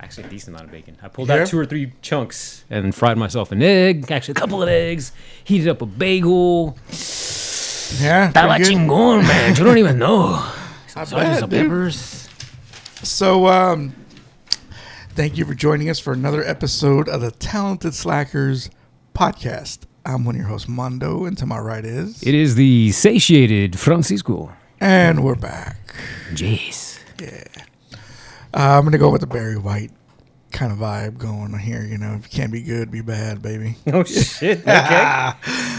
actually a decent amount of bacon. I pulled out two or three chunks and fried myself an egg, actually a couple of eggs, heated up a bagel. Yeah, Estaba pretty good. chingón, man. You don't even know. Some bet, sausages, some dude. peppers. So, um, thank you for joining us for another episode of the Talented Slackers podcast. I'm one of your hosts, Mondo, and to my right is, It is the satiated Francisco. and we're back. Jeez. Uh, I'm gonna go with the Barry White kind of vibe going on here. You know, if you can't be good, be bad, baby. Oh shit. Okay.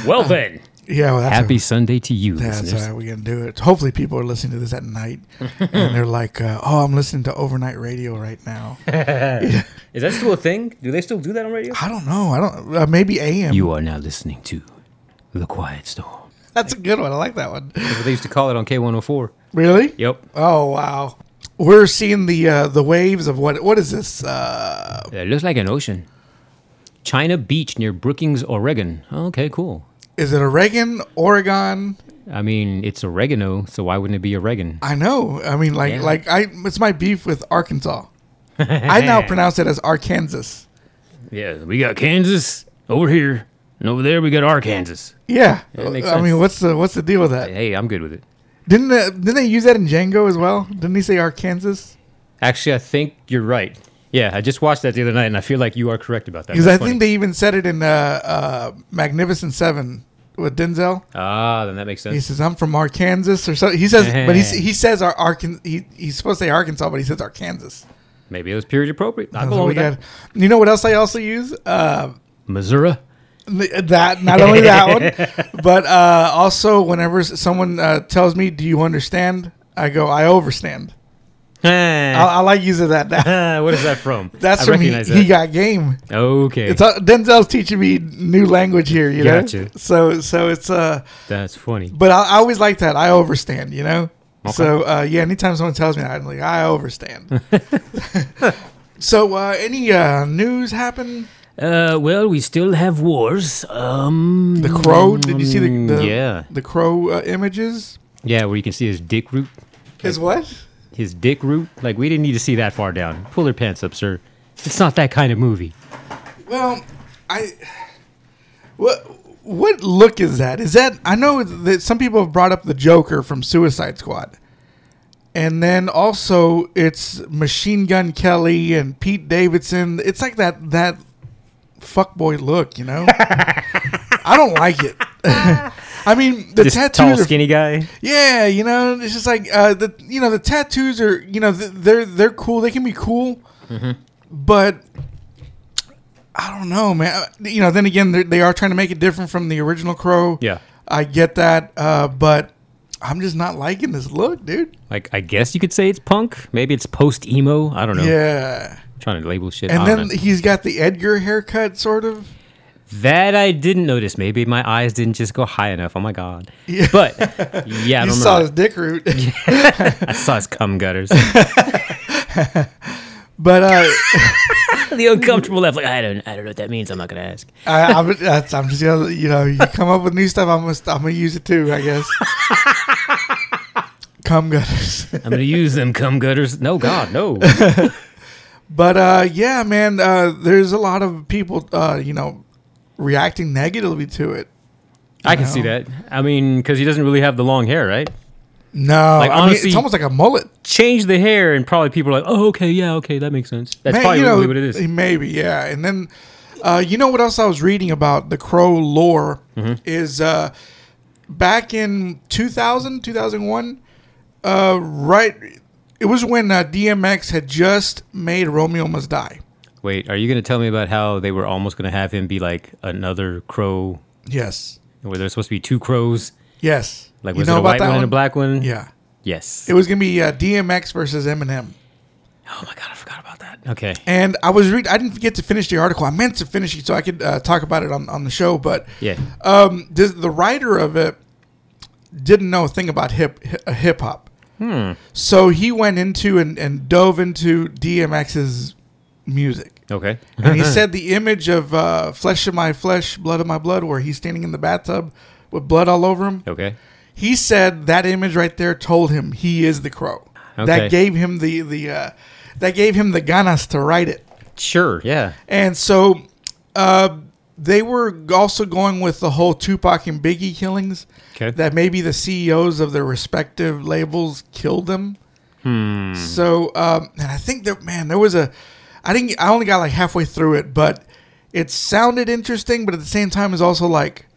well then. Yeah, well, that's Happy A, Sunday to you, that's listeners. all right. We're gonna do it. Hopefully, people are listening to this at night, and they're like, uh, "Oh, I'm listening to overnight radio right now." Is that still a thing? Do they still do that on radio? I don't know. I don't. Uh, maybe AM. You are now listening to The Quiet Storm. that's a good one. I like that one. That's what they used to call it on K104. Really? Yep. Oh wow. We're seeing the uh, the waves of what what is this? Uh, It looks like an ocean. China Beach near Brookings, Oregon. Okay, cool. is it Oregon, Oregon? I mean, it's oregano, so why wouldn't it be Oregon? I know. I mean, like Yeah. like I it's my beef with Arkansas. I now pronounce it as Arkansas. Yeah, we got Kansas over here, and over there we got Arkansas. Yeah. it makes I mean, sense. what's the what's the deal with that? Hey, I'm good with it. Didn't uh, didn't they use that in Django as well? Didn't he say Arkansas? Actually, I think you're right. Yeah, I just watched that the other night, and I feel like you are correct about that. Because That's I funny. think they even said it in uh, uh, Magnificent Seven with Denzel. ah, then that makes He sense. says I'm from Arkansas or so. He says, but he s- he says our Arkansas. He, he's supposed to say Arkansas, but he says Arkansas. Maybe it was period appropriate. I That's go what along we with that. got. You know what else I also use? Uh, Missouri. n- that not only that one, but uh, also whenever s- someone uh, tells me, "Do you understand?" I go, "I overstand." I, Ah, I like using that. now. what is that from? That's I from he, recognize he that. got game. okay, It's uh, Denzel's teaching me new language here. You know, Gotcha. so so it's uh, that's funny. but I, I always like that. I overstand. You know, Okay. so uh, yeah. Anytime someone tells me, I'm like, I overstand. so uh, any uh, news happen? Uh, well, we still have wars. Um, The crow? Did you see the, the Mm, yeah, the crow uh, images? yeah, where you can see his dick root, Is what? his dick root. Like we didn't need to see that far down. Pull her pants up, sir. It's not that kind of movie. Well, I what what look is that? Is that I know that some people have brought up the Joker from Suicide Squad, and then also it's Machine Gun Kelly and Pete Davidson. It's like that that fuckboy look, you know. I don't like it. I mean, the This tall, tattoos are skinny guy. yeah, you know, it's just like uh, the you know the tattoos are you know th- they're they're cool. They can be cool, Mm-hmm. but I don't know, man. Uh, You know, then again, they're- they are trying to make it different from the original Crow. Yeah. I get that, uh, but I'm just not liking this look, dude. Like I guess you could say it's punk. Maybe it's post emo. I don't know. Yeah, trying to label shit. I and don't then know. he's got the Edgar haircut, sort of. that I didn't notice. Maybe my eyes didn't just go high enough. Oh my god. Yeah. But yeah, I You don't saw know. his dick root, I saw his cum gutters. but uh, the uncomfortable left. Like I don't, I don't know what that means. I'm not gonna ask. I, I'm, that's, I'm just gonna, you know, you come up with new stuff. I'm gonna, st- I'm gonna use it too, I guess. Cum gutters, I'm gonna use them cum gutters. No, God, no. but uh, yeah, man, uh, there's a lot of people, uh, you know, reacting negatively to it. I can see that. I mean, because he doesn't really have the long hair, right? No, Like, I mean, honestly- it's almost like a mullet. Change the hair, and probably people are like, "Oh, okay, yeah, okay, that makes sense." That's Man, probably you know, really what it is. Maybe, yeah. And then, uh, you know what else I was reading about the crow lore Mm-hmm. is uh, back in 2000, 2001, uh, right? It was when uh, DMX had just made Romeo Must Die. Wait, are you gonna tell me about how they were almost gonna have him be like another crow, Yes. where there's supposed to be two crows? Yes. Like, You was know it a about white that one, and a black one? Yeah. Yes. It was going to be uh, DMX versus Eminem. oh my God, I forgot about that. Okay. And I was reading, I didn't get to finish the article. I meant to finish it so I could uh, talk about it on, on the show, but Yeah. um, the, the writer of it didn't know a thing about hip hip hop. So he went into and, and dove into DMX's music. Okay. And he said the image of uh, flesh of my flesh, blood of my blood, where he's standing in the bathtub with blood all over him. okay. He said that image right there told him he is the crow. Okay. That gave him the the uh, that gave him the ganas to write it. Sure, yeah. And so uh, they were also going with the whole Tupac and Biggie killings. 'Kay. That maybe the CEOs of their respective labels killed them. So, um, and I think that man, there was a, I didn't, I only got like halfway through it, but it sounded interesting, but at the same time, is also like,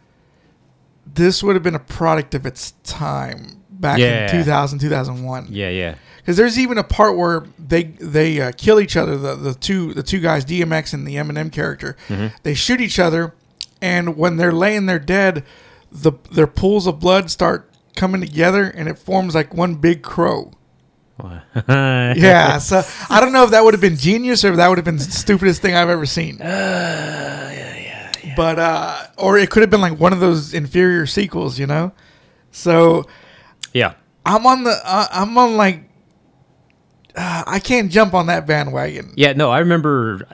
this would have been a product of its time back Yeah. in 2000, 2001 Yeah, yeah. because there's even a part where they they uh, kill each other the, the two the two guys DMX and the Eminem character they shoot each other and when they're laying there dead the their pools of blood start coming together and it forms like one big crow Uh, yeah so I don't know if that would have been genius or if that would have been the stupidest thing I've ever seen but uh or it could have been like one of those inferior sequels you know so yeah. I'm on the uh, I'm on like uh, I can't jump on that bandwagon. Yeah, no, I remember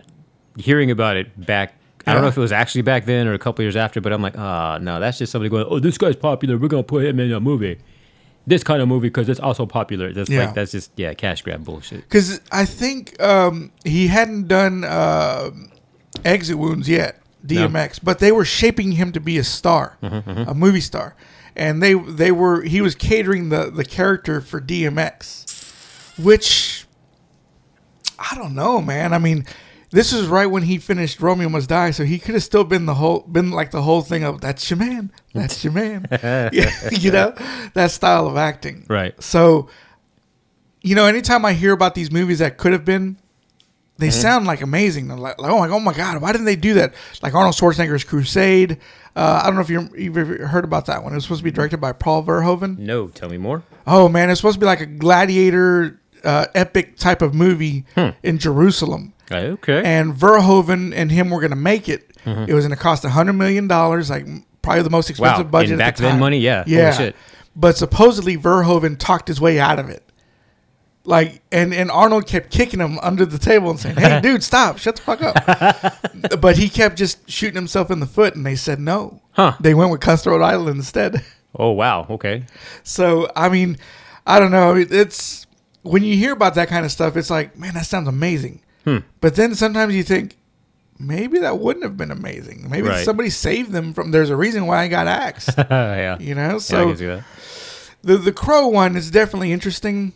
hearing about it back. I don't know Yeah. if it was actually back then or a couple years after, but I'm like, ah, no, that's just somebody going, oh, this guy's popular. We're gonna put him in a movie, this kind of movie, because it's also popular. That's Yeah. like that's just yeah, cash grab bullshit. Because I think um, he hadn't done uh, exit wounds yet, DMX, but they were shaping him to be a star, a movie star, and they they were he was catering the the character for DMX, which I don't know, man. I mean. This is right when he finished Romeo Must Die, so he could have still been the whole, been like the whole thing of that's your man, that's your man, you know, that style of acting. Right. So, you know, anytime I hear about these movies that could have been, they sound like amazing. They're like, like, oh my, oh my god, why didn't they do that? Like Arnold Schwarzenegger's Crusade. Uh, I don't know if you- you've ever heard about that one. It was supposed to be directed by Paul Verhoeven. No, tell me more. Oh man, it's supposed to be like a gladiator uh, epic type of movie in Jerusalem. Okay. Mm-hmm. And Verhoeven and him were going to make it. It was going to cost hundred million dollars, like probably the most expensive in budget at the back then time. money? Yeah. Holy yeah. shit. But supposedly Verhoeven talked his way out of it. Like and and Arnold kept kicking him under the table and saying, "Hey, dude, stop! Shut the fuck up!" but he kept just shooting himself in the foot, and they said no. Huh. They went with Cutthroat Island instead. oh wow. Okay. So I mean, I don't know. It- It's when you hear about that kind of stuff, it's like, man, that sounds amazing. Hmm. But then sometimes you think maybe that wouldn't have been amazing. Maybe Right. somebody saved them from. There's a reason why I got axed. yeah. you know. yeah, I So can see that. the the crow one is definitely interesting.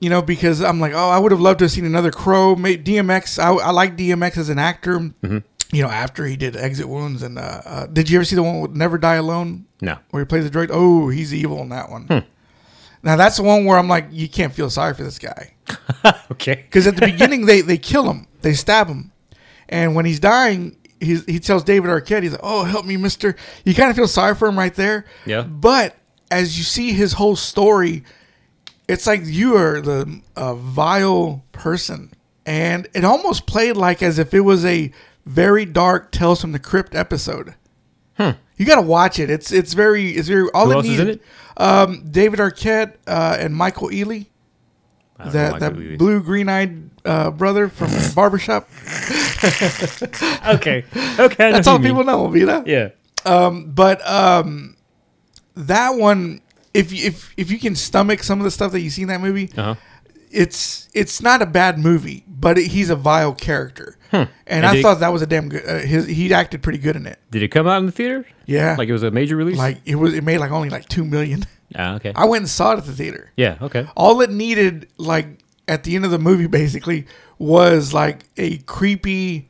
You know, because I'm like, oh, I would have loved to have seen another crow. May- DMX, I, I like DMX as an actor. Mm-hmm. You know, after he did Exit Wounds and uh, uh, did you ever see the one with Never Die Alone? No. where he plays the droid. Oh, he's evil in that one. Now that's the one where I'm like, you can't feel sorry for this guy Okay. because at the beginning they they kill him, they stab him, and when he's dying, he's, he tells David Arquette, he's like, "Oh, help me, Mister." You kind of feel sorry for him right there. Yeah. But as you see his whole story, it's like you are the a vile person, and it almost played like as if it was a very dark Tales from the Crypt episode. You got to watch it. It's it's very it's very all Hmm. Who it else is in needed- it? Um, David Arquette uh, and Michael Ealy I don't know that why that we- blue green eyed uh, brother from barbershop. Okay. Okay. I know That's who all you mean. people know, you know. Yeah. But um, that one, if you- if if you can stomach some of the stuff that you see in that movie, Uh huh. it's it's not a bad movie, but it, he's a vile character, and, Hmm. And I did- thought that was a damn good. Uh, his he acted pretty good in it. Did it come out in the theater? Yeah, Like it was a major release? like it was it made like only like two million. ah, okay. I went and saw it at the theater. yeah. Okay. all it needed like at the end of the movie basically was like a creepy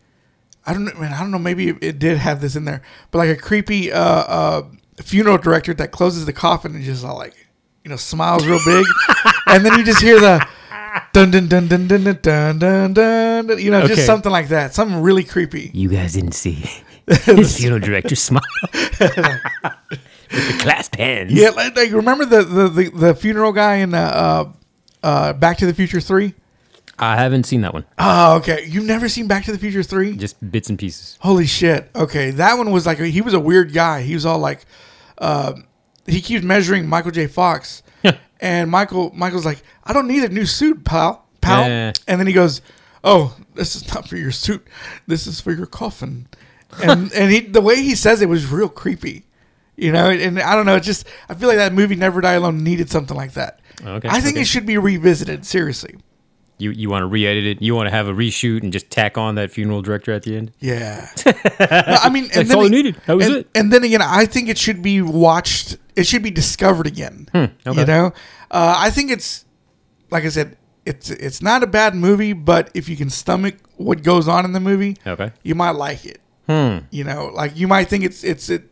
i don't know man, i don't know maybe it, it did have this in there but like a creepy uh uh funeral director that closes the coffin and just uh, like you know smiles real big and then you just hear the dun dun dun dun dun dun dun dun, dun, dun you know Okay. just something like that something really creepy You guys didn't see his funeral director smile with the clasped hands. yeah like, like remember the, the the the funeral guy in uh uh uh back to the future 3 I haven't seen that one. oh okay you've never seen back to the future 3 Just bits and pieces. Holy shit. Okay, that one was like he was a weird guy. He was all like um he keeps measuring Michael J. Fox. and Michael Michael's like, "I don't need a new suit, pal." Pal. Yeah. And then he goes, "Oh, this is not for your suit. This is for your coffin." And and he the way he says it was real creepy. You know, and I don't know, it just I feel like that movie Never Die Alone needed something like that. Okay, I think okay. it should be revisited, seriously. You you want to re-edit it? You want to have a reshoot and just tack on that funeral director at the end? Yeah. No, I mean, and That's then all I ag- needed. That was and- it. And then again, I think it should be watched. It should be discovered again. Hmm, okay. You know, uh, I think it's like I said, it's it's not a bad movie, but if you can stomach what goes on in the movie, Okay. Hmm. you might like it. You know, like you might think it's it's it,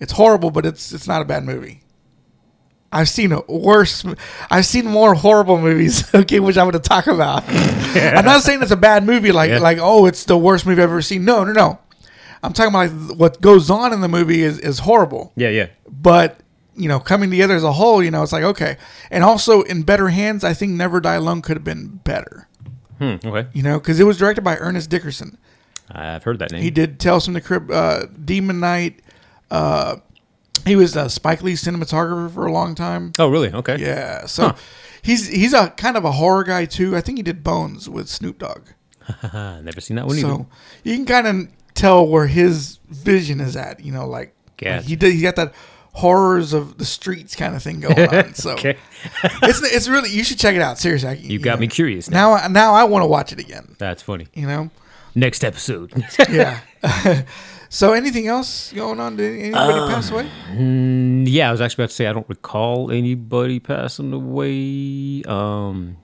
it's horrible, but it's it's not a bad movie. I've seen a worse. m- I've seen more horrible movies. Okay, which I'm going to talk about. I'm not saying it's a bad movie. Like Yeah. like oh, it's the worst movie I've ever seen. No, no, no. I'm talking about like, what goes on in the movie is is horrible. Yeah, yeah. But you know, coming together as a whole, you know, it's like okay. And also in better hands, I think Never Die Alone could have been better. Hmm, okay. You know, because it was directed by Ernest Dickerson. I've heard that name. He did Tales from the Crypt, uh, Demon Knight. Uh, he was a Spike Lee cinematographer for a long time. oh, really? Okay. Yeah, so Huh. he's he's a kind of a horror guy too. I think he did Bones with Snoop Dogg. Ah, never seen that one either. So you can kind of tell where his vision is at. You know, like, Yeah. like he did. He got that horrors of the streets kind of thing going on. So Okay. it's it's really you should check it out. Seriously, I, You got me curious now. Now I- now I want to watch it again. That's funny. You know, Next episode. yeah. so anything else going on? Did anybody pass away? Mm, yeah, I was actually about to say I don't recall anybody passing away, um,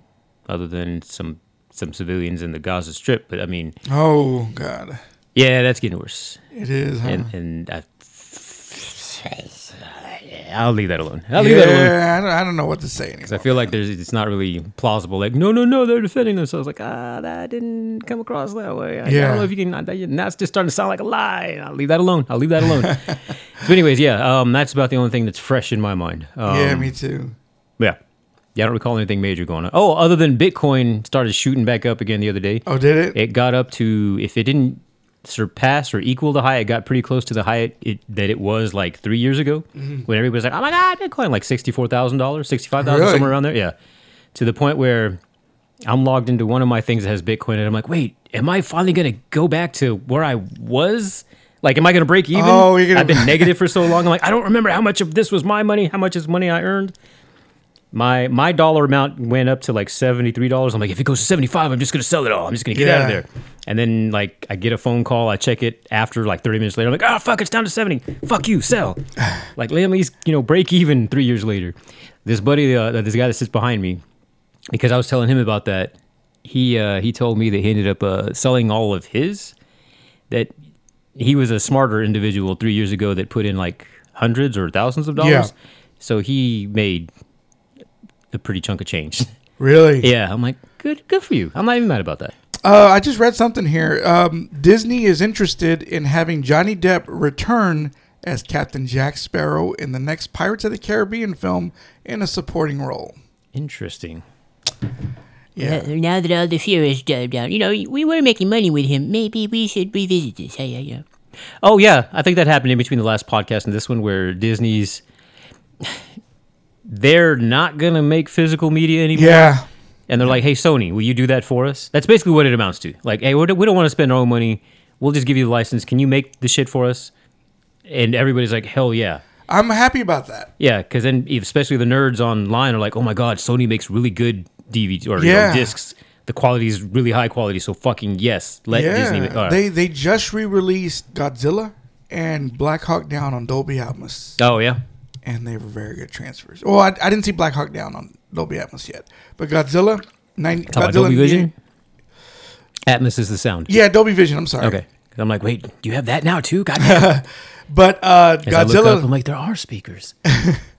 other than some some civilians in the Gaza Strip. But I mean, Oh God, yeah, that's getting worse, it is. Huh? and and I, I'll leave that alone. I'll leave that alone. Oh, Yeah, I don't, I don't know what to say anymore. I feel like there's it's not really plausible. Like no, no, no, they're defending themselves. Like ah, that didn't come across that way. I, I Yeah. don't know if you can. That, that's just starting to sound like a lie. I'll leave that alone. I'll leave that alone. so, anyways, yeah, um, that's about the only thing that's fresh in my mind. Um, yeah, me too. yeah, yeah. I don't recall anything major going on. Oh, other than Bitcoin started shooting back up again the other day. Oh, did it? It got up to if it didn't surpass or equal the high, it got pretty close to the high it, it, that it was like three years ago Mm-hmm. when everybody was like, "Oh my god, Bitcoin!" Like sixty-four thousand dollars, sixty-five thousand, Really? somewhere around there. Yeah, to the point where I'm logged into one of my things that has Bitcoin, and I'm like, "Wait, am I finally gonna go back to where I was?" Like, am I going to break even? Oh, you're gonna- I've been negative for so long. I'm like, I don't remember how much of this was my money, how much is money I earned. My my dollar amount went up to like seventy three dollars. I'm like, if it goes to seventy five, I'm just gonna sell it all. I'm just gonna get out of Yeah. there. And then like I get a phone call, I check it after like thirty minutes later. I'm like, oh fuck, it's down to seventy. Fuck you, sell. like let me at least you know break even three years later. This buddy, uh, this guy that sits behind me, because I was telling him about that. He uh, he told me that he ended up uh, selling all of his. That he was a smarter individual three years ago that put in like hundreds or thousands of dollars. Yeah. So he made a pretty chunk of change. Really? yeah, I'm like, good, good for you. I'm not even mad about that. Uh, I just read something here. Um, Disney is interested in having Johnny Depp return as Captain Jack Sparrow in the next Pirates of the Caribbean film in a supporting role. Interesting. Yeah. Uh, now that all the fear has died down, you know, we were making money with him. Maybe we should revisit this. Hey, yeah, yeah. Oh yeah, I think that happened in between the last podcast and this one, where Disney's they're not gonna make physical media anymore. Yeah. and they're like, "Hey, Sony, will you do that for us?" That's basically what it amounts to. Like, "Hey, we don't, we don't want to spend our own money. We'll just give you the license. Can you make the shit for us?" And everybody's like, "Hell yeah, I'm happy about that. yeah!" Because then, e, especially the nerds online are like, "Oh my god, Sony makes really good DVD or you know, Yeah. discs. The quality is really high quality. So fucking yes, let yeah. Disney." Make, all right. They they just re-released Godzilla and Black Hawk Down on Dolby Atmos, oh yeah, and they were very good transfers. Well, I, I didn't see Black Hawk Down on Dolby Atmos yet, but Godzilla, nine, Talk about Godzilla, Dolby Vision. Atmos is the sound. yeah, Dolby Vision. I'm sorry. Okay. 'Cause I'm like, wait, you have that now too? God damn. But uh, As I look Godzilla, up, I'm like, there are speakers.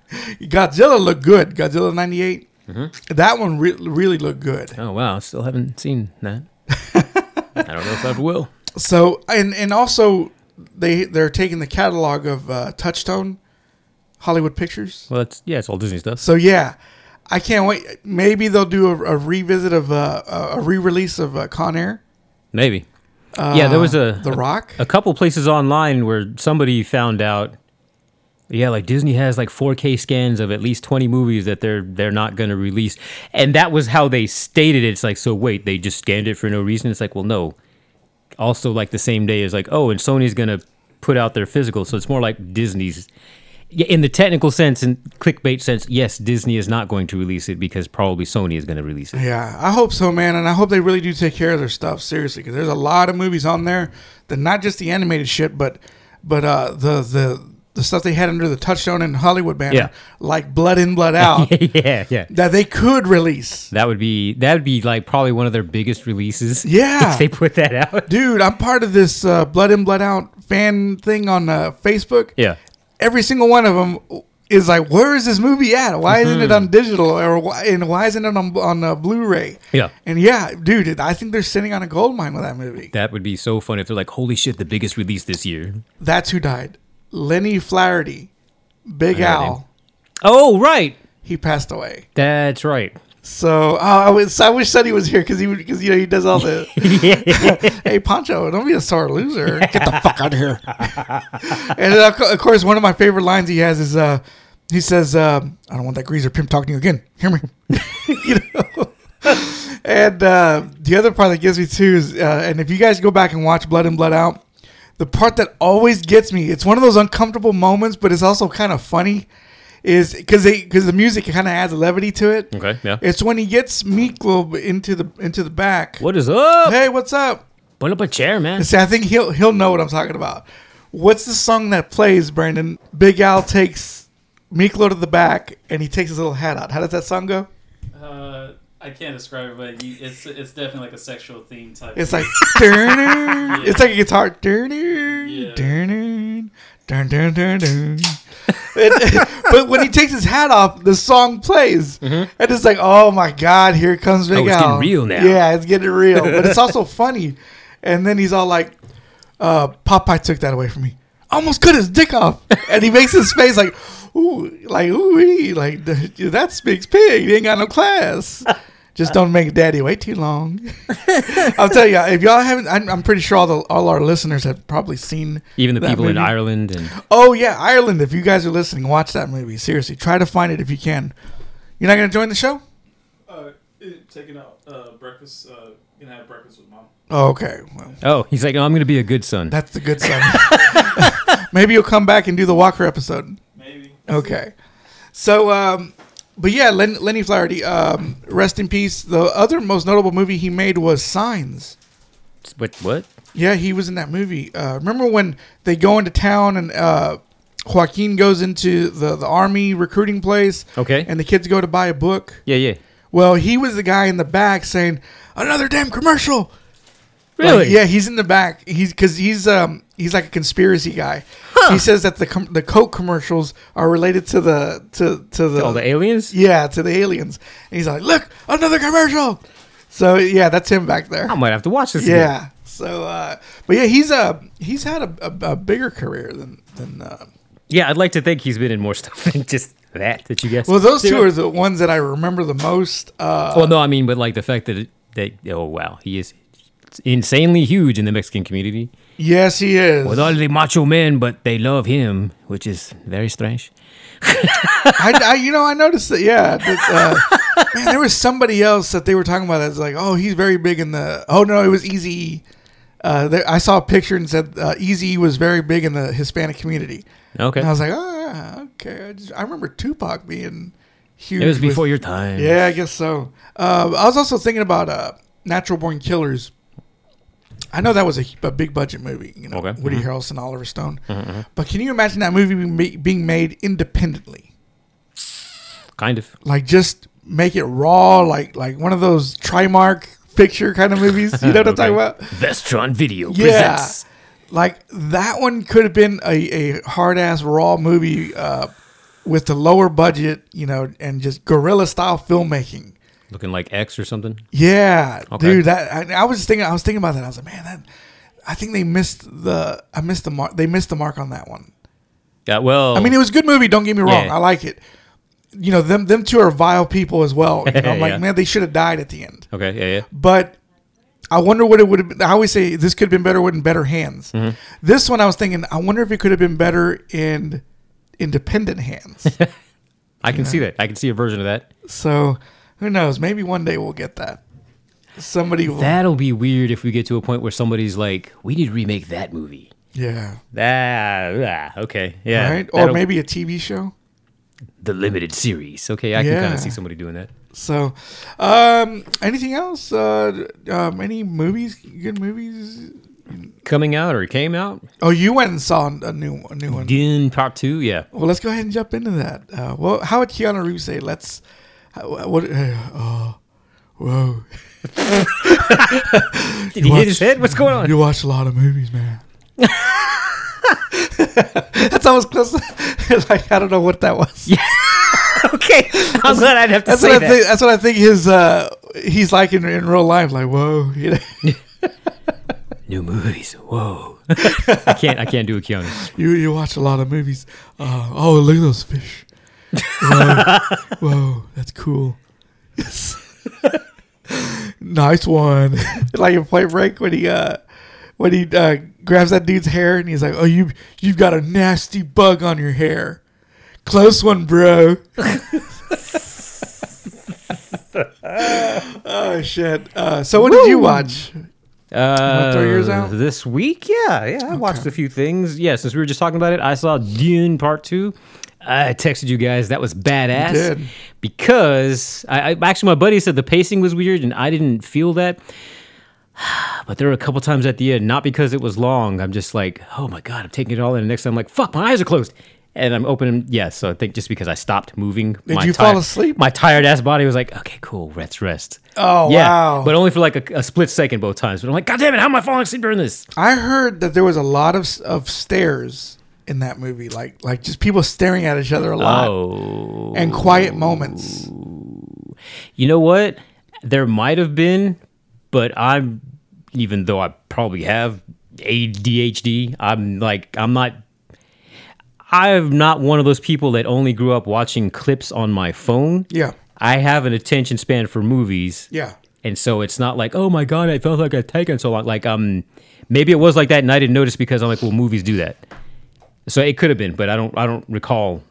Godzilla looked good. Godzilla '98. Mm-hmm. That one re- really looked good. Oh wow, still haven't seen that. I don't know if I ever will. So and and also they they're taking the catalog of uh, Touchstone, Hollywood Pictures. Well, that's yeah, it's all Disney stuff. So yeah, I can't wait. Maybe they'll do a, a revisit of uh, a, a re-release of uh, Con Air. Maybe. Uh, yeah, there was a The Rock. a couple places online where somebody found out. Yeah, like Disney has like 4K scans of at least 20 movies that they're they're not going to release, and that was how they stated it. It's like, so wait, they just scanned it for no reason. It's like, well, no. Also, like the same day is like, oh, and Sony's going to put out their physical, so it's more like Disney's. yeah, in the technical sense and clickbait sense, yes, Disney is not going to release it because probably Sony is going to release it. Yeah, I hope so, man, and I hope they really do take care of their stuff seriously because there's a lot of movies on there that not just the animated shit, but but uh, the the the stuff they had under the Touchstone and Hollywood banner, Yeah. like Blood In Blood Out, yeah, yeah. that they could release. That would be that would be like probably one of their biggest releases. Yeah. if they put that out. Dude, I'm part of this uh, Blood In Blood Out fan thing on uh, Facebook. Yeah, every single one of them is like, where is this movie at? Why isn't it on digital or why, and why isn't it on on uh, Blu-ray? Yeah. and yeah, dude, I think they're sitting on a gold mine with that movie. that would be so fun if they're like, "Holy shit, the biggest release this year." That's who died, Lenny Flaherty, Big Al. Oh, right. He passed away. That's right. So oh, I was I wish that he was here because he because you know he does all the hey Pancho, don't be a sore loser. Get the fuck out of here. and then, of co- of course, one of my favorite lines he has is uh, he says, um, "I don't want that greaser pimp talking to you again. Hear me." you know. And uh, the other part that gets me too is, uh, and if you guys go back and watch Blood and Blood Out, the part that always gets me, it's one of those uncomfortable moments, but it's also kind of funny, is because they because the music kind of adds levity to it. Okay, yeah. It's when he gets Meatloaf into the into the back. What is up? Hey, what's up? Put up a chair, man. See, I think he'll he'll know what I'm talking about. What's the song that plays, Brandon? Big Al takes Miklo to the back, and he takes his little hat out. How does that song go? Uh, I can't describe it, but you, it's it's definitely like a sexual theme type. It's like "Durner." It's like a guitar. "Durner, Yeah. durner, dun, dun, dun, dun." It- but when he takes his hat off, the song plays, and it's like, oh my god, here comes Big Oh, it's getting Al. real now. Yeah, it's getting real, but it's also funny. And then he's all like, uh, "Popeye took that away from me. Almost cut his dick off," and he makes his face like. Ooh, like ooh, like that speaks pig. He ain't got no class. Just don't make daddy wait too long. I'll tell you, if y'all haven't, I'm, I'm pretty sure all, the, all our listeners have probably seen Even the that people in movie. Ireland and Oh yeah, Ireland. If you guys are listening, watch that movie. Seriously, try to find it if you can. You're not gonna join the show? uh, it- taking out uh, breakfast, uh, gonna have breakfast with mom. Oh, okay, well oh, he's like, "Oh, I'm going to be a good son." that's the good sign. Maybe you'll come back and do the Walker episode. Maybe. Okay, so um, but yeah, Len- Lenny Flaherty, um, rest in peace. The other most notable movie he made was Signs. What? What? Yeah, he was in that movie. Uh, remember when they go into town and uh, Joaquin goes into the, the army recruiting place? Okay. And the kids go to buy a book. Yeah, yeah. Well, he was the guy in the back saying, "Another damn commercial." Like, Really? yeah, he's in the back. He's because he's um he's like a conspiracy guy. He says that the com- the Coke commercials are related to the to to the, All the aliens. yeah to the aliens. And he's like, "Look, another commercial." So yeah, that's him back there. I might have to watch this. again. Yeah. So, uh, but yeah, he's uh, he's had a, a, a bigger career than than. Uh, Yeah, I'd like to think he's been in more stuff than just that that Oh. you guessed. well, those two are the ones that I remember the most. Uh, Well, no, I mean, but like the fact that it, that oh wow, he is insanely huge in the Mexican community yes, he is. with all the macho men, but they love him, which is very strange. I, I, you know, I noticed that. Yeah, that, uh, man, there was somebody else that they were talking about. That's like, oh, he's very big in the. Oh no, it was Easy. Uh, there, I saw a picture and said uh, Easy was very big in the Hispanic community. Okay, And I was like, ah, okay. I, just, I remember Tupac being huge. it was with- before your time. Yeah, I guess so. Uh, I was also thinking about uh, Natural Born Killers. I know that was a, a big budget movie, you know, Okay. Mm-hmm. Woody Harrelson, Oliver Stone. But can you imagine that movie being ma- being made independently? kind of. Like just make it raw, like like one of those Trimark picture kind of movies. You know what I'm talking about? Vestron Video Yeah. presents. Like that one could have been a, a hard ass raw movie uh, with the lower budget, you know, and just guerrilla style filmmaking. Looking like X or something. Yeah, Okay. dude. That I, I was thinking. I was thinking about that. I was like, man, that. I think they missed the. I missed the mark. They missed the mark on that one. Yeah, well, I mean, it was a good movie. Don't get me wrong. Yeah. I like it. You know, them them two are vile people as well. You know, I'm like, Yeah. man, they should have died at the end. okay, yeah, yeah. But I wonder what it would have been. I always say this could have been better with in better hands. This one, I was thinking, I wonder if it could have been better in independent hands. I can see that. I can see a version of that. so who knows? Maybe one day we'll get that. Somebody will. That'll be weird if we get to a point where somebody's like, "We need to remake that movie." Yeah. Ah, ah, okay, yeah, right? Or That'll- maybe a TV show. the limited series. Okay, I can kind Yeah. of see somebody doing that. So, um, anything else? Uh, um, any movies? Good movies? Coming out or came out? Oh, you went and saw a new a new one. Dune Part Two. Yeah, Well, let's go ahead and jump into that. Uh, well, how would Keanu Reeves say? Let's. How, what? Uh, oh, whoa! did he hit his head? What's going on? You watch a lot of movies, man. That's almost close. like I don't know what that was. okay, I'm glad I'd have to That's say what I that. think. That's what I think. His uh, he's like in, in real life. Like whoa, you know, New movies. Whoa, I can't. I can't do a Keanu. you you watch a lot of movies. Uh, oh, look at those fish. Whoa, whoa that's cool. nice one. like in Point Break when he uh when he uh, grabs that dude's hair and he's like, oh you you've got a nasty bug on your hair. Close one, bro. oh shit! Uh, so what did you watch? Uh, throw yours out? this week? Yeah, yeah. I watched a few things. Yeah, since we were just talking about it, I saw Dune Part Two. I texted you guys. That was badass. did. Because I, I actually my buddy said the pacing was weird, and I didn't feel that. But there were a couple times at the end, not because it was long. I'm just like, oh my god, I'm taking it all in. And next time, I'm like, fuck, my eyes are closed, and I'm opening. Yeah, so I think just because I stopped moving, did my you ti- fall asleep? My tired ass body was like, okay, cool, let's rest. Oh wow! But only for like a, a split second both times. But I'm like, God damn it, how am I falling asleep during this? I heard that there was a lot of of stares in that movie, like like just people staring at each other a lot Oh. and quiet moments. You know what? There might have been, but I'm, even though I probably have ADHD, I'm like, I'm not. I'm not one of those people that only grew up watching clips on my phone. Yeah, I have an attention span for movies. yeah, And so it's not like, oh my God, I felt like I'd taken so long. Like, um, maybe it was like that and I didn't notice because I'm like, well, movies do that. So it could have been, but I don't, I don't recall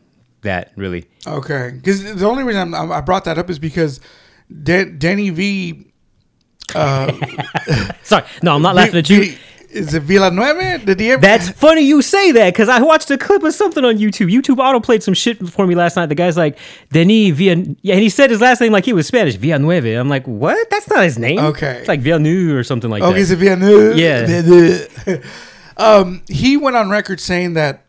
that really. okay. Because the only reason I'm, I'm- I brought that up is because Dan, Danny V Sorry. No, I'm not laughing at you. V- is it Villanueva? Did he ever? That's funny you say that because I watched a clip of something on YouTube. YouTube autoplayed some shit for me last night. The guy's like, Denis Villan. Yeah, and he said his last name like he was Spanish, Villanueva. I'm like, what? That's not his name. Okay. It's like Villanueva or something like okay, that. is it Villanueva? Yeah. Oh, Villanueva. um, he went on record saying that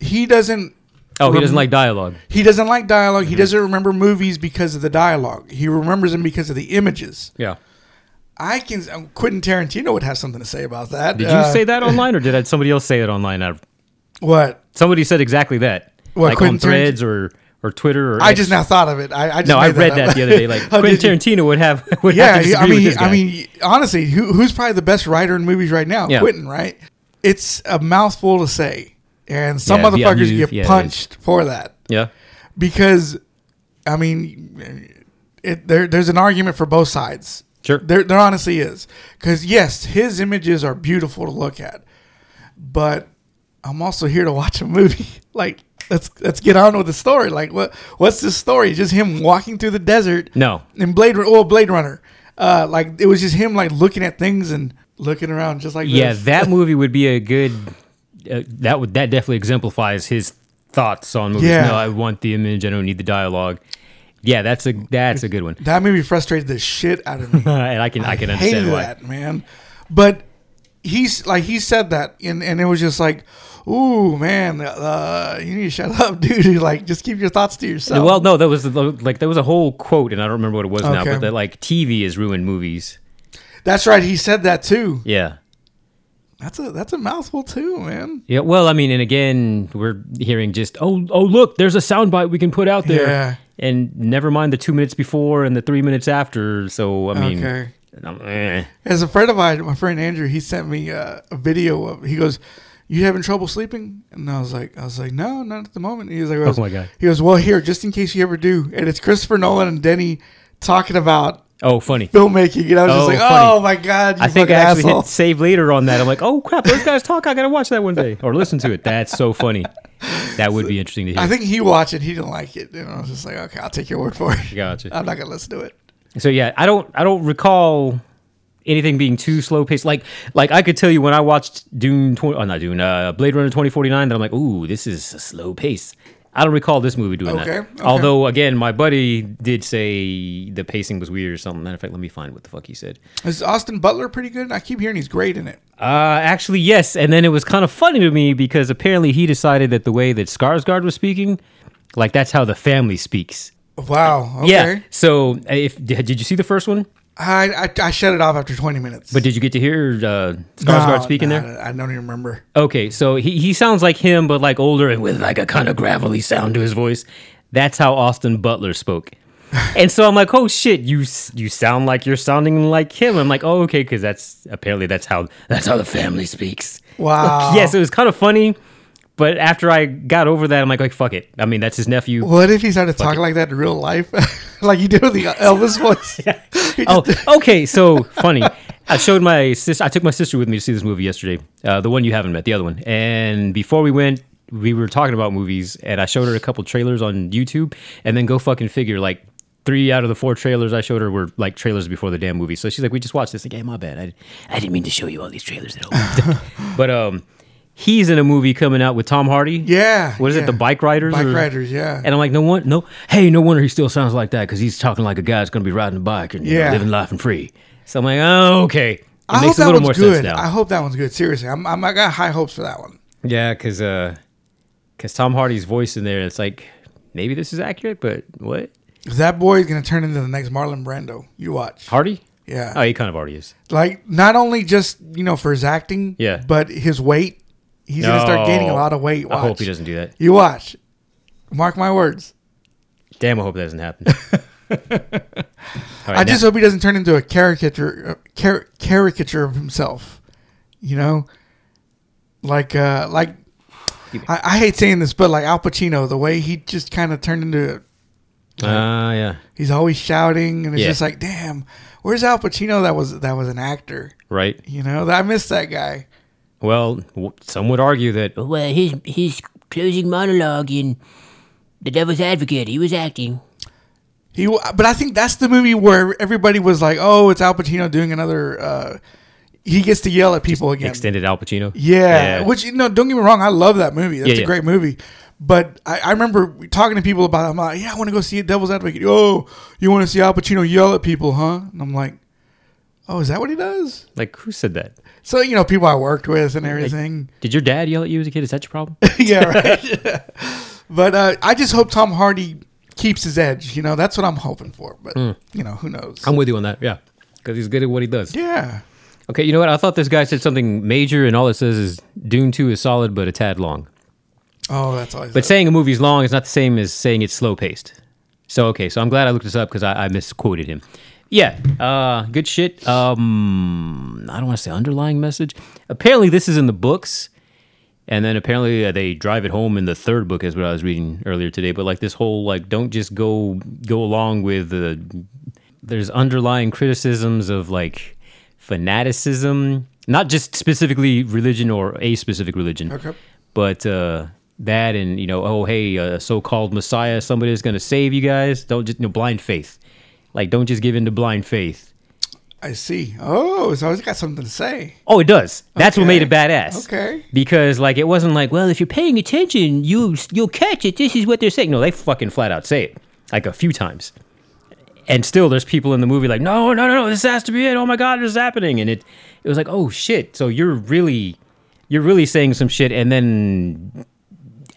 he doesn't oh, he doesn't like dialogue. he doesn't like dialogue. He doesn't remember movies because of the dialogue. He remembers them because of the images. Yeah. I can. um, Quentin Tarantino would have something to say about that. Did you Uh, say that online or did I, somebody else say it online? I what? Somebody said exactly that. What, like Quentin on Threads or, or Twitter or I just now thought of it. I, I just No, I made read up. that the other day. Like Oh, did Quentin you? Tarantino would have would have Yeah, to he- disagree I with mean, this guy. I mean, honestly, who, who's probably the best writer in movies right now? Yeah. Quentin, right? It's a mouthful to say, and some Yeah, motherfuckers Villeneuve, get yeah, it is. punched for that yeah. because, I mean, it, there, there's an argument for both sides. Sure. There, there honestly is. Because, yes, his images are beautiful to look at. But I'm also here to watch a movie. like, let's let's get on with the story. Like, what what's this story? Just him walking through the desert. No. In Blade, Run- oh, Blade Runner. Uh, like, it was just him, like, looking at things and looking around just like Yeah, this. that movie would be a good. Uh, that would that definitely exemplifies his thoughts on movies. Yeah. No, I want the image. I don't need the dialogue. Yeah, that's a that's a good one, That movie frustrated the shit out of me. and I can I can hated understand why. that, man. But he's like he said that, and and it was just like, ooh, man, uh, you need to shut up, dude. like, just keep your thoughts to yourself. Well, no, that was the- like there was a whole quote, and I don't remember what it was now, Okay. but that like TV has ruined movies. that's right. He said that too. Yeah, That's a that's a mouthful too, man. yeah. Well, I mean, and again, we're hearing just oh oh look, there's a soundbite we can put out there, Yeah. and never mind the two minutes before and the three minutes after. So I mean, Okay. I'm- eh. As a friend of mine, my friend Andrew, he sent me uh, a video of. He goes, "You having trouble sleeping?" And I was like, "I was like, no, not at the moment." And he was like, Oh my God. He goes, "Well, here, just in case you ever do." And it's Christopher Nolan and Denny talking about oh funny. filmmaking, and I was Oh, just like, funny. "Oh my god!" You I think I fucking actually asshole. hit save later on that. I'm like, oh crap, those guys talk. I gotta watch that one day or listen to it. That's so funny. That would be interesting to hear. I think he watched it. He didn't like it, and I was just like, okay, I'll take your word for it. Gotcha. I'm not gonna listen to it. so yeah, I don't, I don't recall anything being too slow paced. Like like I could tell you when I watched Dune, 20, oh, not Dune, uh, Blade Runner twenty forty nine, that I'm like, ooh, this is a slow pace. I don't recall this movie doing Okay, that. okay. Although again, my buddy did say the pacing was weird or something. Matter of fact, let me find what the fuck he said. Is Austin Butler pretty good? I keep hearing he's great in it. Uh, actually, yes. And then it was kind of funny to me because apparently he decided that the way that Skarsgård was speaking, like that's how the family speaks. Wow. Okay. Yeah. So uh, if did you see the first one? I, I I shut it off after 20 minutes. But did you get to hear uh, No, Skarsgård speaking no, there? I don't even remember. Okay, so he, he sounds like him, but like older and with like a kind of gravelly sound to his voice. That's how Austin Butler spoke. and so I'm like, oh shit, you s- you sound like you're sounding like him. I'm like, oh okay, because that's apparently that's how that's how the family speaks. Wow. Yes, it was kind of funny, but after I got over that, I'm like, like fuck it. I mean, that's his nephew. What if he started talking like that in real life, like you did with the Elvis voice? He oh, just- okay. So funny. I showed my sister. I took my sister with me to see this movie yesterday. Uh, the one you haven't met, the other one. And before we went, we were talking about movies, and I showed her a couple trailers on YouTube, and then go fucking figure, like. Three out of the four trailers I showed her were like trailers before the damn movie. So she's like, "We just watched this." Like, "Hey, my bad. I, I didn't mean to show you all these trailers at all." but um, he's in a movie coming out with Tom Hardy. Yeah, What is yeah. it? The Bike Riders. Bike or- Riders, yeah. And I'm like, no one, no. Hey, no wonder he still sounds like that because he's talking like a guy that's gonna be riding a bike and you know, Yeah. living life and free. So I'm like, oh, okay. It I makes hope a that little one's more sense good. now. I hope that one's good. Seriously, I'm, I'm I got high hopes for that one. yeah, because Tom Hardy's voice in there, it's like maybe this is accurate, but what That boy is gonna turn into the next Marlon Brando. You watch. Hardy? Yeah. Oh, he kind of already is. Like not only just you know for his acting, Yeah. but his weight. He's gonna start gaining a No. lot of weight. Watch. I hope he doesn't do that. You watch. Mark my words. Damn, I hope that doesn't happen. All right, I now- just hope he doesn't turn into a caricature uh, car- caricature of himself. You know, like uh, like I, I hate saying this, but like Al Pacino, the way he just kind of turned into Ah, yeah, he's always shouting, and it's Yeah. just like, damn, where's Al Pacino? That was that was an actor. right. You know, I miss that guy. Well, w- some would argue that oh, Well, his his closing monologue in The Devil's Advocate, he was acting. He, w- but I think that's the movie where everybody was like, "Oh, it's Al Pacino doing another." Uh, he gets to yell at people again. extended Al Pacino. Yeah, which you know, don't get me wrong, I love that movie. That's Yeah, a yeah. great movie. But I, I remember talking to people about it. I'm like, yeah, I want to go see Devil's Advocate. Oh, you want to see Al Pacino yell at people, huh? And I'm like, oh, is that what he does? like who said that? So you know, people I worked with and everything. Did your dad yell at you as a kid? Is that your problem? yeah, right. but uh, I just hope Tom Hardy keeps his edge. You know, that's what I'm hoping for. But you know, who knows? Hmm. I'm with you on that. Yeah. Because he's good at what he does. yeah. Okay, you know what? I thought this guy said something major, and all it says is Dune 2 is solid, but a tad long. Oh, that's all. I But said. saying a movie's long is not the same as saying it's slow paced. So, okay, so I'm glad I looked this up because I, I misquoted him. Yeah, uh, good shit. Um, I don't want to say underlying message. Apparently, this is in the books. And then apparently uh, they drive it home in the third book, is what I was reading earlier today. But like this whole like, don't just go go along with the. There's underlying criticisms of like fanaticism, not just specifically religion or a specific religion, Okay. but uh, that and you know, oh hey, a so-called Messiah, somebody is going to save you guys. Don't just you know, blind faith, like don't just give in to blind faith. I see. Oh, so he's got something to say. Oh, it does. That's what made it Okay. badass. Okay. Because like it wasn't like, well, if you're paying attention, you you'll catch it. This is what they're saying. No, they fucking flat out say it like a few times. And still there's people in the movie like, "No, no, no, no, this has to be it. Oh my god, this is happening." And it it was like, "Oh shit." So you're really you're really saying some shit and then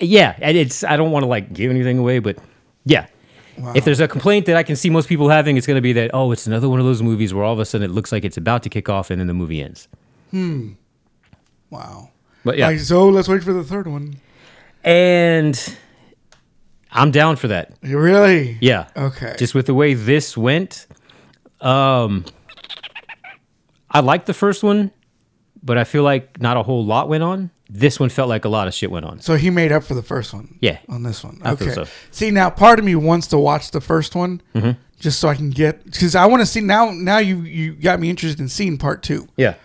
yeah, and it's I don't want to like give anything away, but yeah. If there's a complaint that I can see most people having, it's going to be that oh, it's another one of those movies where all of a sudden it looks like it's about to kick off and then the movie ends. Wow. But yeah, Like, so let's wait for the third one. and I'm down for that. Really? Yeah. Okay. Just with the way this went, um, I liked the first one, but I feel like not a whole lot went on. This one felt like a lot of shit went on. So he made up for the first one. Yeah. On this one. I okay. feel so. Mm-hmm. See now, part of me wants to watch the first one just so I can get because I want to see now. Now you you got me interested in seeing part two. Yeah.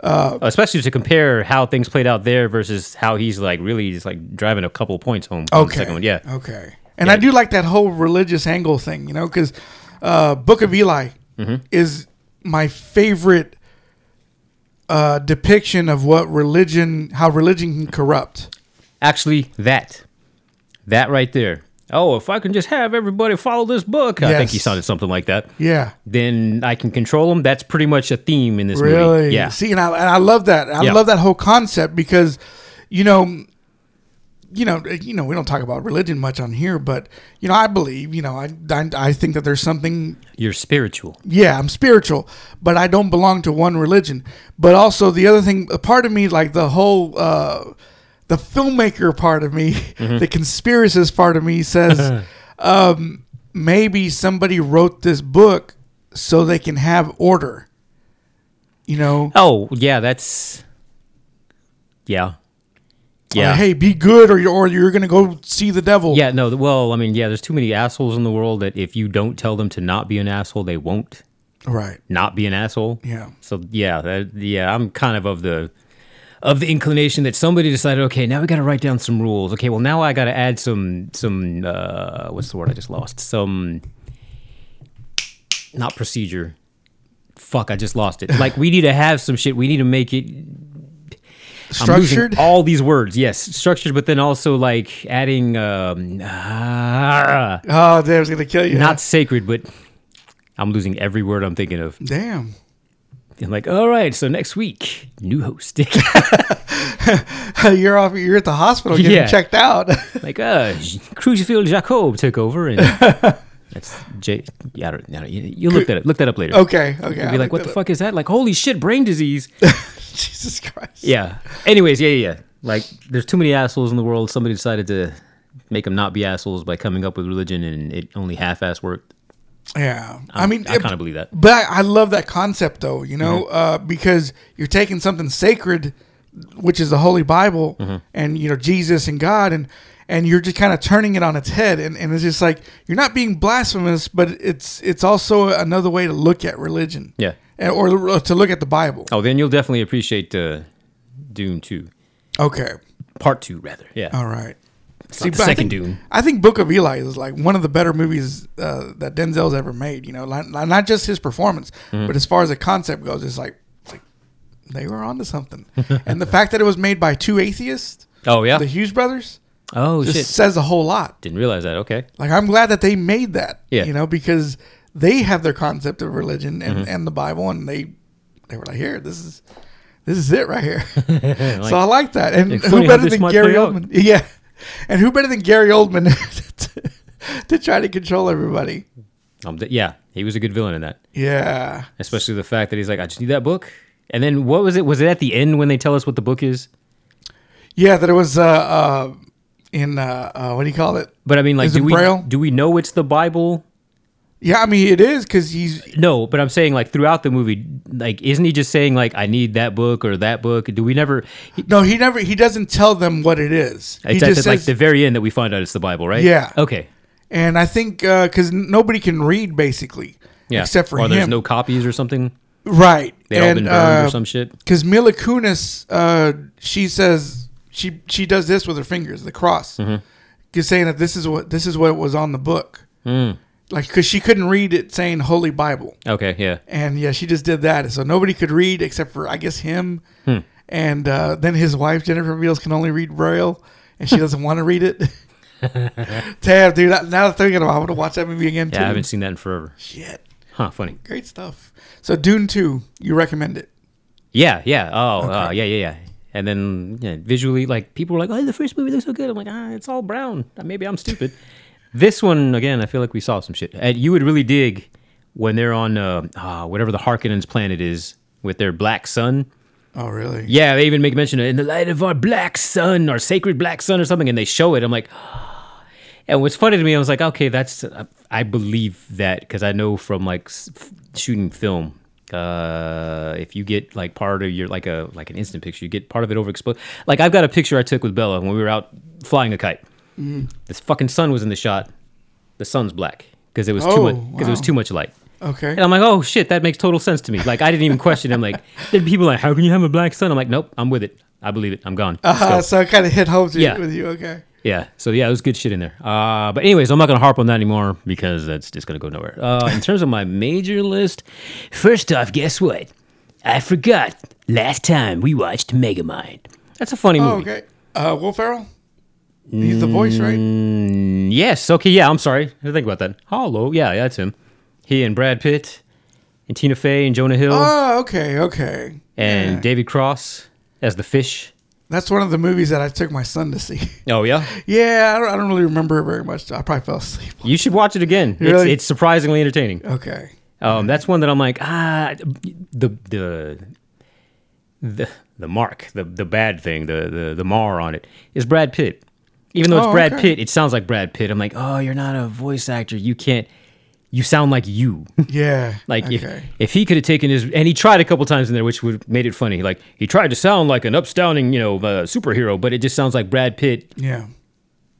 Uh, Especially to compare how things played out there versus how he's like really just like driving a couple points home. from The Okay. second one. Yeah. Okay. And I do like that whole religious Mm-hmm. angle thing, you know, because uh, Book of Eli is my favorite uh, depiction of what religion, how religion can corrupt. Actually, that, that right there. Oh, if I can just have everybody follow this book, I think Yes. he sounded something like that. Yeah. Then I can control them. That's pretty much a theme in this Really? movie. Yeah. See, and I, and I love that. I Yeah. love that whole concept because, you know, you know, you know, we don't talk about religion much on here, but you know, I believe, you know, I, I, I think that there's something. You're spiritual. Yeah, I'm spiritual, but I don't belong to one religion. But also the other thing, a part of me, like the whole, uh, the filmmaker part of me, Mm-hmm. the conspiracist part of me says, um, maybe somebody wrote this book so they can have order. You know, Oh, yeah, that's. Yeah. Like, Yeah. Oh, hey, be good, or you're or you're gonna go see the devil. Yeah, no, well, I mean, yeah, there's too many assholes in the world that if you don't tell them to not be an asshole, they won't Right. not be an asshole. Yeah. So yeah, that, yeah, I'm kind of of the of the inclination that somebody decided, okay, now we got to write down some rules. Okay, well now I got to add some some uh, what's the word I just lost? Some not procedure. Fuck, I just lost it. Like we need to have some shit. We need to make it I'm losing Structured. all these words, yes, structured, but then also like adding um, ah, oh, damn, it's gonna kill you. not sacred, but I'm losing every word I'm thinking of. damn. I'm like, all right, so next week, new host. you're off. You're at the hospital getting Yeah. checked out. like, uh, Cruisefield Jacob took over, and that's J. Yeah, I don't, I don't- you- you look that up. Look that up later. okay. Okay. You'll be I'll look like, what that the up. fuck is that? Like, holy shit, brain disease. Jesus Christ. yeah. Anyways, yeah, yeah, yeah. Like, there's too many assholes in the world. Somebody decided to make them not be assholes by coming up with religion, and it only half-ass worked. Yeah. I mean, eh, I kind of believe that. But I, I love that concept, though. You know, uh, because you're taking something sacred, which is the Holy Bible, and you know Jesus and God, and and you're just kind of turning it on its head, and, and it's just like you're not being blasphemous, but it's it's also another way to look at religion. Yeah. And- Or to look at the Bible. Oh, then you'll definitely appreciate uh, Dune Two, Okay, Part Two, rather. Yeah. all right. Oh, See, the but I second think- Dune. I think Book of Eli is like one of the better movies uh, that Denzel's ever made. You know, not, not just his performance, Mm-hmm. but as far as the concept goes, it's like, it's like they were onto something. and the fact that it was made by two atheists, Oh yeah. the Hughes brothers, Oh just shit. says a whole lot. Didn't realize that. Okay. Like I'm glad that they made that. Yeah. You know, because they have their concept of religion and, Mm-hmm. and the Bible, and they they were like, here, this is this is it right here. so I like that. And It's who funny how better this than might Gary play out. Oldman? Yeah. And who better than Gary Oldman to, to try to control everybody? Um, th- yeah, he was a good villain in that. Yeah. especially the fact that he's like, I just need that book. And then what was it? Was it at the end when they tell us what the book is? Yeah, that it was uh, uh in uh, uh what do you call it? But I mean, like, Is do it we Braille? do we know it's the Bible? Yeah, I mean it is because he's No, but I'm saying like throughout the movie, like, isn't he just saying like, I need that book or that book? Do we never? no he never he doesn't tell them what it is. He It's at the, just like says- the very end that we find out it's the Bible, right? Yeah. Okay. and I think because n nobody can read basically, Yeah. except for or him, uh, there's no copies or something. right? They all been burned or some shit. Because Mila Kunis, uh, she says she she does this with her fingers, the cross, Mm-hmm. just saying that this is what this is what was on the book, Mm. like because she couldn't read it, saying Holy Bible, Okay. Yeah. and yeah, she just did that, so nobody could read except for I guess him, Hmm. and uh, then his wife Jennifer Beals can only read Braille, and she doesn't want to read it. Damn, dude! Now that I'm thinking about, it, I want to watch that movie again. Yeah. too. I haven't seen that in forever. Shit. Huh. Funny. Great stuff. So Dune 2, you recommend it. Yeah, yeah. Oh, uh, yeah, yeah, yeah. And then yeah, visually, like people were like, "Oh, the first movie looks so good." I'm like, "Ah, it's all brown. Maybe I'm stupid." this one again, I feel like we saw some shit. And you would really dig when they're on uh, uh, whatever the Harkonnens planet is with their black sun. Oh, really? Yeah, they even make mention of in the light of our black sun, our sacred black sun, or something, and they show it. I'm like, and what's funny to me, I was like, okay, that's uh, I believe that because I know from like s- f- shooting film, uh, if you get like part of your like a like an instant picture, you get part of it overexposed. Like I've got a picture I took with Bella when we were out flying a kite. Mm-hmm. This fucking sun was in the shot. The sun's black because it was too Oh, much because it was wow. too much light. Okay. And I'm like, oh shit, that makes total sense to me. Like I didn't even question. it. I'm like, there are people like, how can you have a black son? I'm like, nope, I'm with it. I believe it. I'm gone. Let's Uh, go. so it kind of hit home to Yeah. with you. Okay. Yeah. So yeah, it was good shit in there. Uh, but anyways, I'm not gonna harp on that anymore because that's just gonna go nowhere. Uh, in terms of my major list, first off, guess what? I forgot. Last time we watched Megamind. That's a funny Oh, movie. okay. Uh, Will Ferrell. He's the voice, right? Mm, Yes. Okay. Yeah. I'm sorry. I didn't think about that. Hollow. Yeah, yeah, that's him. He and Brad Pitt, and Tina Fey, and Jonah Hill, Oh, okay, okay. and Yeah. David Cross as the fish. that's one of the movies that I took my son to see. Oh yeah. yeah, I don't, I don't really remember it very much. I probably fell asleep. You should watch it again. It's, Really? it's surprisingly entertaining. Okay. Um, that's one that I'm like, ah, the the the the mark, the the bad thing, the the the mar on it is Brad Pitt. Even though it's Oh, Brad okay. Pitt, it sounds like Brad Pitt. I'm like, oh, you're not a voice actor. You can't. You sound like you. Yeah. Like okay. if, if he could have taken his and he tried a couple times in there, which would made it funny. Like he tried to sound like an upstanding, you know, uh, superhero, but it just sounds like Brad Pitt yeah.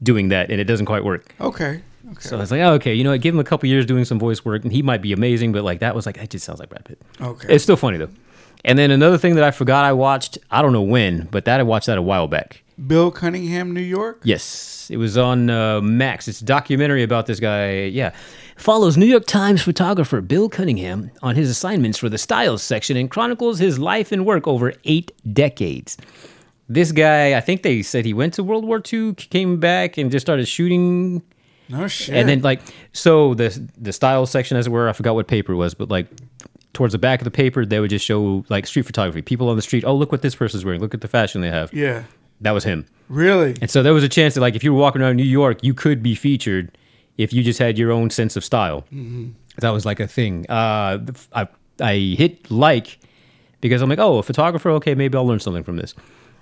doing that, and it doesn't quite work. Okay. Okay. So I was like, oh, okay, you know what? Give him a couple years doing some voice work, and he might be amazing. But like that was like that just sounds like Brad Pitt. okay. It's still funny though. And then another thing that I forgot I watched, I don't know when, but that I watched that a while back. Bill Cunningham, New York. Yes, it was on uh, Max. It's a documentary about this guy. Yeah, follows New York Times photographer Bill Cunningham on his assignments for the Styles section and chronicles his life and work over eight decades. This guy, I think they said he went to World War II, came back, and just started shooting No shit. and then like so the the style section as it were, I forgot what paper it was, but like towards the back of the paper they would just show like street photography, people on the street. Oh, look what this person's wearing. Look at the fashion they have. yeah. That was him. Really? And so there was a chance that like if you were walking around New York, you could be featured if you just had your own sense of style. That was like a thing. Uh, the f- I I hit like because I'm like, oh, a photographer. Okay, maybe I'll learn something from this.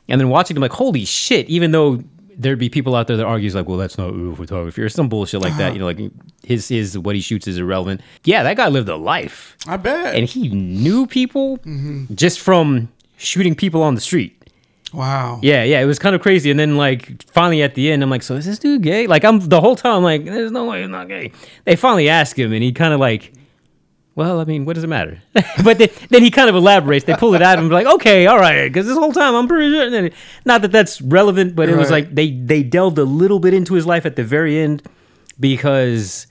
And then watching, I'm like, holy shit! Even though there'd be people out there that argues like, well, that's not real photography or some bullshit like that. You know, like his his what he shoots is irrelevant. Yeah, that guy lived a life, I bet. and he knew people just from shooting people on the street. wow. Yeah, yeah, it was kind of crazy. And then like finally at the end, I'm like, so is this dude gay? Like I'm the whole time I'm like, there's no way he's not gay. They finally ask him, and he kind of like, well, I mean, what does it matter? but then, then he kind of elaborates. They pull it out and be like, okay, all right, because this whole time I'm pretty sure. And then, not that that's relevant, but it was Right. like they they delved a little bit into his life at the very end because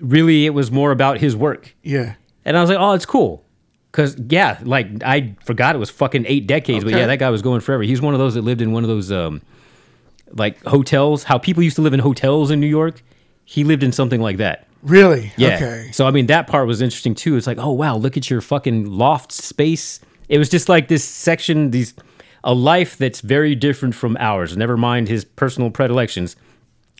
really it was more about his work. Yeah. And I was like, oh, it's cool. Cause yeah, like I forgot it was fucking eight decades, but Okay. yeah, that guy was going forever. He's one of those that lived in one of those um like hotels, how people used to live in hotels in New York. He lived in something like that. Really? Yeah. Okay. So I mean that part was interesting too. It's like, oh wow, look at your fucking loft space. It was just like this section, these a life that's very different from ours. Never mind his personal predilections,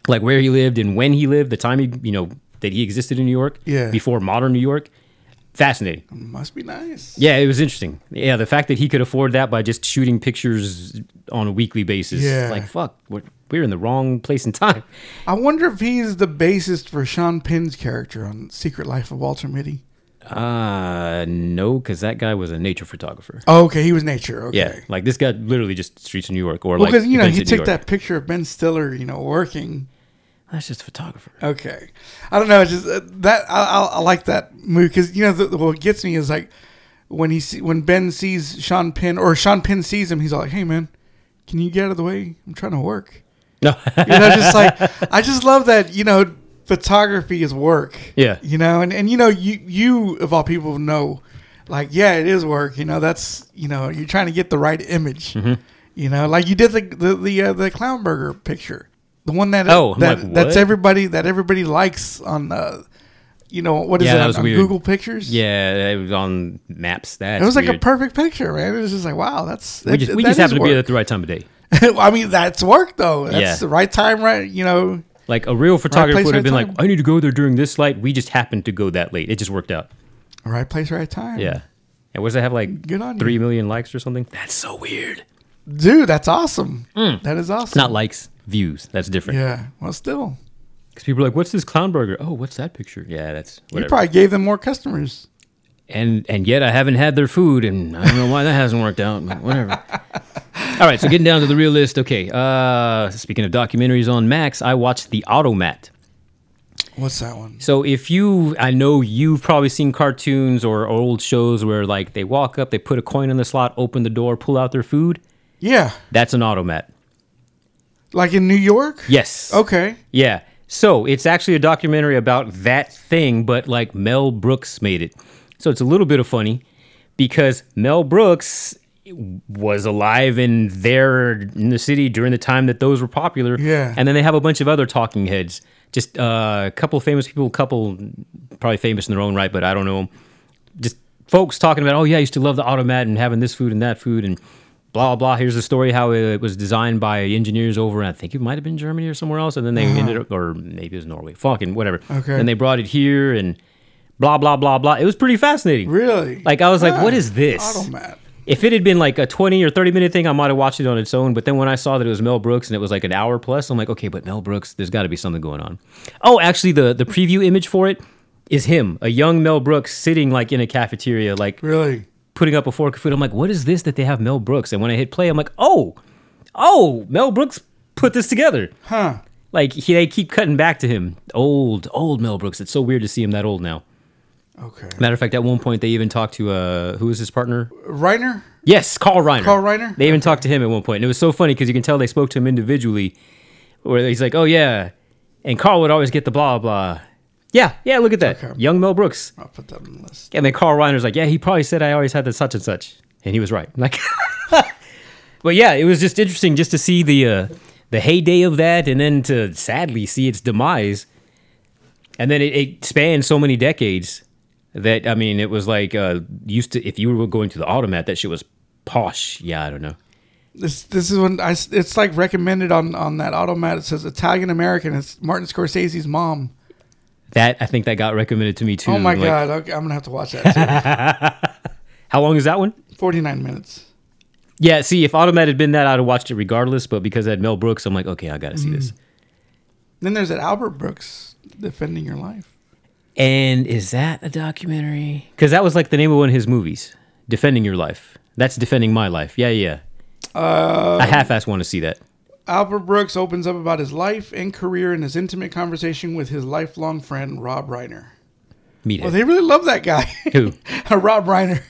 like where he lived and when he lived, the time he you know that he existed in New York. Yeah. Before modern New York. Fascinating. Must be nice. Yeah, it was interesting. Yeah, the fact that he could afford that by just shooting pictures on a weekly basis. Yeah. Like fuck, we're, we're in the wrong place and time. I wonder if he's the bassist for Sean Penn's character on Secret Life of Walter Mitty. Uh no, because that guy was a nature photographer. Oh, okay. He was nature. Okay. Yeah, like this guy literally just streets of New York, or Well, like because you know events he in New took York. that picture of Ben Stiller, you know, working. That's just a photographer. Okay, I don't know. It's just uh, that I, I, I like that movie because you know the, what gets me is like when he see, when Ben sees Sean Penn or Sean Penn sees him, he's like, "Hey man, can you get out of the way? I'm trying to work." No, You know, just like I just love that you know photography is work. Yeah. you know, and and you know you you of all people know, like yeah, it is work. You know, that's you know you're trying to get the right image. Mm-hmm. You know, like you did the the the, uh, the clown burger picture, the one that Oh, I'm that like, that's what? everybody that everybody likes on uh, you know what is Yeah, it that on, was on weird. Google Pictures? yeah, it was on maps. That It was like a perfect picture, man. It was just like, wow, that's we just, we just happened to be there at the right time of day. I mean, that's work though. That's Yeah. the right time, right? You know, Like a real photographer place, would have right been time. like, I need to go there during this light. We just happened to go that late. It just worked out. right place, right time. Yeah. And what does that have like Hmm. Good on three you. million likes or something? That's so weird. Dude, that's awesome. That is awesome. Mm. Not likes, views. That's different. yeah. Well, still, Because people are like, "What's this clown burger? Oh, what's that picture? Yeah, that's you whatever. probably gave them more customers. and and yet I haven't had their food, and I don't know why that hasn't worked out. But whatever. All right, so getting down to the real list. Okay, uh, speaking of documentaries on Max, I watched The Automat. What's that one? So if you, I know you've probably seen cartoons or old shows where like they walk up, they put a coin in the slot, open the door, pull out their food. Yeah, That's an automat. like in New York. Yes. Okay. Yeah. So it's actually a documentary about that thing, but like Mel Brooks made it. So it's a little bit of funny because Mel Brooks was alive in there in the city during the time that those were popular. Yeah. And then they have a bunch of other talking heads. Just uh, a couple of famous people, a couple probably famous in their own right, but I don't know 'em. Just folks talking about, oh yeah, I used to love the automat and having this food and that food and blah blah. Here's the story how it was designed by engineers over, and I think it might have been Germany or somewhere else, and then they ended up, or maybe it was Norway, fucking whatever. Uh-huh. Okay. And they brought it here and blah blah blah blah. It was pretty fascinating. Really? Like I was like, Ah, what is this? Automat. If it had been like a 20 or 30 minute thing, I might have watched it on its own. But then when I saw that it was Mel Brooks and it was like an hour plus, I'm like, okay, but Mel Brooks, there's got to be something going on. Oh, actually, the, the preview image for it is him, a young Mel Brooks sitting like in a cafeteria, like Really? putting up a fork of food. I'm like, what is this that they have Mel Brooks? And when I hit play, I'm like, oh, oh, Mel Brooks put this together. Huh. Like he, they keep cutting back to him. Old, old Mel Brooks. It's so weird to see him that old now. Okay. Matter of fact, at one point they even talked to uh, who was his partner? Reiner? Yes, Carl Reiner. Carl Reiner? They even talked to him at one point, and it was so funny because you can tell they spoke to him individually, where he's like, "Oh yeah," and Carl would always get the blah blah. Yeah, yeah. Look at that, Okay. young Mel Brooks. I'll put that on the list. And then Carl Reiner's like, "Yeah, he probably said I always had the such and such," and he was right. Like, but yeah, it was just interesting just to see the uh, the heyday of that, and then to sadly see its demise. And then it, it spanned so many decades that I mean, it was like uh, used to if you were going to the automat, that shit was posh. Yeah, I don't know. This this is when I s- it's like recommended on on that automat. It says Italian American. It's Martin Scorsese's mom. That I think that got recommended to me too. Oh my Like, god! Okay, I'm gonna have to watch that. how long is that one? Forty nine minutes. Yeah, see, if automat had been that, I'd have watched it regardless. But because I had Mel Brooks, I'm like, okay, I gotta see this. Then there's that Albert Brooks defending your life. And is that a documentary? Because that was like the name of one of his movies, Defending Your Life. That's Defending My Life. Yeah, yeah. Uh, Um, I half-ass want to see that. Albert Brooks opens up about his life and career in his intimate conversation with his lifelong friend Rob Reiner. Meet Well, him. they really love that guy, Who? Rob Reiner,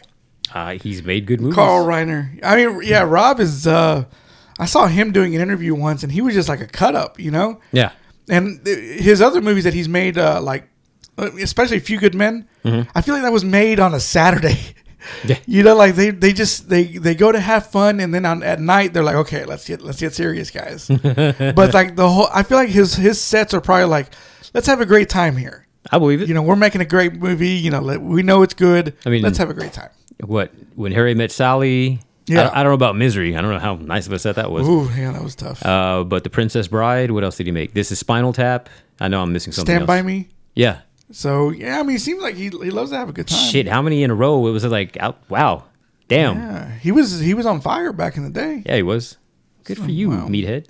Uh, he's made good movies. Carl Reiner. I mean, yeah, Rob is. uh I saw him doing an interview once, and he was just like a cut up, you know. Yeah. and th- his other movies that he's made, uh, like uh, especially Few Good Men, I feel like that was made on a Saturday. Mm-hmm. Yeah. you know, like they, they just they they go to have fun, and then on, at night they're like, okay, let's get let's get serious, guys. but like the whole, I feel like his his sets are probably like, let's have a great time here. I believe it. You know, we're making a great movie. You know, let, we know it's good. I mean- let's have a great time. what? When Harry Met Sally. Yeah. I, I don't know about Misery. I don't know how nice of a set that was. Ooh, yeah, that was tough. Uh, but The Princess Bride. What else did he make? This is Spinal Tap. I know I'm missing something Stand else. by me. Yeah. So yeah, I mean, it seems like he, he loves to have a good time. Shit, how many in a row? It was like, out, wow. Damn. Yeah. Yeah, he was he was on fire back in the day. he was. Good Oh, for you, meathead.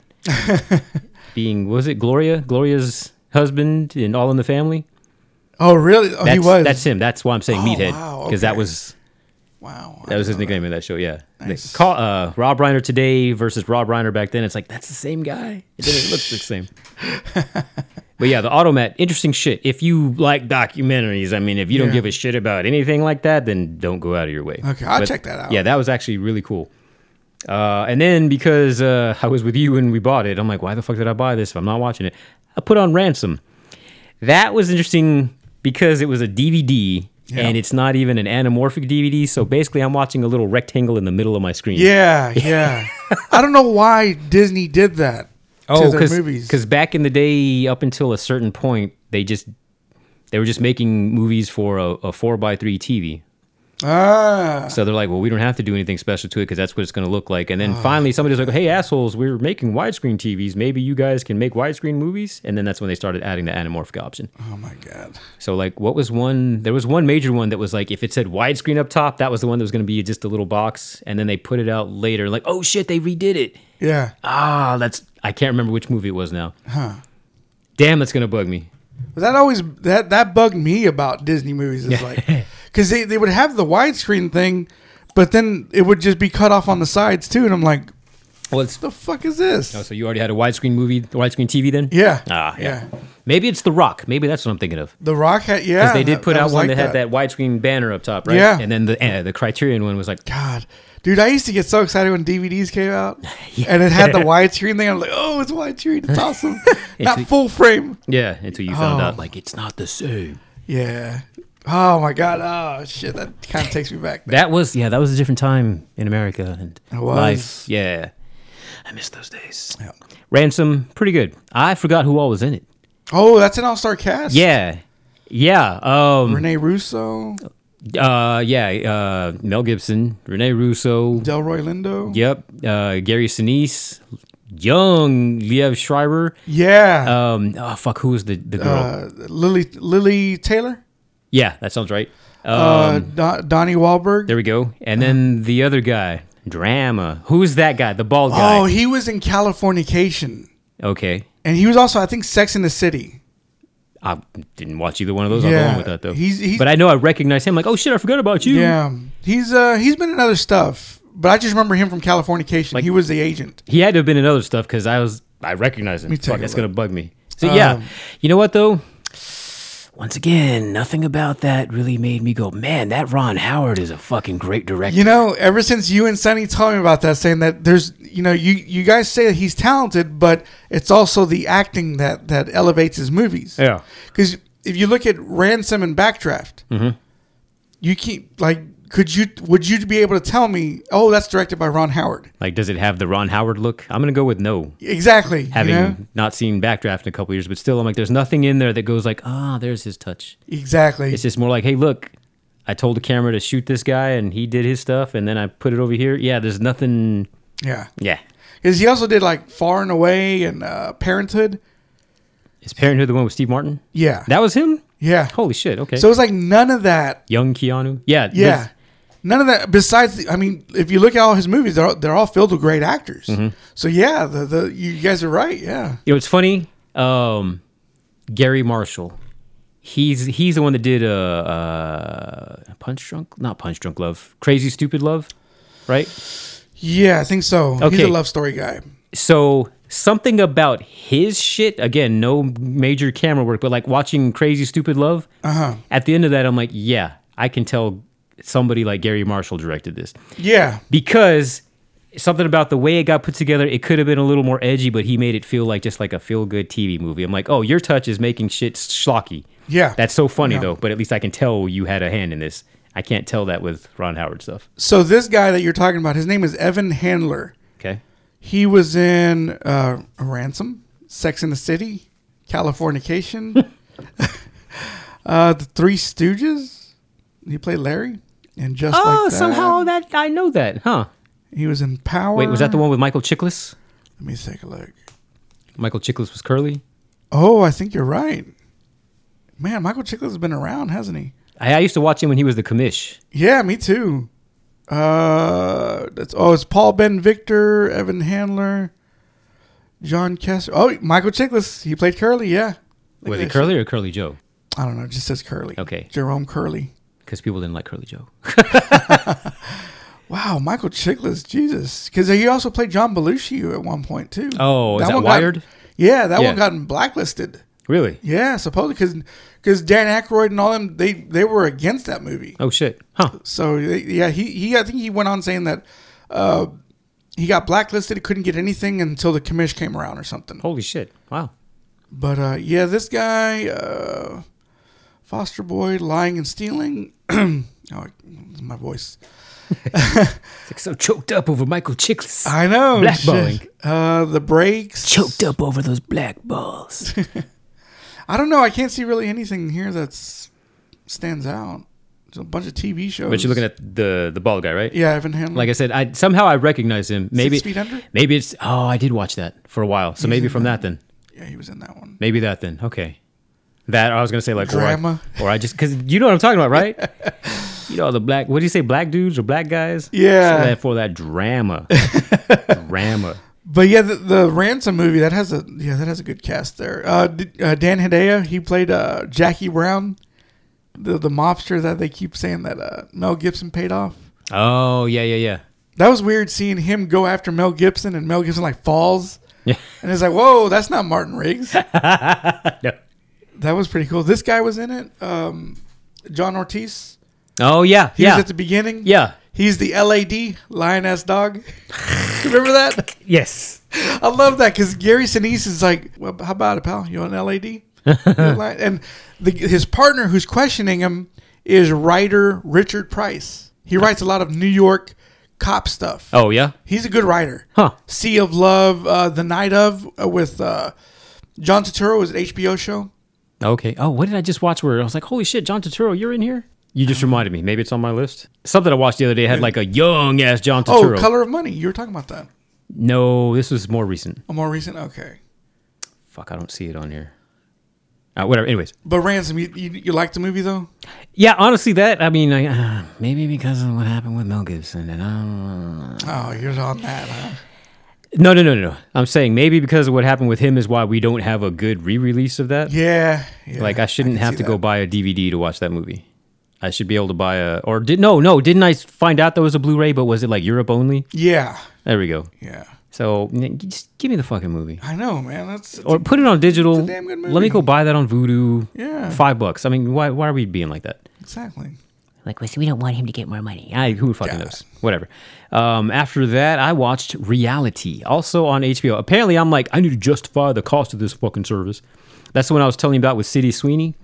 Being, what was it Gloria? Gloria's husband and all in the family? Oh, really? Oh, That's, he was. Oh, That's him. That's why I'm saying meathead. wow, Because that okay. was Wow. that was his nickname in that show, yeah. Nice. They Call, uh, Rob Reiner today versus Rob Reiner back then. It's like, that's the same guy. It doesn't look the same. But yeah, the Automat, interesting shit. If you like documentaries, I mean, if you don't Yeah. give a shit about anything like that, then don't go out of your way. Okay, I'll check that out. Yeah, that was actually really cool. Uh, and then because uh, I was with you and we bought it, I'm like, why the fuck did I buy this if I'm not watching it? I put on Ransom. That was interesting because it was a DVD and it's not even an anamorphic DVD. So basically, I'm watching a little rectangle in the middle of my screen. Yeah, yeah. I don't know why Disney did that Oh, to their movies. because back in the day, up until a certain point, they just they were just making movies for a, a four by three TV. ah, So they're like, well, we don't have to do anything special to it because that's what it's going to look like. And then finally, somebody's like, hey, assholes, we're making widescreen TVs. Maybe you guys can make widescreen movies. And then that's when they started adding the anamorphic option. oh my god. So like, what was one? There was one major one that was like, if it said widescreen up top, that was the one that was going to be just a little box. And then they put it out later, like, oh shit, they redid it. Yeah. Ah, that's I can't remember which movie it was now. Huh. Damn, that's going to bug me. But that always that that bugged me about Disney movies is like cuz they they would have the widescreen thing, but then it would just be cut off on the sides too and I'm like, Well, it's the fuck is this? oh, so you already had a widescreen movie, widescreen TV then? yeah. Ah, yeah. Maybe it's The Rock. Maybe that's what I'm thinking of. The Rock had yeah. Because they did that- put that out was one like that, had that widescreen banner up top, right? Yeah. And then the uh, the Criterion one was like, God, dude, I used to get so excited when DVDs came out, and it had the widescreen thing. I'm like, oh, it's widescreen, it's awesome, not It's- full frame. yeah, until you found Oh. out like it's not the same. Yeah, Oh my god! Oh shit! That kind of takes me back. That was yeah, that was a different time in America and It was. life. Yeah, I miss those days. Ransom, pretty good. I forgot who all was in it. Oh, that's an all-star cast. Yeah, yeah, um, Rene Russo, uh, yeah. Uh, Mel Gibson, Rene Russo. Delroy Lindo. Yep, uh, Gary Sinise, young Liev Schreiber. Yeah. Um, oh fuck, who was the the girl? Uh, Lily Lily Taylor. yeah, that sounds right. Um, Uh, Don, Donnie Wahlberg. there we go. And Uh-huh. then the other guy, Drama. Who's that guy? The bald guy. Oh, he was in Californication, okay. and he was also, I think, Sex in the City. I didn't watch either one of those. I'm Yeah, going with that though. he's- he's- but I know I recognize him. Like, oh shit, I forgot about you. Yeah, he's uh he's been in other stuff, but I just remember him from Californication. he was the agent. He had to have been in other stuff because I was I recognize him. Me Um, take Fuck, a that's look. gonna bug me. So yeah, you know what though? Once again, nothing about that really made me go, man. That Ron Howard is a fucking great director. You know, ever since you and Sonny told me about that, saying that there's, you know, you you guys say that he's talented, but it's also the acting that that elevates his movies. Yeah. because if you look at Ransom and Backdraft, Mm-hmm. you keep like, could you would you be able to tell me? Oh, that's directed by Ron Howard. Like, does it have the Ron Howard look? I'm gonna go with no. Exactly. you Having know? not seen Backdraft in a couple years, but still, I'm like, there's nothing in there that goes like, ah, there's his touch. exactly. It's just more like, hey, look, I told the camera to shoot this guy, and he did his stuff, and then I put it over here. Yeah, there's nothing. yeah, Yeah, because he also did like Far and Away and uh, Parenthood. Is Parenthood the one with Steve Martin? Yeah. That was him? yeah. Holy shit, okay. So it's like none of that. Young Keanu? Yeah. this- Yeah. None of that. Besides, the- I mean, if you look at all his movies, they're all, they're all filled with great actors. Mm-hmm. So yeah, the, the you guys are right. Yeah. You know, it's funny. Um, Gary Marshall. He's he's the one that did uh, uh, Punch Drunk? Not Punch Drunk Love. Crazy Stupid Love, right? Yeah, I think so. He's Okay. a love story guy. So something about his shit, again, no major camera work, but like watching Crazy Stupid Love, uh-huh. at the end of that, I'm like, yeah, I can tell somebody like Gary Marshall directed this. Yeah. because something about the way it got put together, it could have been a little more edgy, but he made it feel like just like a feel good TV movie. I'm like, oh, your touch is making shit schlocky. Yeah. That's so funny Yeah. though, but at least I can tell you had a hand in this. I can't tell that with Ron Howard stuff. So this guy that you're talking about, his name is Evan Handler. Okay. He was in uh, Ransom, Sex in the City, Californication, uh, The Three Stooges. He played Larry, and just Oh, like that, somehow that I know that, huh? he was in Power. Wait, was that the one with Michael Chiklis? Let me take a look. Michael Chiklis was Curly. Oh, I think you're right. Man, Michael Chiklis has been around, hasn't he? I, I used to watch him when he was the commish. Yeah, me too. Uh, that's oh, it's Paul Ben Victor, Evan Handler, John Kessler. Oh, Michael Chiklis, he played Curly. Yeah, Look Was at it this. Curly or Curly Joe? I don't know. It just says Curly. Okay. Jerome Curly. Because people didn't like Curly Joe. Wow, Michael Chiklis, Jesus, because he also played John Belushi at one point too. Oh, is that one Wired? Got, yeah, that Yeah. one got blacklisted. really? Yeah, supposedly because because Dan Aykroyd and all them they they were against that movie. Oh shit. Huh. So yeah, he, he I think he went on saying that uh, he got blacklisted, couldn't get anything until the commish came around or something. Holy shit. Wow. But uh, yeah, this guy, uh, Foster Boy, lying and stealing. oh, my voice. It's like so choked up over Michael Chiklis. I know. Blackballing. shit. Uh, the breaks. Choked up over those black balls. I don't know. I can't see really anything here that stands out. There's a bunch of TV shows. But you're looking at the the bald guy, right? Yeah, Evan Handler. Like I said, I somehow I recognize him. Maybe Feet Under? maybe it's oh I did watch that for a while. So maybe from that then. yeah, he was in that one. Maybe that then. Okay. That or I was gonna say like or I- Drama. Or I, just because you know what I'm talking about, right? you know the black. What do you say, black dudes or black guys? Yeah. So that for that drama, drama. But yeah, the, the ransom movie that has a yeah that has a good cast there. Uh, D- uh, Dan Hedaya he played uh, Jackie Brown, the the mobster that they keep saying that uh, Mel Gibson paid off. Oh yeah yeah yeah. That was weird seeing him go after Mel Gibson and Mel Gibson like falls. Yeah. And it's like, whoa, that's not Martin Riggs. No. That was pretty cool. This guy was in it. Um, John Ortiz. Oh yeah He yeah was at the beginning. yeah He's the LAD lion ass dog. Remember that? yes. I love that because Gary Sinise is like, well, "How about it, pal? You on LAD?" You a lion?" and the, his partner, who's questioning him, is writer Richard Price. He writes a lot of New York cop stuff. Oh yeah. He's a good writer. Huh. Sea of Love, uh, The Night of, uh, with uh, John Turturro was an HBO show. Okay. Oh, what did I just watch? Where I was like, holy shit, John Turturro, you're in here. You just reminded me. Maybe it's on my list. Something I watched the other day had like a young ass John Oh, Turturro. Color of Money. You were talking about that. no, this was more recent. A more recent? Okay. Fuck, I don't see it on here. Uh, whatever. Anyways, But Ransom, you, you, you like the movie, though? yeah. Honestly, that I mean, I, uh, maybe because of what happened with Mel Gibson, and uh, I don't know. Oh, you're on that, huh? No, no, no, no, no. I'm saying maybe because of what happened with him is why we don't have a good re-release of that. Yeah. yeah, Like I shouldn't can have see to that. go buy a DVD to watch that movie. I should be able to buy a or did no no didn't I find out there was a Blu-ray but was it like Europe only? Yeah. There we go. Yeah. So n- just give me the fucking movie I know, man. That's. or put it on digital. a damn good Let me movie. go buy that on Vudu. Yeah. five bucks. I mean, why why are we being like that? Exactly. Like, listen, we don't want him to get more money. I who fucking Yeah. knows? Whatever. Um, after that, I watched Reality, also on HBO. Apparently, I'm like, I need to justify the cost of this fucking service. That's the one I was telling you about with City Sweeney,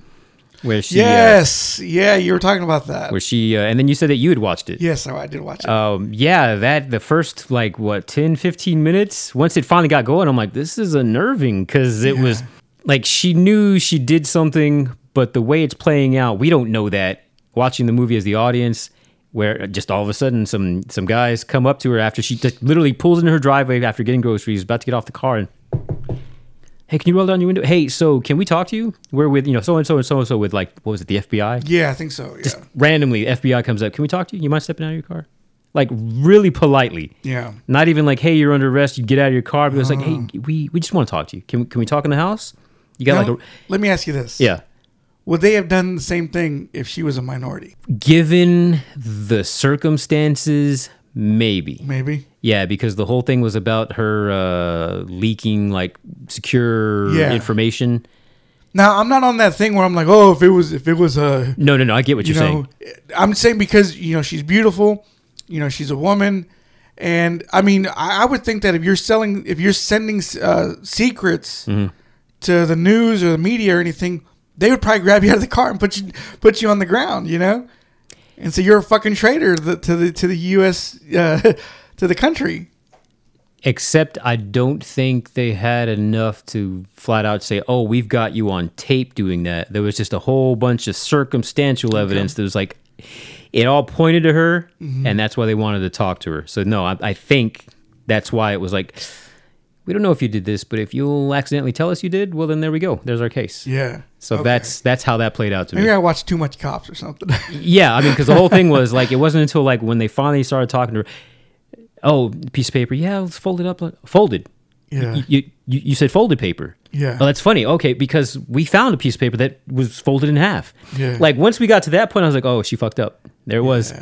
where she, uh, Yes. yeah, you were talking about that. where she, uh, and then you said that you had watched it. Yes, oh, I did watch it. Um, yeah, that the first like what 10, 15 minutes. Once it finally got going, I'm like, this is unnerving because it was like she knew she did something, but the way it's playing out, we don't know that. Watching the movie as the audience, where uh, just all of a sudden some some guys come up to her after she just literally pulls into her driveway after getting groceries, about to get off the car, and hey, can you roll down your window? Hey, so can we talk to you? We're with you know so and so and so and so with like what was it the FBI? yeah, I think so. Yeah. randomly FBI comes up. Can we talk to you? You mind stepping out of your car? Like really politely. yeah. Not even like, hey, you're under arrest. You get out of your car. But it was like, hey, Oh. we, we just want to talk to you. Can we, can we talk in the house? You got Now, like a let me ask you this. yeah. Would they have done the same thing if she was a minority? Given the circumstances, maybe. Maybe. Yeah, because the whole thing was about her uh, leaking like secure Yeah. information. Now I'm not on that thing where I'm like, oh, if it was, if it was a, No, no, no. I get what you you're know, saying. I'm saying because you know she's beautiful, you know she's a woman, and I mean I, I would think that if you're selling, if you're sending uh, secrets Mm-hmm. to the news or the media or anything, they would probably grab you out of the car and put you put you on the ground, you know, and so you're a fucking traitor to the to the, to the U.S. Uh, to the country. Except I don't think they had enough to flat out say, "Oh, we've got you on tape doing that." There was just a whole bunch of circumstantial evidence that was like it all pointed to her, Mm-hmm. and that's why they wanted to talk to her. So no, I, I think that's why it was like, "We don't know if you did this, but if you'll accidentally tell us you did, well, then there we go. There's our case." Yeah. So Okay. that's that's how that played out to me. maybe I watched too much cops or something. Yeah, I mean, because the whole thing was like, it wasn't until like when they finally started talking to her. Oh, piece of paper. Yeah, let's fold it up. Folded. Yeah. You, you you you said folded paper. Yeah. Oh, that's funny. Okay, because we found a piece of paper that was folded in half. Yeah. Like once we got to that point, I was like, oh, she fucked up. There it was.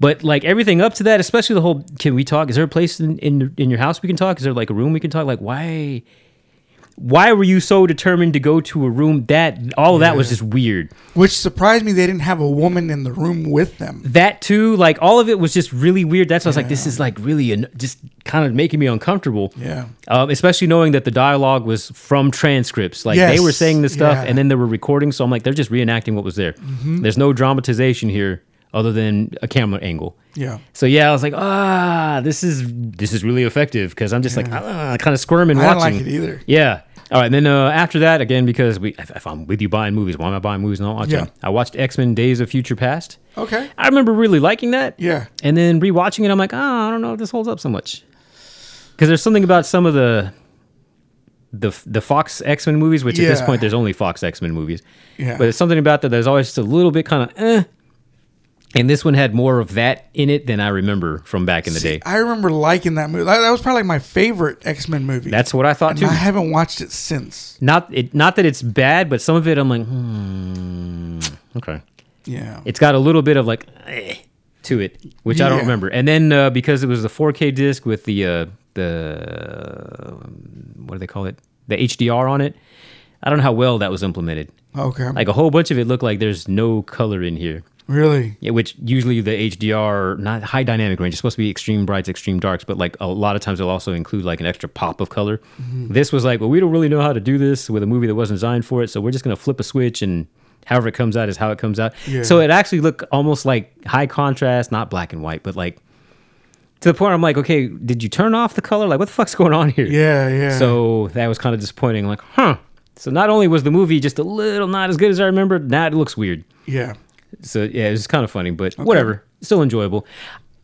But like everything up to that, especially the whole, can we talk? Is there a place in in, in your house we can talk? Is there like a room we can talk? Like why? Why were you so determined to go to a room that all of that was just weird? Which surprised me they didn't have a woman in the room with them. that too like all of it was just really weird that's why i was like this is like really an, just kind of making me uncomfortable Yeah. um, especially knowing that the dialogue was from transcripts like they were Yes, saying this stuff yeah. Mm-hmm. and then they were recording so i'm like they're just reenacting what was there there's no dramatization here other than a camera angle Yeah. so yeah i was like ah this is this is really effective because i'm just like ah, kind of squirming I watching didn't like it either. yeah. All right. And then uh, after that, again, because we, if, if I'm with you buying movies, why am I buying movies and not watching Yeah. them? I watched X Men Days of Future Past. Okay. I remember really liking that. Yeah. And then rewatching it, I'm like, ah, I don't know if this holds up so much. Because there's something about some of the the the Fox X Men movies, which at this Yeah. point there's only Fox X Men movies. Yeah. But it's something about that. There's always just a little bit kind of, eh. And this one had more of that in it than I remember from back in the day. I remember liking that movie. That, that was probably like my favorite X Men movie. That's what I thought and too. I haven't watched it since. Not it, not that it's bad, but some of it I'm like, hmm, okay. Yeah. it's got a little bit of like eh, to it, which I don't Yeah. remember. And then uh, because it was the 4K disc with the uh, the um, what do they call it? The HDR on it. I don't know how well that was implemented. okay. Like a whole bunch of it looked like there's no color in here, really? yeah, which usually the HDR, not high dynamic range, it's supposed to be extreme brights, extreme darks, but like a lot of times it'll also include like an extra pop of color. Mm-hmm. This was like, well, we don't really know how to do this with a movie that wasn't designed for it, so we're just gonna flip a switch and however it comes out is how it comes out. Yeah. So it actually looked almost like high contrast, not black and white, but like to the point where I'm like, okay, did you turn off the color? Like, what the fuck's going on here? Yeah, yeah. So that was kind of disappointing. Like, huh. So not only was the movie just a little not as good as I remembered, now it looks weird. yeah. So yeah, it's kind of funny, but whatever, still enjoyable.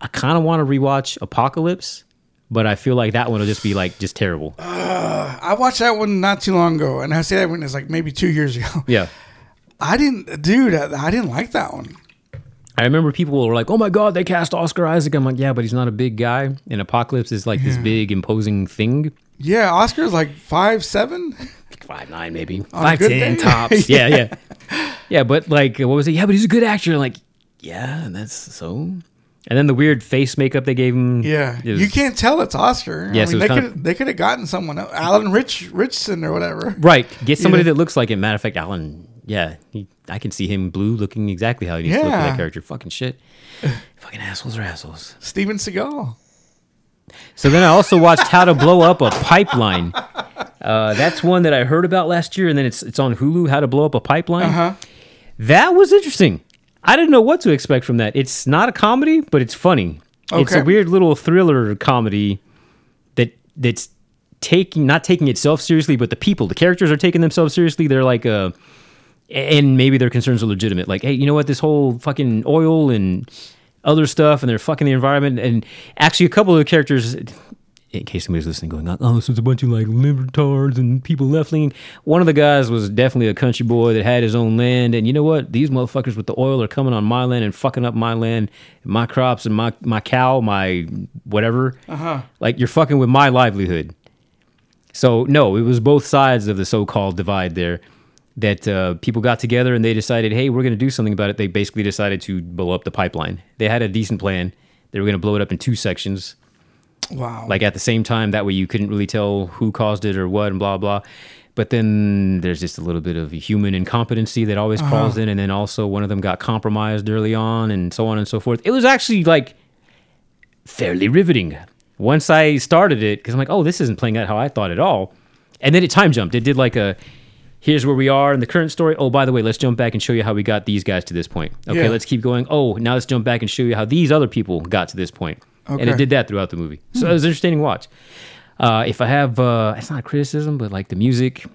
I kind of want to rewatch Apocalypse, but I feel like that one will just be like just terrible. I watched that one not too long ago, and I say that one is like maybe two years ago. Yeah, I didn't, dude. I, I didn't like that one. I remember people were like, "Oh my god, they cast Oscar Isaac." I'm like, "Yeah, but he's not a big guy." And Apocalypse is like this big imposing thing, Yeah, Oscar's like five seven. five nine maybe, a five good ten day. tops. yeah, yeah, yeah. But like, what was it? Yeah, but he's a good actor. Like, yeah, and that's so. And then the weird face makeup they gave him. Yeah, it was- you can't tell it's Oscar. Yes, it was I mean, they kind of- could they could have gotten someone else, Alan Rich Richson or whatever. Right. Get somebody know? that looks like him. Matter of fact, Alan. Yeah, he, I can see him blue looking exactly how he needs to look for Yeah. that character. Fucking shit. Fucking assholes are assholes. Steven Seagal. So then I also watched How to Blow Up a Pipeline. Uh, that's one that I heard about last year, and then it's it's on Hulu. How to Blow Up a Pipeline. Uh-huh. That was interesting. I didn't know what to expect from that. It's not a comedy, but it's funny. It's a Okay. weird little thriller comedy that that's taking not taking itself seriously, but the people, the characters are taking themselves seriously. They're like uh and maybe their concerns are legitimate. Like, hey, you know what? This whole fucking oil and other stuff, and they're fucking the environment. And actually, a couple of the characters, in case somebody's listening, going, oh, so it's a bunch of like libertards and people left leaning. One of the guys was definitely a country boy that had his own land. And you know what? These motherfuckers with the oil are coming on my land and fucking up my land, my crops, and my, my cow, my whatever. Uh-huh. Like, you're fucking with my livelihood. So no, it was both sides of the so-called divide there that uh, people got together and they decided, hey, we're going to do something about it. They basically decided to blow up the pipeline. They had a decent plan. They were going to blow it up in two sections, Wow. like at the same time. That way, you couldn't really tell who caused it or what, and blah blah. But then there's just a little bit of human incompetency that always Uh-huh. crawls in, and then also one of them got compromised early on, and so on and so forth. It was actually like fairly riveting. Once I started it, because I'm like, oh, this isn't playing out how I thought at all. And then it time jumped. It did like a here's where we are in the current story. Oh, by the way, let's jump back and show you how we got these guys to this point. Okay, Yeah. let's keep going. Oh, now let's jump back and show you how these other people got to this point. And Okay. it did that throughout the movie. So it was interesting to watch. Uh, if I have, uh, it's not a criticism, but like the music,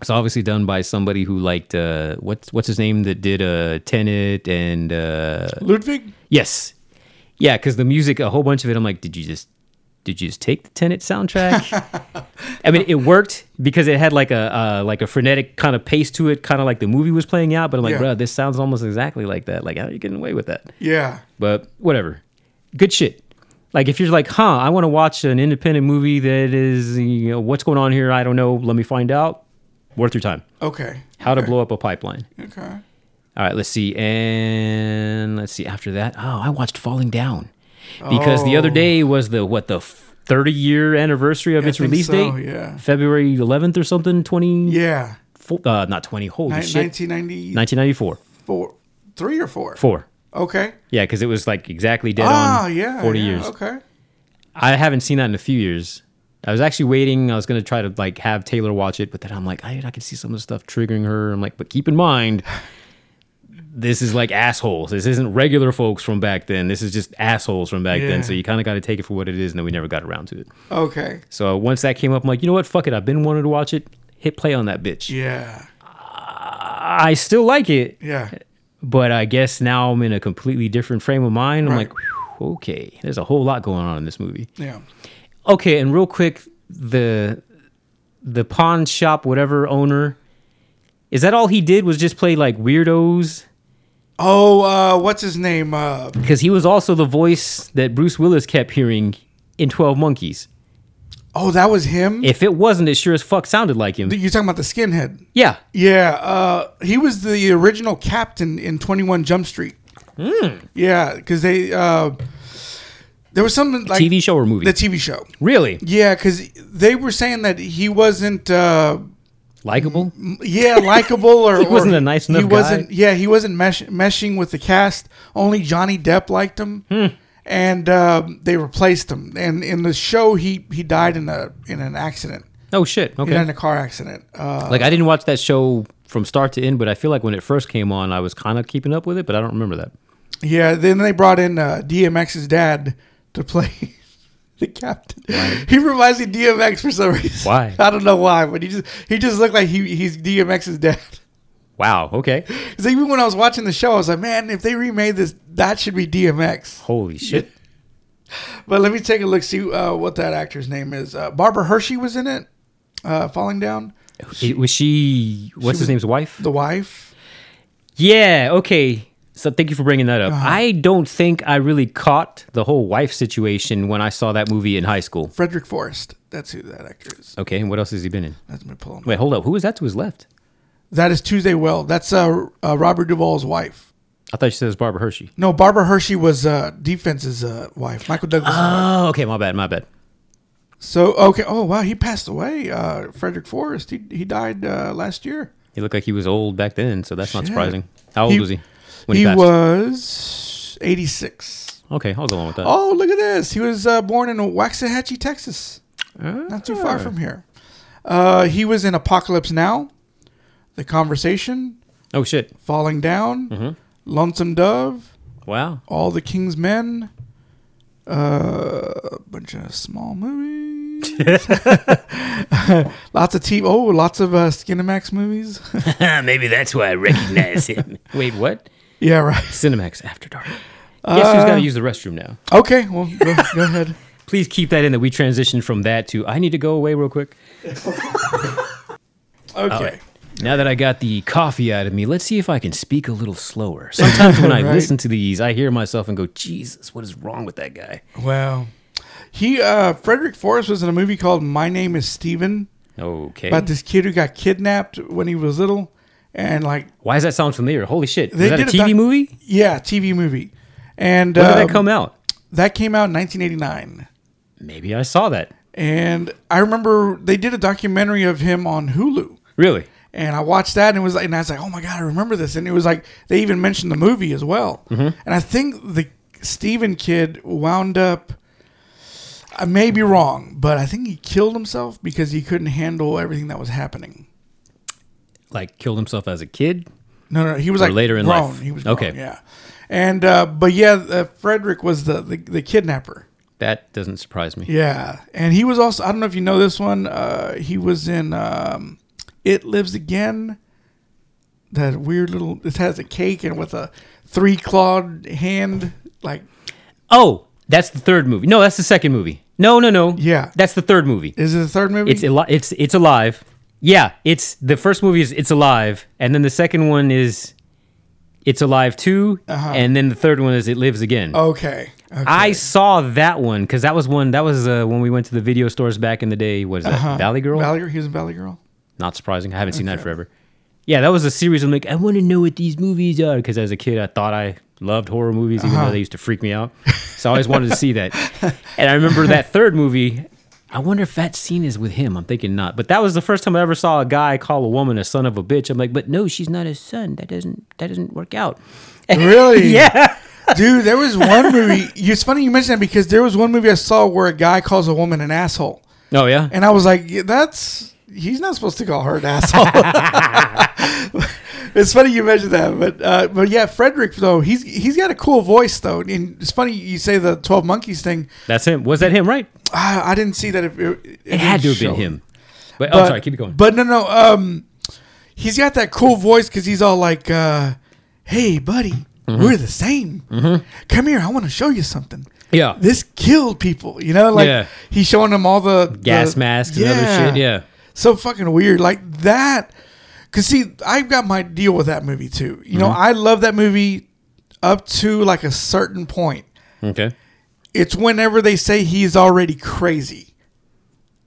it's obviously done by somebody who liked uh, what's what's his name that did uh, Tenet and uh, Ludwig. Yes. Yeah, because the music, a whole bunch of it, I'm like, did you just did you just take the Tenet soundtrack? I mean, it worked because it had like a uh, like a frenetic kind of pace to it, kind of like the movie was playing out. But I'm like, Yeah. bro, this sounds almost exactly like that. Like, how are you getting away with that? Yeah. But whatever, good shit. Like, if you're like, huh, I want to watch an independent movie that is, you know, what's going on here? I don't know. Let me find out. Worth your time. Okay. How to blow up a pipeline. Okay. All right, let's see. And let's see after that. Oh, I watched Falling Down because the other Oh. day was the what the 30 year anniversary of I its think release so, date. yeah. February 11th or something, 20 Yeah. fo- uh not 20, holy shit. Nineteen ninety 1994. four, three or four. 4. Okay. Yeah, cuz it was like exactly dead Ah, on yeah. 40 yeah, years. Okay. I haven't seen that in a few years. I was actually waiting. I was gonna try to like have Taylor watch it, but then I'm like, I, I can see some of the stuff triggering her. I'm like, but keep in mind, this is like assholes. This isn't regular folks from back then. This is just assholes from back Yeah. then. So you kind of got to take it for what it is, and then we never got around to it. Okay. So once that came up, I'm like, you know what? Fuck it. I've been wanting to watch it. Hit play on that bitch. Yeah. I still like it, Yeah. but I guess now I'm in a completely different frame of mind. I'm Right. like, whew, okay, there's a whole lot going on in this movie. Yeah. Okay, and real quick, the the pawn shop whatever owner is that all he did was just play like weirdos Oh, uh, what's his name? Uh, because he was also the voice that Bruce Willis kept hearing in 12 Monkeys. oh, that was him. If it wasn't, it sure as fuck sounded like him. You're talking about the skinhead. Yeah. Yeah, uh, he was the original captain in Twenty One Jump Street. Hmm. Yeah, because they uh, there was something like TV show or movie? the TV show. really? Yeah, because they were saying that he wasn't. Uh, Likable? yeah, likable or He wasn't or a nice he enough guy. wasn't. Yeah, he wasn't mesh, meshing with the cast. Only Johnny Depp liked him, Hmm. and uh, they replaced him. And in the show, he he died in a in an accident. Oh, shit. He died Okay. in a car accident. Uh, Like, I didn't watch that show from start to end, but I feel like when it first came on, I was kind of keeping up with it, but I don't remember that. Yeah, then they brought in uh, DMX's dad to play the captain. He reminds me of DMX for some reason. Why? I don't know why, but he just he just looked like he he's DMX's dad. Wow. Okay. 'Cause even when I was watching the show, I was like, man, if they remade this, that should be DMX. Holy shit. But let me take a look, see uh, what that actor's name is. Uh, Barbara Hershey was in it, uh, Falling Down, It- was she? What's his name's wife? the wife. Yeah, okay. So thank you for bringing that up. I don't think I really caught the whole wife situation when I saw that movie in high school. Frederick Forrest. That's who that actor is. Okay, and what else has he been in? That's me pulling. Wait, hold up. Who is that to his left? That is Tuesday Well. That's uh, uh, Robert Duvall's wife. I thought you said it was Barbara Hershey. No, Barbara Hershey was uh, defense's uh, wife, Michael Douglas. Oh, okay, my bad, my bad. so okay, oh wow, he passed away. Uh, Frederick Forrest, he he died uh, last year. He looked like he was old back then, so that's not Shit. surprising. How old He- was he when he he, passed? was eighty six. okay, I'll go along with that. Oh, look at this! He was uh, born in Waxahachie, Texas, not too far from here. Uh, he was in Apocalypse Now, The Conversation, Oh shit! Falling Down, Lonesome Dove, Wow. All the King's Men, uh, a bunch of small movies, lots of TV. Oh, lots of uh, Skinamax movies. Maybe that's why I recognize him. Wait, what? yeah, right. Cinemax After Dark. Guess who's got to use the restroom now? Okay, well, go, go ahead. Please keep that in that we transition from that to I need to go away real quick. Okay, Now that I got the coffee out of me, let's see if I can speak a little slower. Sometimes when I Right. listen to these, I hear myself and go, Jesus, what is wrong with that guy? well, he uh, Frederick Forrest was in a movie called My Name Is Steven Okay. about this kid who got kidnapped when he was little, and like, Why does that sound familiar? Holy shit. They Is that a did a TV doc- movie? yeah, TV movie. And When did um, that come out? that came out in 1989. Maybe I saw that. And I remember they did a documentary of him on Hulu. Really? And I watched that and it was like, and I was like, oh my God, I remember this. And it was like, they even mentioned the movie as well. Mm-hmm. And I think the Steven kid wound up, I may be wrong, but I think he killed himself because he couldn't handle everything that was happening. Like killed himself as a kid? No, no, he was like later in grown. life. He was grown, Okay. Yeah. And, uh, but yeah, uh, Frederick was the, the, the kidnapper. That doesn't surprise me. Yeah, and he was also I don't know if you know this one. Uh, he was in um, It Lives Again. That weird little it has a cake and with a three clawed hand like Oh, that's the third movie. No, that's the second movie. No, no, no. Yeah. That's the third movie. is it the third movie? It's al- it's it's alive. Yeah, it's the first movie is It's Alive, and then the second one is It's Alive 2 and then the third one is It Lives Again. okay. Uh-huh. Oh, okay. I saw that one because that was one that was uh, when we went to the video stores back in the day. What is that Valley Girl? Uh-huh. Valley Girl. He was in Valley Girl. Not surprising. I haven't seen that forever. Yeah, that was a series. I'm like, I want to know what these movies are because as a kid, I thought I loved horror movies, even though they used to freak me out. So I always wanted to see that. And I remember that third movie. I wonder if that scene is with him. I'm thinking not. But that was the first time I ever saw a guy call a woman a son of a bitch. I'm like, but no, she's not his son. That doesn't that doesn't work out. Really? Yeah. Dude, there was one movie. It's funny you mentioned that because there was one movie I saw where a guy calls a woman an asshole. Oh yeah. And I was like, "Yeah, that's he's not supposed to call her an asshole. it's funny you mentioned that, but uh, but yeah, Frederick though he's he's got a cool voice though, and it's funny you say the Twelve Monkeys thing. That's him. Was that him? Right. I, I didn't see that. If it, It had to have been him. But, oh, sorry. Keep it going. But no, no, um, he's got that cool voice because he's all like, uh, "Hey, buddy." Mm-hmm. We're the same. Come here, I want to show you something. Yeah. this killed people. You know, like Yeah. he's showing them all the gas the- masks and other shit. Yeah. so fucking weird like that because see i've got my deal with that movie too you know i love that movie up to like a certain point Okay. it's whenever they say he's already crazy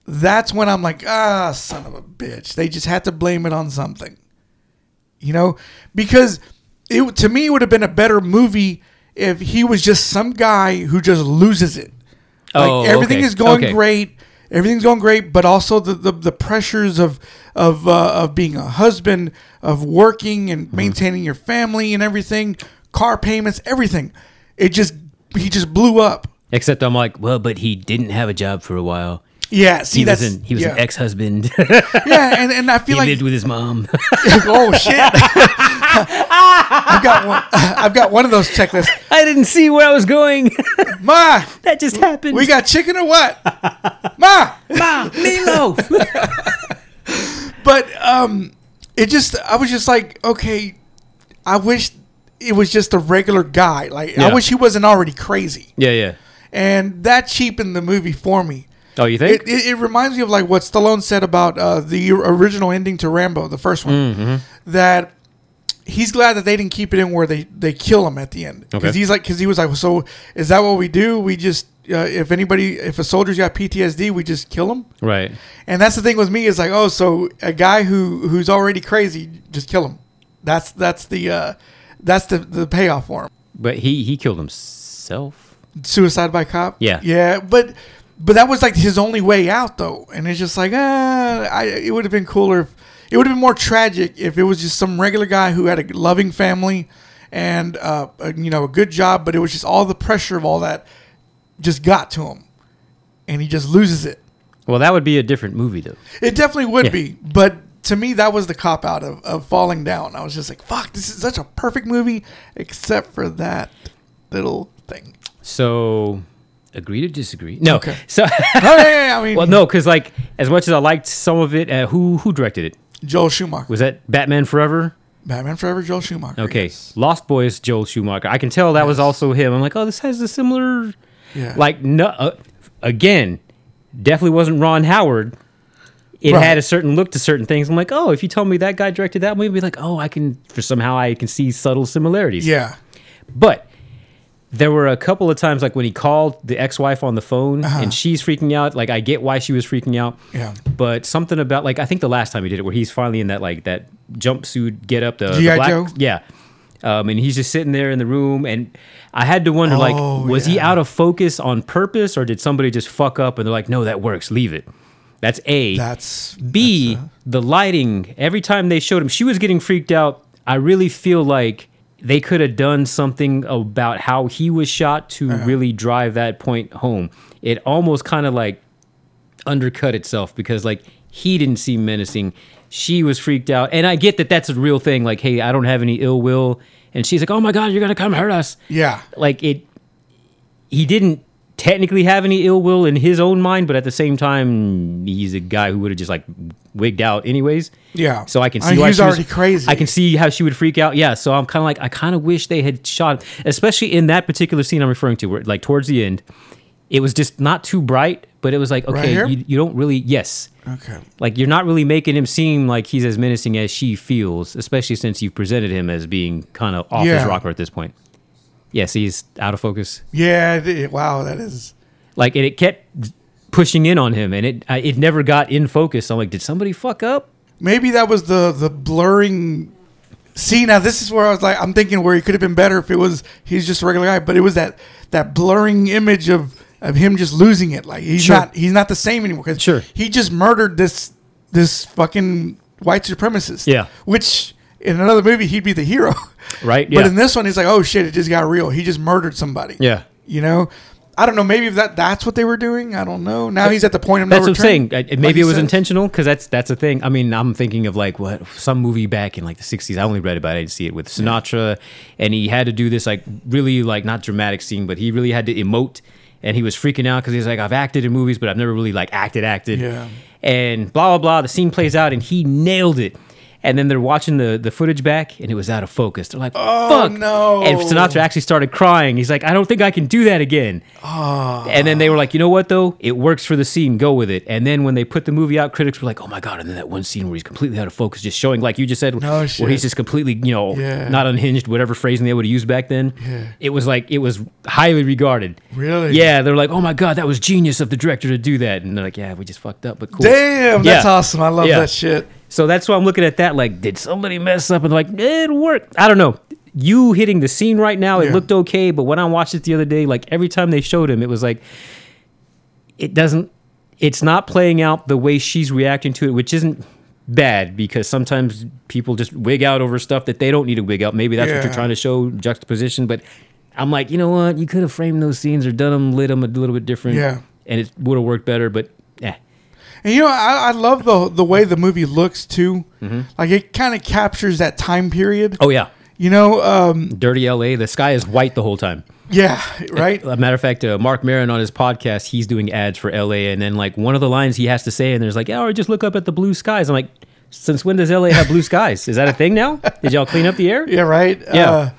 that's when i'm like ah son of a bitch they just had to blame it on something you know because it to me would have been a better movie if he was just some guy who just loses it like Oh, everything okay. is going Okay. great. Everything's going great, but also the the, the pressures of of uh, of being a husband, of working Mm-hmm. and maintaining your family and everything, car payments, everything. It just he just blew up. Except I'm like, well, but he didn't have a job for a while. Yeah, see, He was that's an he was yeah. an ex husband. Yeah, and, and I he feel like lived with his mom. oh shit, I've got one. I've got one of those checklists. I didn't see where I was going. Ma, that just happened. we got chicken or what? Ma, mom meatloaf. but um, it just I was just like, okay, I wish it was just a regular guy. Like I Yeah. wish he wasn't already crazy, yeah, yeah. and that cheapened the movie for me. Oh, you think? It, it, it reminds me of like what Stallone said about uh, the original ending to Rambo, the first one, Mm-hmm. that he's glad that they didn't keep it in where they, they kill him at the end because Okay. he's like because he was like so is that what we do? We just uh, if anybody if a soldier's got PTSD, we just kill him. right. And that's the thing with me is like oh so a guy who who's already crazy, just kill him. That's that's the uh, that's the the payoff for him. But he he killed himself. Suicide by cop. Yeah. yeah, but but that was like his only way out though, and it's just like ah, I, it would have been cooler. If, it would have been more tragic if it was just some regular guy who had a loving family and uh, a- you know a good job, but it was just all the pressure of all that just got to him, and he just loses it. Well, that would be a different movie though. It definitely would Yeah. be, but to me that was the cop out of, of falling down. I was just like, fuck, this is such a perfect movie, except for that little thing. So, agree to disagree. No. Okay. So. Oh yeah, yeah, yeah, I mean, Well, no, because like as much as I liked some of it, uh, who who directed it? Joel Schumacher. Was that Batman Forever? Batman Forever, Joel Schumacher. Okay, yes. Lost Boys, Joel Schumacher. I can tell that was also him. I'm like, oh, this has a similar, Yeah. like, no, uh, again, definitely wasn't Ron Howard. It Right. had a certain look to certain things. I'm like, oh, if you told me that guy directed that movie, I'd be like, oh, I can for somehow I can see subtle similarities. Yeah. But there were a couple of times, like when he called the ex-wife on the phone and she's freaking out. Like I get why she was freaking out. Uh-huh. Yeah. But something about like I think the last time he did it, where he's finally in that like that jumpsuit get up the, the G.I. black- Joe? yeah. Um, and he's just sitting there in the room, and I had to wonder, like, Oh, was he yeah. out of focus on purpose, or did somebody just fuck up? And they're like, "No, that works. Leave it." That's a. That's B, the lighting, every time they showed him, she was getting freaked out. I really feel like they could have done something about how he was shot to really drive that point home. It almost kind of like undercut itself because like he didn't seem menacing. She was freaked out. And I get that that's a real thing. Like, hey, I don't have any ill will. And she's like, oh my God, you're going to come hurt us yeah. like it he didn't technically have any ill will in his own mind but at the same time he's a guy who would have just like wigged out anyways Yeah. so i can I see mean, why he was she already crazy. i can see how she would freak out yeah so i'm kind of like i kind of wish they had shot especially in that particular scene i'm referring to where like towards the end it was just not too bright but it was like okay here? you, you don't really yes Okay. like you're not really making him seem like he's as menacing as she feels, especially since you've presented him as being kind of off Yeah. his rocker at this point. Yes, he's out of focus. Yeah. it- it- wow, that is. Like and it kept pushing in on him, and it I, it never got in focus. I'm like, did somebody fuck up? Maybe that was the the blurring. See, now this is where I was like, I'm thinking where he could have been better if it was he's just a regular guy, but it was that that blurring image of of him just losing it. Like he's Sure. not he's not the same anymore. 'cause Sure. He just murdered this this fucking white supremacist. Yeah. Which in another movie he'd be the hero. Right, But yeah. in this one, he's like, oh shit, it just got real. He just murdered somebody. Yeah. You know, I don't know. Maybe if that that's what they were doing. I don't know. Now he's at the point of no That's what I'm return, saying. I- like Maybe he it was says. intentional because that's that's a thing. I mean, I'm thinking of like what some movie back in like the '60s. I only read about it. I didn't see it with Sinatra, and he had to do this like really like not dramatic scene, but he really had to emote, and he was freaking out because he's like, I've acted in movies, but I've never really like acted acted. Yeah. And blah blah blah. The scene plays out, and he nailed it. And then they're watching the, the footage back, and it was out of focus. They're like, "Fuck Oh, no. And Sinatra actually started crying. He's like, "I don't think I can do that again." Oh, And then they were like, you know what though? It works for the scene. Go with it. And then when they put the movie out, critics were like, oh my god! And then that one scene where he's completely out of focus, just showing like you just said, No shit. where he's just completely, you know, Yeah. not unhinged, whatever phrasing they would have used back then. It was like it was highly regarded. Really? Yeah. They're like, oh my god, that was genius of the director to do that. And they're like, yeah, we just fucked up, but cool. Damn, that's Yeah. awesome. I love Yeah. that shit. So that's why I'm looking at that. Like, did somebody mess up? And they're like, it worked. I don't know. You hitting the scene right now, it Yeah. looked okay. But when I watched it the other day, like every time they showed him, it was like, it doesn't, it's not playing out the way she's reacting to it, which isn't bad because sometimes people just wig out over stuff that they don't need to wig out. Maybe that's what Yeah. you're trying to show juxtaposition. But I'm like, you know what? You could have framed those scenes or done them, lit them a little bit different. Yeah. And it would have worked better. But eh, And you know, I, I love the the way the movie looks too. Mm-hmm. Like it kind of captures that time period. Oh yeah, You know, um, dirty LA. The sky is white the whole time. yeah, right. A matter of fact, uh, Mark Maron on his podcast, he's doing ads for LA, and then like one of the lines he has to say, and there's like, "Yeah, or just look up at the blue skies." I'm like, "Since when does LA have blue skies? Is that a thing now? Did y'all clean up the air?" Yeah, right. Yeah. Uh,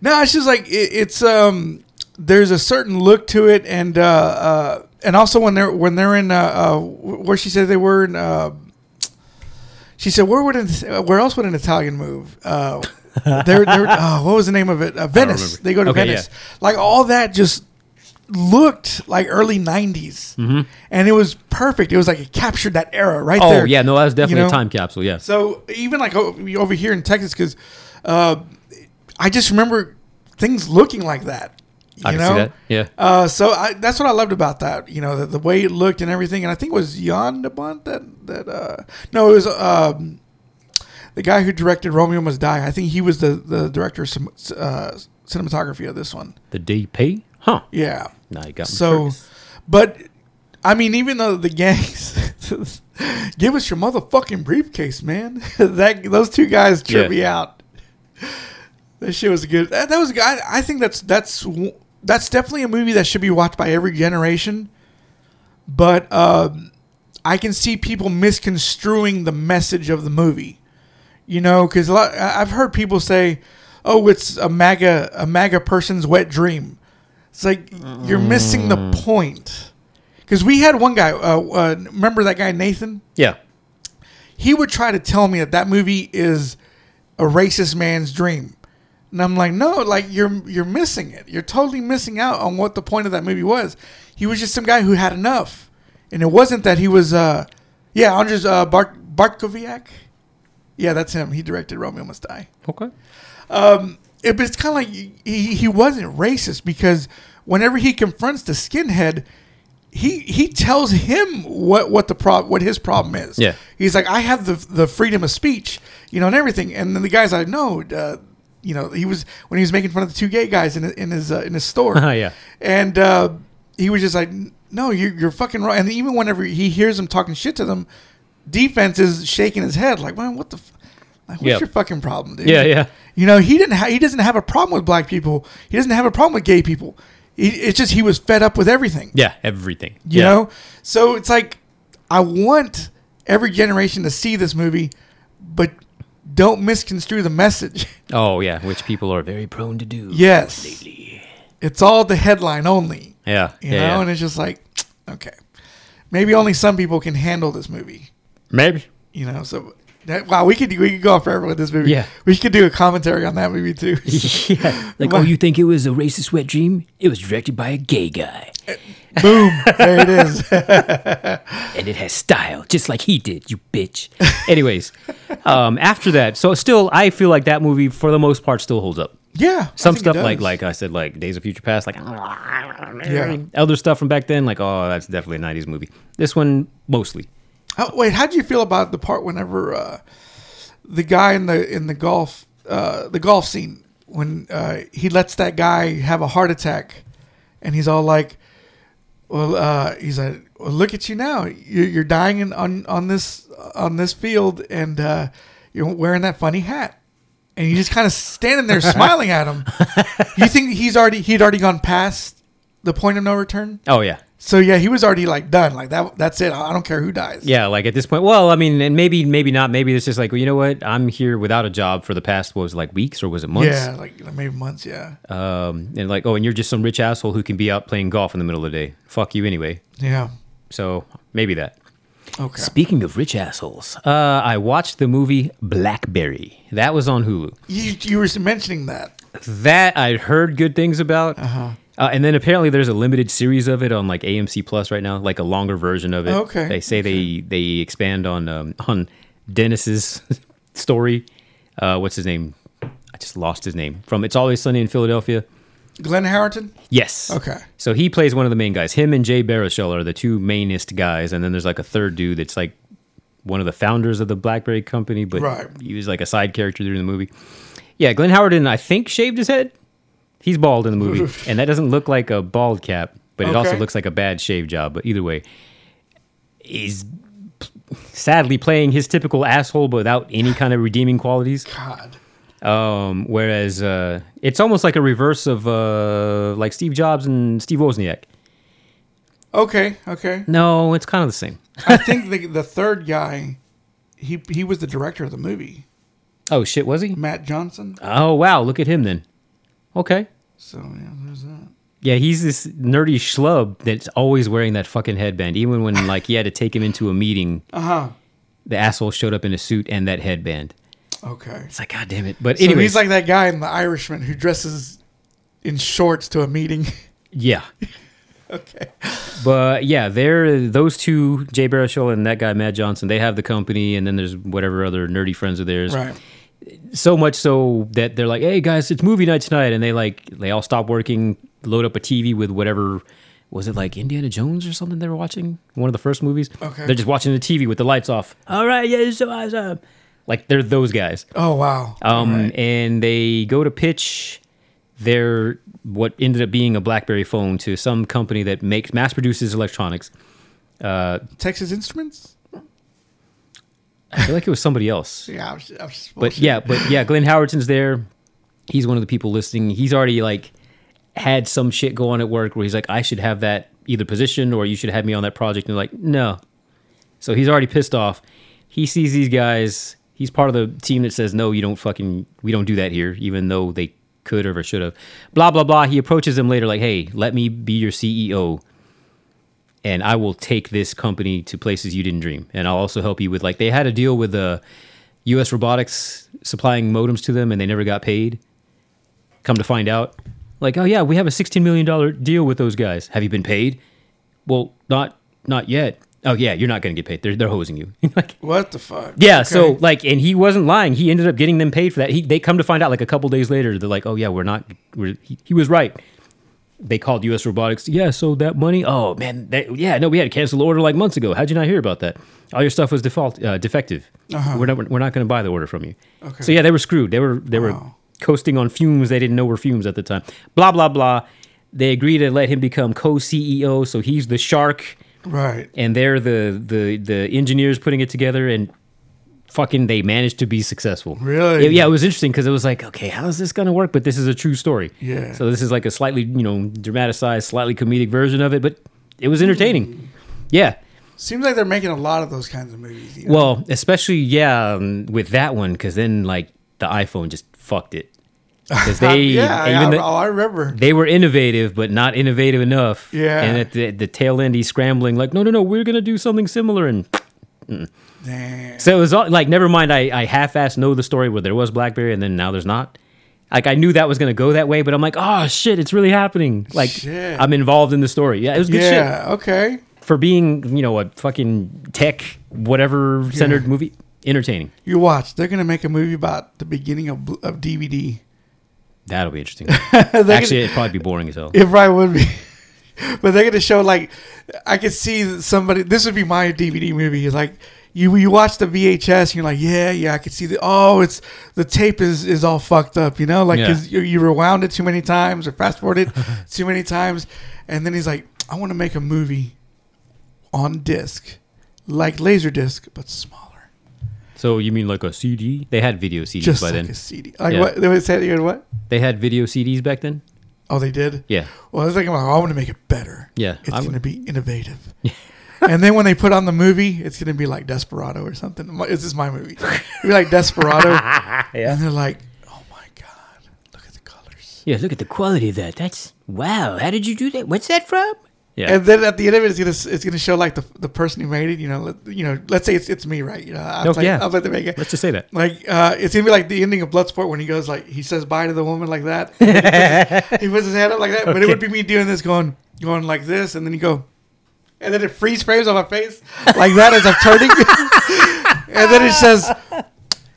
no, it's just like it, it's um. There's a certain look to it, and uh, uh, and also when they're when they're in uh, uh, where she said they were in. Uh, she said, "Where would an, where else would an Italian move?" Uh, they're, they're, oh, what was the name of it? Uh, Venice. remember. They go to Okay, Venice. Like all that just looked like early '90s, and it was perfect. It was like it captured that era right Mm-hmm. Oh there. yeah, no, that was you definitely know? a time capsule. Yeah. So even like o- over here in Texas, because uh, I just remember things looking like that. You I can know? see that. Yeah. Uh, so I, that's what I loved about that. You know, the, the way it looked and everything. And I think it was Jan de Bont that that. Uh, no, it was um, the guy who directed Romeo Must Die. I think he was the the director of some, uh, cinematography of this one. the DP, huh? Yeah. Now you got me So, curious. but I mean, even though the gangs give us your motherfucking briefcase, man. that those two guys trip Yeah. me out. That shit was good. That, that was good. I, I think that's that's w- that's definitely a movie that should be watched by every generation. But um, I can see people misconstruing the message of the movie. You know, because a lot I- I've heard people say, "Oh, it's a MAGA a MAGA person's wet dream." It's like you're missing the point. Because we had one guy, uh, uh, remember that guy Nathan? yeah. He would try to tell me that that movie is a racist man's dream, and I'm like, no, like you're you're missing it. You're totally missing out on what the point of that movie was. He was just some guy who had enough, and it wasn't that he was, uh, yeah, Andres uh, Bart Bartkoviak. Yeah, that's him. He directed Romeo Must Die Okay. it, but it's kind of like he- he, he wasn't racist because whenever he confronts the skinhead, he he tells him what what the prob what his problem is. Yeah. he's like, I have the the freedom of speech, you know, and everything. And then the guy's like, no, uh, you know, he was when he was making fun of the two gay guys in in his uh, in his store. Oh, Yeah. and uh, he was just like, no, you're you're fucking wrong. And even whenever he hears him talking shit to them, defense is shaking his head like, man, what the. F- like, what's Yeah. your fucking problem, dude? Yeah, yeah. You know, he didn't. Ha- he doesn't have a problem with black people. He doesn't have a problem with gay people. He, it's just he was fed up with everything. Yeah. Everything. You yeah. know, so it's like I want every generation to see this movie, but don't misconstrue the message. Oh yeah, which people are very prone to do. yes, it's all the headline only. Yeah. You yeah, know, yeah. and it's just like, okay, maybe only some people can handle this movie. Maybe. You know, so. That, wow, we could we could go on forever with this movie. Yeah. we could do a commentary on that movie too. yeah. Like, oh, you think it was a racist wet dream? It was directed by a gay guy. Boom, there it is. And it has style, just like he did, you bitch. Anyways, um, after that, so still, I feel like that movie for the most part still holds up. Yeah, I Some think it stuff like does. like I said, like Days of Future Past, like ah, other stuff from back then, like oh, that's definitely a '90s movie. This one mostly. How, wait, how would you feel about the part whenever uh, the guy in the in the golf uh, the golf scene when uh, he lets that guy have a heart attack, and he's all like, "Well, uh, he's like, well, look at you now. You're, you're dying in, on on this on this field, and uh, you're wearing that funny hat." And you just kind of standing there smiling at him. You think he's already he'd already gone past the point of no return? Oh yeah, So yeah, he was already like done. Like that. That's it. I I don't care who dies. yeah. Like at this point, well, I mean, and maybe maybe not. Maybe it's just like well, you know what? I'm here without a job for the past what was it, like weeks or was it months? Yeah, like like, maybe months. Yeah, Um, and like oh, and you're just some rich asshole who can be out playing golf in the middle of the day. Fuck you anyway. yeah. So maybe that. Okay. Speaking of rich assholes, Uh, I watched the movie Blackberry. That was on Hulu. You you were mentioning that. That I heard good things about. Uh-huh. and then apparently there's a limited series of it on like AMC Plus right now, like a longer version of it. Okay. They say they they expand on um, on Dennis's story. Uh, what's his name? I just lost his name from It's Always Sunny in Philadelphia. Glenn Harrington. Yes. Okay. So he plays one of the main guys. Him and Jay Baruchel are the two mainest guys, and then there's like a third dude that's like one of the founders of the BlackBerry company, but Right. he was like a side character during the movie. Yeah, Glenn Howard and I think shaved his head. He's bald in the movie, and that doesn't look like a bald cap, but it also Okay. looks like a bad shave job. But either way, he's sadly playing his typical asshole, but without any kind of redeeming qualities. God. Um, whereas uh, it's almost like a reverse of uh, like Steve Jobs and Steve Wozniak. Okay, okay. No, it's kind of the same. I think the the third guy, he he was the director of the movie, Oh shit, was he? Matt Johnson. Oh wow, look at him then. Okay. So yeah, there's that. Yeah, he's this nerdy schlub that's always wearing that fucking headband. Even when like he had to take him into a meeting, Uh huh. the asshole showed up in a suit and that headband. Okay. It's like, god damn it. But So anyways, he's like that guy in The Irishman who dresses in shorts to a meeting. yeah. okay. But yeah, they're those two, Jay Baruchel and that guy Matt Johnson. They have the company, and then there's whatever other nerdy friends of theirs. Right. so much so that they're like, "Hey guys, it's movie night tonight," and they like they all stop working, load up a TV with whatever was it like Indiana Jones or something they were watching one of the first movies. Okay. they're just watching the TV with the lights off. All right, yeah, this is so awesome. Like they're those guys. Oh wow. Um, Alright. and they go to pitch their what ended up being a BlackBerry phone to some company that makes mass produces electronics. Texas Instruments. I feel like it was somebody else. Yeah. I was, I was But yeah, but yeah, Glenn Howerton's there. He's one of the people listening. He's already like had some shit go on at work where he's like, I should have that either position or you should have me on that project. And they're like, no. So he's already pissed off. He sees these guys. He's part of the team that says, no, you don't fucking, we don't do that here, even though they could have or should have. Blah, blah, blah. He approaches them later like, hey, let me be your E CEO and I will take this company to places you didn't dream. And I'll also help you with like they had a deal with uh, U.S. Robotics supplying modems to them, and they never got paid. Come to find out, like oh yeah, we have a sixteen million dollar deal with those guys. Have you been paid? Well, not not yet. Oh yeah, you're not going to get paid. They're they're hosing you. like What the fuck? yeah, so Okay. like, and he wasn't lying. He ended up getting them paid for that. He they come to find out like a couple days later, they're like, oh yeah, we're not. We're, he, he was right. They called U.S. Robotics. Yeah, so that money. Oh man, that, yeah, no, we had a cancel order like months ago. How'd you not hear about that? All your stuff was default uh, defective. We're not we're not going to buy the order from you. Uh-huh. Okay. So yeah, they were screwed. They were they were Wow. coasting on fumes they didn't know were fumes at the time. Blah blah blah. They agreed to let him become co-CEO, so he's the shark right. and they're the the the engineers putting it together and fucking they managed to be successful Really? yeah, yeah, it was interesting because it was like okay how is this gonna work but this is a true story Yeah. so this is like a slightly you know dramatized slightly comedic version of it but it was entertaining Mm. yeah Seems like they're making a lot of those kinds of movies. you know? well especially yeah um, with that one because then like the iphone just fucked it because I- they yeah. even yeah, the- oh, I remember. they were innovative, but not innovative enough. Yeah. And at the, the tail end, he's scrambling like, "No, no, no, we're gonna do something similar." And Damn. So it was all, like, never mind. I, I half-assed know the story where there was BlackBerry and then now there's not. Like I knew that was gonna go that way, but I'm like, oh shit, it's really happening. Like Shit. I'm involved in the story. Yeah, it was good Yeah. Okay. shit for being you know a fucking tech whatever centered movie. Entertaining. You watch. They're gonna make a movie about the beginning of bl- of DVD. That'll be interesting. They're gonna- Actually, it'd probably be boring as hell. It probably would be. but they're gonna show like I could see that somebody. This would be my DVD movie. It's like you you watch the VHS and you're like, yeah, yeah, I could see the. Oh, it's the tape is is all fucked up. You know, like Yeah. 'cause you, you rewound it too many times or fast forwarded too many times, and then he's like, I want to make a movie on disc, like laser disc, but smaller, So you mean like a CD? They had video CDs just by like then. a CD. Like Yeah. what they would say, you what? They had video CDs back then. Oh, they did. Yeah. Well, I was thinking, well, I want to make it better. Yeah, It's I going to would- be innovative. and then when they put on the movie, it's going to be like Desperado or something. My- This is my movie. It'll be like Desperado. And they're like, oh my God, look at the colors. Yeah. Look at the quality of that. That's wow. How did you do that? What's that from? Yeah. And then at the end of it, it's going to it's gonna show like the, the person who made it. You know, let, you know, let's say it's, it's me, right? You know, I Oh, played, yeah. I played the main guy. Let's just say that. Like uh, it's gonna be like the ending of Bloodsport when he goes like he says bye to the woman like that. he, puts his, he puts his hand up like that, but it would be me doing this, going going like this, and then you go, and then it freeze frames on my face like that as I'm turning, and then it says.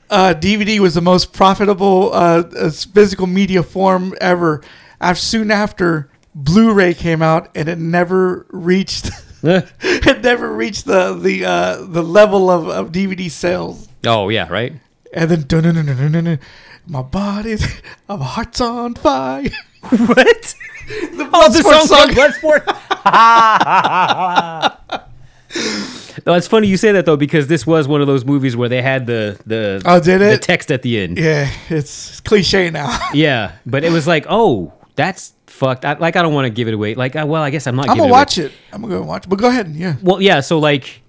Uh, DVD was the most profitable uh, uh, physical media form ever. Af soon after, Blu-ray came out, and it never reached. it never reached the the uh, the level of, of DVD sales. Oh yeah. Right. And then dun, dun, dun, dun, dun, dun, dun, my body's my heart's on fire. What? The Bloodsport song. Bloodsport. No, it's funny you say that though because this was one of those movies where they had the the Oh, did the it? text at the end. Yeah. Yeah, it's cliche now. but it was like, oh, that's fucked. I, like I don't want to give it away. Like, I, well, I guess I'm not. I'm giving gonna it away. watch it. I'm gonna go and watch. it. But go ahead. and- Yeah. Well, yeah. So like,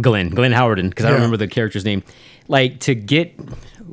Glenn, Glenn Howerton, because I Yeah. don't remember the character's name. Like to get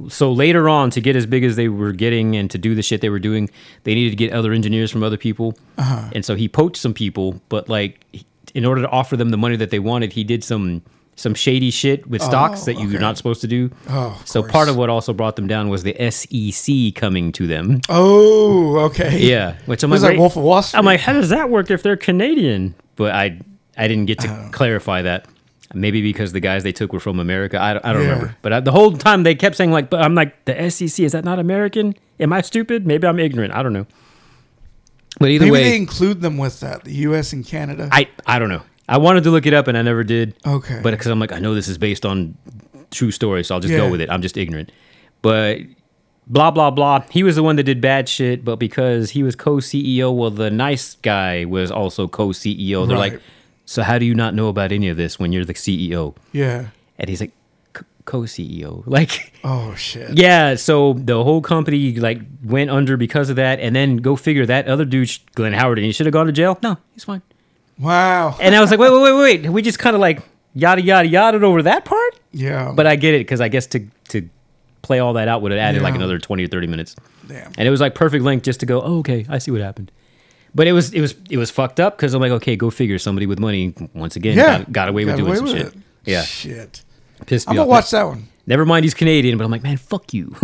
so later on to get as big as they were getting and to do the shit they were doing, they needed to get other engineers from other people, Uh-huh. and so he poached some people. But like, he- in order to offer them the money that they wanted, he did some some shady shit with stocks that you're not supposed to do. Oh, of so course. part of what also brought them down was the SEC coming to them. Oh, okay. Yeah, which I'm It like, was like wait- Wolf of Wall Street. I'm like, how does that work if they're Canadian? But I I didn't get Oh. to clarify that. Maybe because the guys they took were from America. I, don't- I don't Yeah. remember. But I, the whole time they kept saying like, but I'm like the SEC is that not American? Am I stupid? Maybe I'm ignorant. I don't know. But either Maybe way, they include them with that. The U.S. and Canada. I I don't know. I wanted to look it up and I never did. Okay. But because I'm like, I know this is based on true story, so I'll just go Yeah. with it. I'm just ignorant. But blah blah blah. He was the one that did bad shit, but because he was co-CEO, well, the nice guy was also co-CEO. They're Right. like, so how do you not know about any of this when you're the CEO? yeah. And he's like, "Co- co-CEO, like. Oh shit. Yeah, so the whole company like went under because of that, and then go figure that other dude, Glenn Howard, and he should have gone to jail. No, he's fine. Wow. And I was like, wait, wait, wait, wait. We just kind of like yada yada yada over that part. yeah. But I get it because I guess to to play all that out would have added like Yeah. another twenty or thirty minutes, damn. and it was like perfect length just to go. Oh, okay, I see what happened. But it was it was it was fucked up because I'm like, okay, go figure. Somebody with money once again Yeah. got, got away with Got doing away some with shit. it. Yeah, Shit. pissed me I'm gonna off. watch that one. Never mind, he's Canadian, but I'm like, man, fuck you.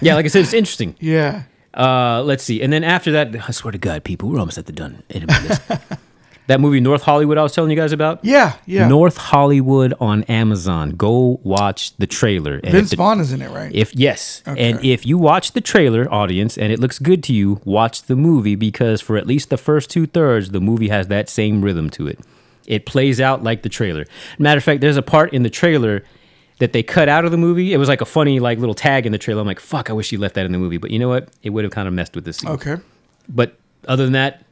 yeah, like I said, it's interesting. Yeah. Uh, let's see. And then after that, I swear to God, people, we're almost at the done. in a minute. that movie North Hollywood I was telling you guys about. Yeah. Yeah. North Hollywood on Amazon. Go watch the trailer. And Vince if, the- Vaughn is in it, right? if yes, and Okay. if you watch the trailer, audience, and it looks good to you, watch the movie because for at least the first two thirds, the movie has that same rhythm to it. It plays out like the trailer. Matter of fact, there's a part in the trailer that they cut out of the movie. It was like a funny like little tag in the trailer. I'm like, fuck, I wish you left that in the movie. But you know what? It would have kind of messed with this. Scene. okay. But other than that,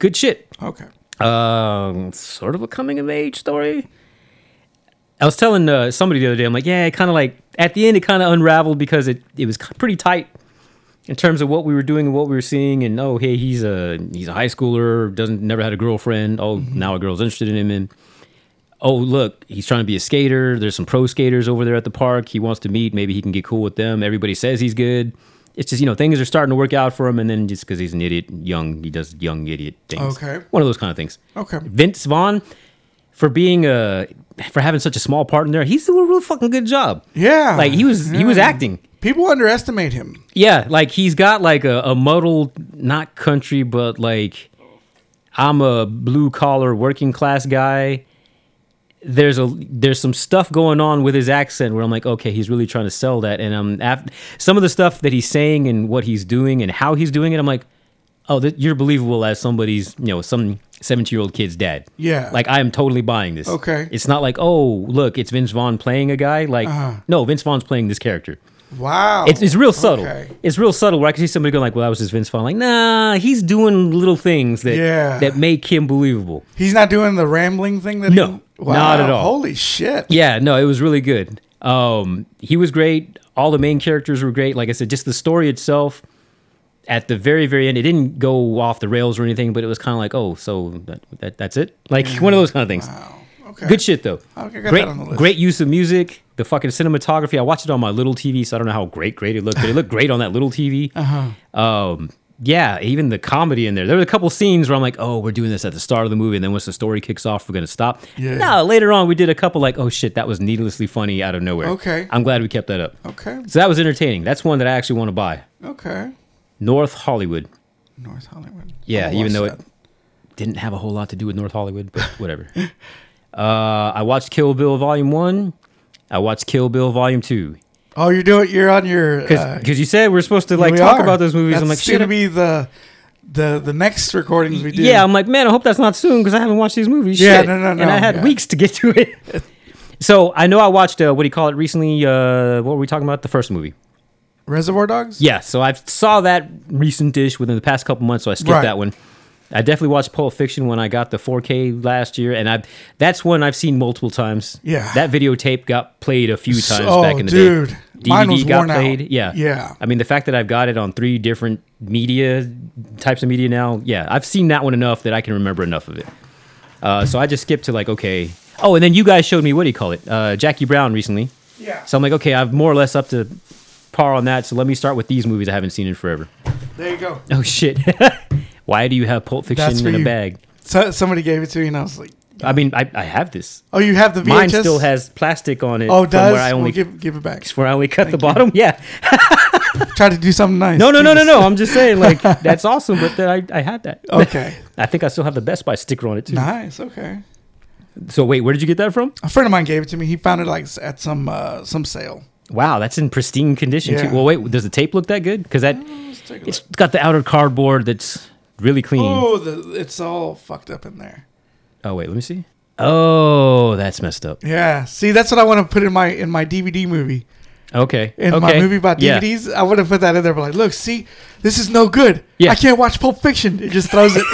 good shit Okay. um, sort of a coming of age story. I was telling uh, somebody the other day, I'm like, yeah, it kind of like at the end it kind of unraveled because it it was ki- pretty tight in terms of what we were doing and what we were seeing. And oh, hey, he's a he's a high schooler, doesn't never had a girlfriend. Oh, now a girl's interested in him, and oh look, he's trying to be a skater. There's some pro skaters over there at the park. He wants to meet. Maybe he can get cool with them. Everybody says he's good. It's just you know things are starting to work out for him, and then just because he's an idiot, young, he does young idiot things. Okay. one of those kind of things. Okay. Vince Vaughn for being a for having such a small part in there. He's doing a real fucking good job. Yeah. Like he was he was Yeah. acting. People underestimate him. Yeah, like he's got like a, a muddled not country but like I'm a blue collar working class guy. There's a there's some stuff going on with his accent where I'm like, okay, he's really trying to sell that. And I'm after some of the stuff that he's saying and what he's doing and how he's doing it. I'm like, oh, th- you're believable as somebody's you know some 17 year old kid's dad. Yeah. like I am totally buying this. Okay. it's not like oh look, it's Vince Vaughn playing a guy. Like Uh-huh. no, Vince Vaughn's playing this character. Wow. It's, it's real subtle. Okay. It's real subtle where I can see somebody going like, "Well, that was just Vince Vaughn." Like, nah, he's doing little things that Yeah. that make him believable. He's not doing the rambling thing that. No, he- not at all. Holy shit. Yeah, no, it was really good. Um, he was great. All the main characters were great. Like I said, just the story itself. At the very, very end, it didn't go off the rails or anything, but it was kind of like, oh, so that, that that's it, like one of those kind of things. Okay. Good shit though. Okay, I got Great, that on the list. great use of music. The fucking cinematography. I watched it on my little TV, so I don't know how great, great it looked, but it looked great on that little TV. Uh-huh. Um, yeah, even the comedy in there. There were a couple scenes where I'm like, oh, we're doing this at the start of the movie, and then once the story kicks off, we're gonna stop. Yeah. No, later on we did a couple like, oh shit, that was needlessly funny out of nowhere. Okay. I'm glad we kept that up. Okay. So that was entertaining. That's one that I actually want to buy. Okay. North Hollywood. North Hollywood. Yeah, I'll even watch though that. it didn't have a whole lot to do with North Hollywood, but whatever. uh, I watched Kill Bill Volume One. I watched Kill Bill Volume Two Oh, you're doing. You're on your. because uh, you said we're supposed to like we talk are. about those movies. That's I'm like, gonna shit. be the the the next recordings we do. yeah, I'm like, man, I hope that's not soon because I haven't watched these movies. Yeah, Shit. no, no, no, And I had yeah. weeks to get to it. so I know I watched uh, what do you call it recently? Uh, what were we talking about? The first movie. Reservoir Dogs. Yeah, so I saw that recent dish within the past couple months, so I skipped Right. that one. I definitely watched Pulp Fiction when I got the 4K last year, and I that's one I've seen multiple times. Yeah. that videotape got played a few times So- back in the dude, day. mine was worn out. Yeah, Yeah. I mean, the fact that I've got it on three different media types of media now. Yeah, I've seen that one enough that I can remember enough of it. Uh, so I just skipped to like okay. Oh, and then you guys showed me what do you call it? Uh, Jackie Brown recently. Yeah. So I'm like, okay, I'm more or less up to par on that. So let me start with these movies I haven't seen in forever. There you go. Oh shit! Why do you have Pulp Fiction That's for in a you. bag? So, somebody gave it to you, and I was like, I mean, I, I have this. "Oh, you have the VHS." Mine still has plastic on it. Oh, from does Where I only well, give give it back. where I only cut the bottom. Yeah. Try to do something nice. No, no, no, no, Jesus. no. I'm just saying, like that's awesome. But then I, I had that. Okay. I think I still have the Best Buy sticker on it too. Nice. Okay. So wait, where did you get that from? A friend of mine gave it to me. He found it like s- at some uh, some sale. Wow, that's in pristine condition Yeah. too. Well, wait, does the tape look that good? Because that Let's take a it's look. got the outer cardboard that's really clean. Oh, the, it's all fucked up in there. Oh wait, let me see. Oh, that's messed up. Yeah. See, that's what I want to put in my in my DVD movie. Okay. In okay. my movie about Yeah. DVDs, I would have put that in there. But like, look, see, this is no good. Yeah. I can't watch Pulp Fiction. It just throws it.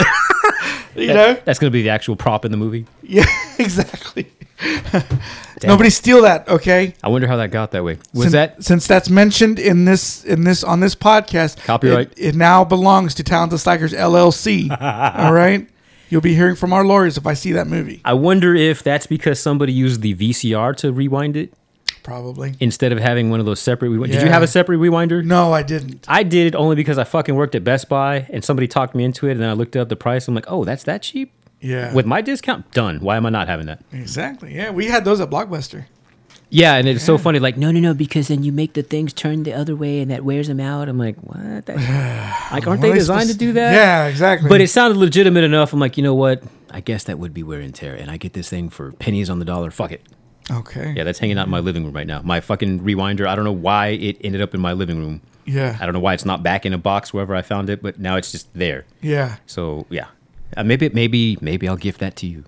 you know? That's gonna be the actual prop in the movie. Yeah. Exactly. Nobody steal that, okay? I wonder how that got that way. Was since, that since that's mentioned in this in this on this podcast? Copyright. It, it now belongs to Talented Slackers LLC. all right. You'll be hearing from our lawyers if I see that movie. I wonder if that's because somebody used the VCR to rewind it Probably. instead of having one of those separate. Rewind- Did you Yeah. have a separate rewinder? No, I didn't. I did it only because I fucking worked at Best Buy and somebody talked me into it, and then I looked up the price. I'm like, oh, that's that cheap Yeah. with my discount. Done. Why am I not having that? exactly. Yeah, we had those at Blockbuster. Yeah, and it's so funny. Like, no, No, no, no, because then you make the things turn the other way and that wears them out. I'm I'm like, like what? That- like, aren't Were they designed to supposed- do that? Yeah, exactly. But it sounded legitimate enough. I'm like, you know what? I guess that would be wear and tear, and I get this thing for pennies on the dollar. Fuck it. okay. Yeah, that's hanging out in my living room right now. My fucking rewinder. I don't know why it ended up in my living room. Yeah. I don't know why it's not back in a box wherever I found it, but now it's just there. Yeah. So yeah, uh, maybe maybe maybe I'll give that to you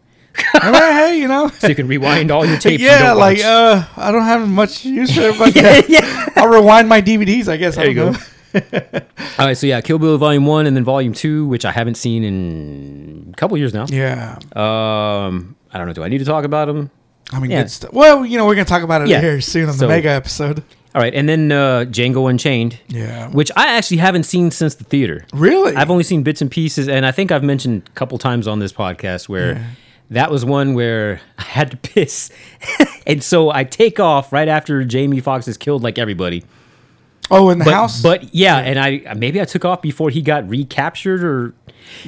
I mean, hey, you know. so you can rewind all your tapes. you yeah, don't like watch. uh, I don't have much use for it, but I'll rewind my DVDs. I guess. I There you don't go. know. all right. So yeah, Kill Bill Volume One and then Volume Two, which I haven't seen in a couple years now. Yeah. Um, I don't know. Do I need to talk about them? I mean, Yeah. good stuff. Well, you know, we're gonna talk about it Yeah. here soon on So- the mega episode. All right, and then uh, Django Unchained. Yeah. Which I actually haven't seen since the theater. Really? I've only seen bits and pieces, and I think I've mentioned a couple times on this podcast where that was one where I had to piss, and so I take off right after Jamie Foxx is killed, like everybody. oh, in the But, house. but yeah, and I maybe I took off before he got recaptured, or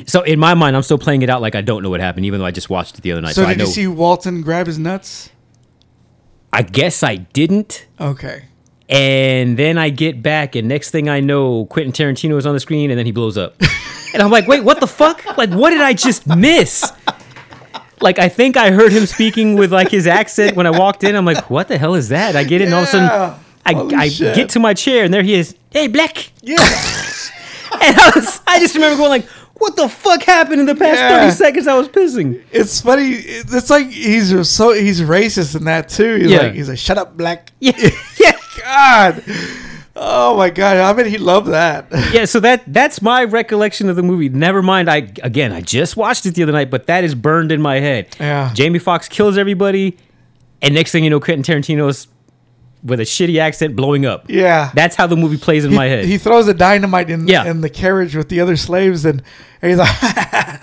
so in my mind, I'm still playing it out like I don't know what happened, even though I just watched it the other night. so So, I did know. you see Walton grab his nuts? I guess I didn't. Okay. And then I get back, and next thing I know, Quentin Tarantino is on the screen, and then he blows up. and I'm like, wait, what the fuck? Like, what did I just miss? Like, I think I heard him speaking with like his accent when I walked in. I'm like, what the hell is that? I get in, and all of a Yeah. sudden, Holy I, I shit. get to my chair, and there he is. Hey, Black. Yeah. And I, was, I just remember going like, what the fuck happened in the past Yeah. 30 seconds? I was pissing. it's funny. It's like he's so he's racist in that too. He's Yeah. like he's like shut up, black. Yeah, yeah, God. Oh my God. I bet he loved that. yeah. So that that's my recollection of the movie. Never mind. I again, I just watched it the other night, but that is burned in my head. Yeah. Jamie Foxx kills everybody, and next thing you know, Quentin Tarantino's with a shitty accent blowing up. Yeah. That's how the movie plays in he, my head. he throws a dynamite in, Yeah. in the carriage with the other slaves, and, and he's like,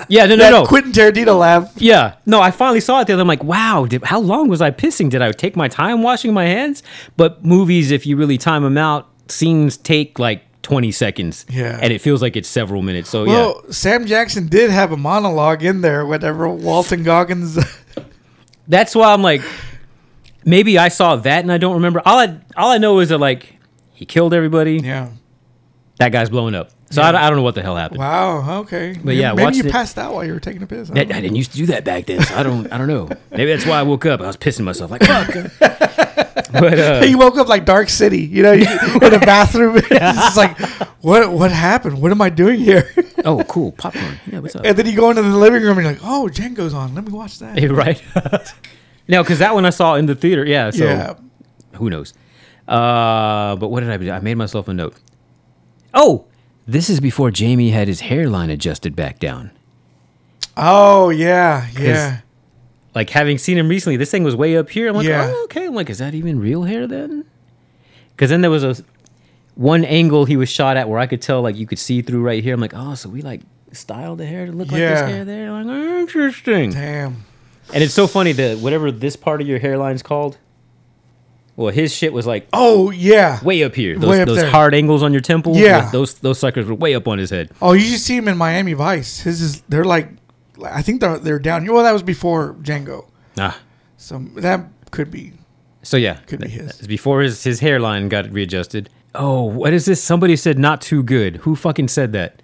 yeah, no, no, that no. Quentin Tarantino laugh. yeah, no. I finally saw it the other. I'm like, wow, did, how long was I pissing? Did I take my time washing my hands? But movies, if you really time them out, scenes take like 20 seconds. Yeah. and it feels like it's several minutes. So yeah. Well, Sam Jackson did have a monologue in there whenever Walton Goggins. that's why I'm like, maybe I saw that and I don't remember. All I all I know is that like he killed everybody. yeah. That guy's blowing up. So I, don't- I don't know what the hell happened. Wow. Okay. But yeah, maybe watched you it. passed out while you were taking a piss. I I, I don't know. didn't used to do that back then. So I don't I don't know. Maybe that's why I woke up. I was pissing myself like fuck. but uh, He woke up like Dark City, you know, in a bathroom. it's just like, what? What happened? What am I doing here? oh cool popcorn. Yeah, what's up? and then you go into the living room and you're like, oh, Django's on. Let me watch that. Yeah, right. no, because that one I saw in the theater. Yeah. So yeah. who knows? Uh, but what did I do? I made myself a note. Oh, this is before Jamie had his hairline adjusted back down. Oh yeah, yeah. Like having seen him recently, this thing was way up here. I'm like, Yeah. oh, okay. I'm like, is that even real hair then? Because then there was a one angle he was shot at where I could tell like you could see through right here. I'm like, oh, so we like styled the hair to look like Yeah. this hair there. I'm like, oh, interesting. Damn. And it's so funny that whatever this part of your hairline's called, well, his shit was like Oh yeah. way up here. Those, Way up those there. hard angles on your temple. Yeah. like, those those suckers were way up on his head. Oh, you should see him in Miami Vice. His is they're like, I think they're they're down here. Well, that was before Django, Ah. so that could be. So yeah, Could be th- his. that's Before his his hairline got readjusted. Oh, what is this? Somebody said not too good. Who fucking said that?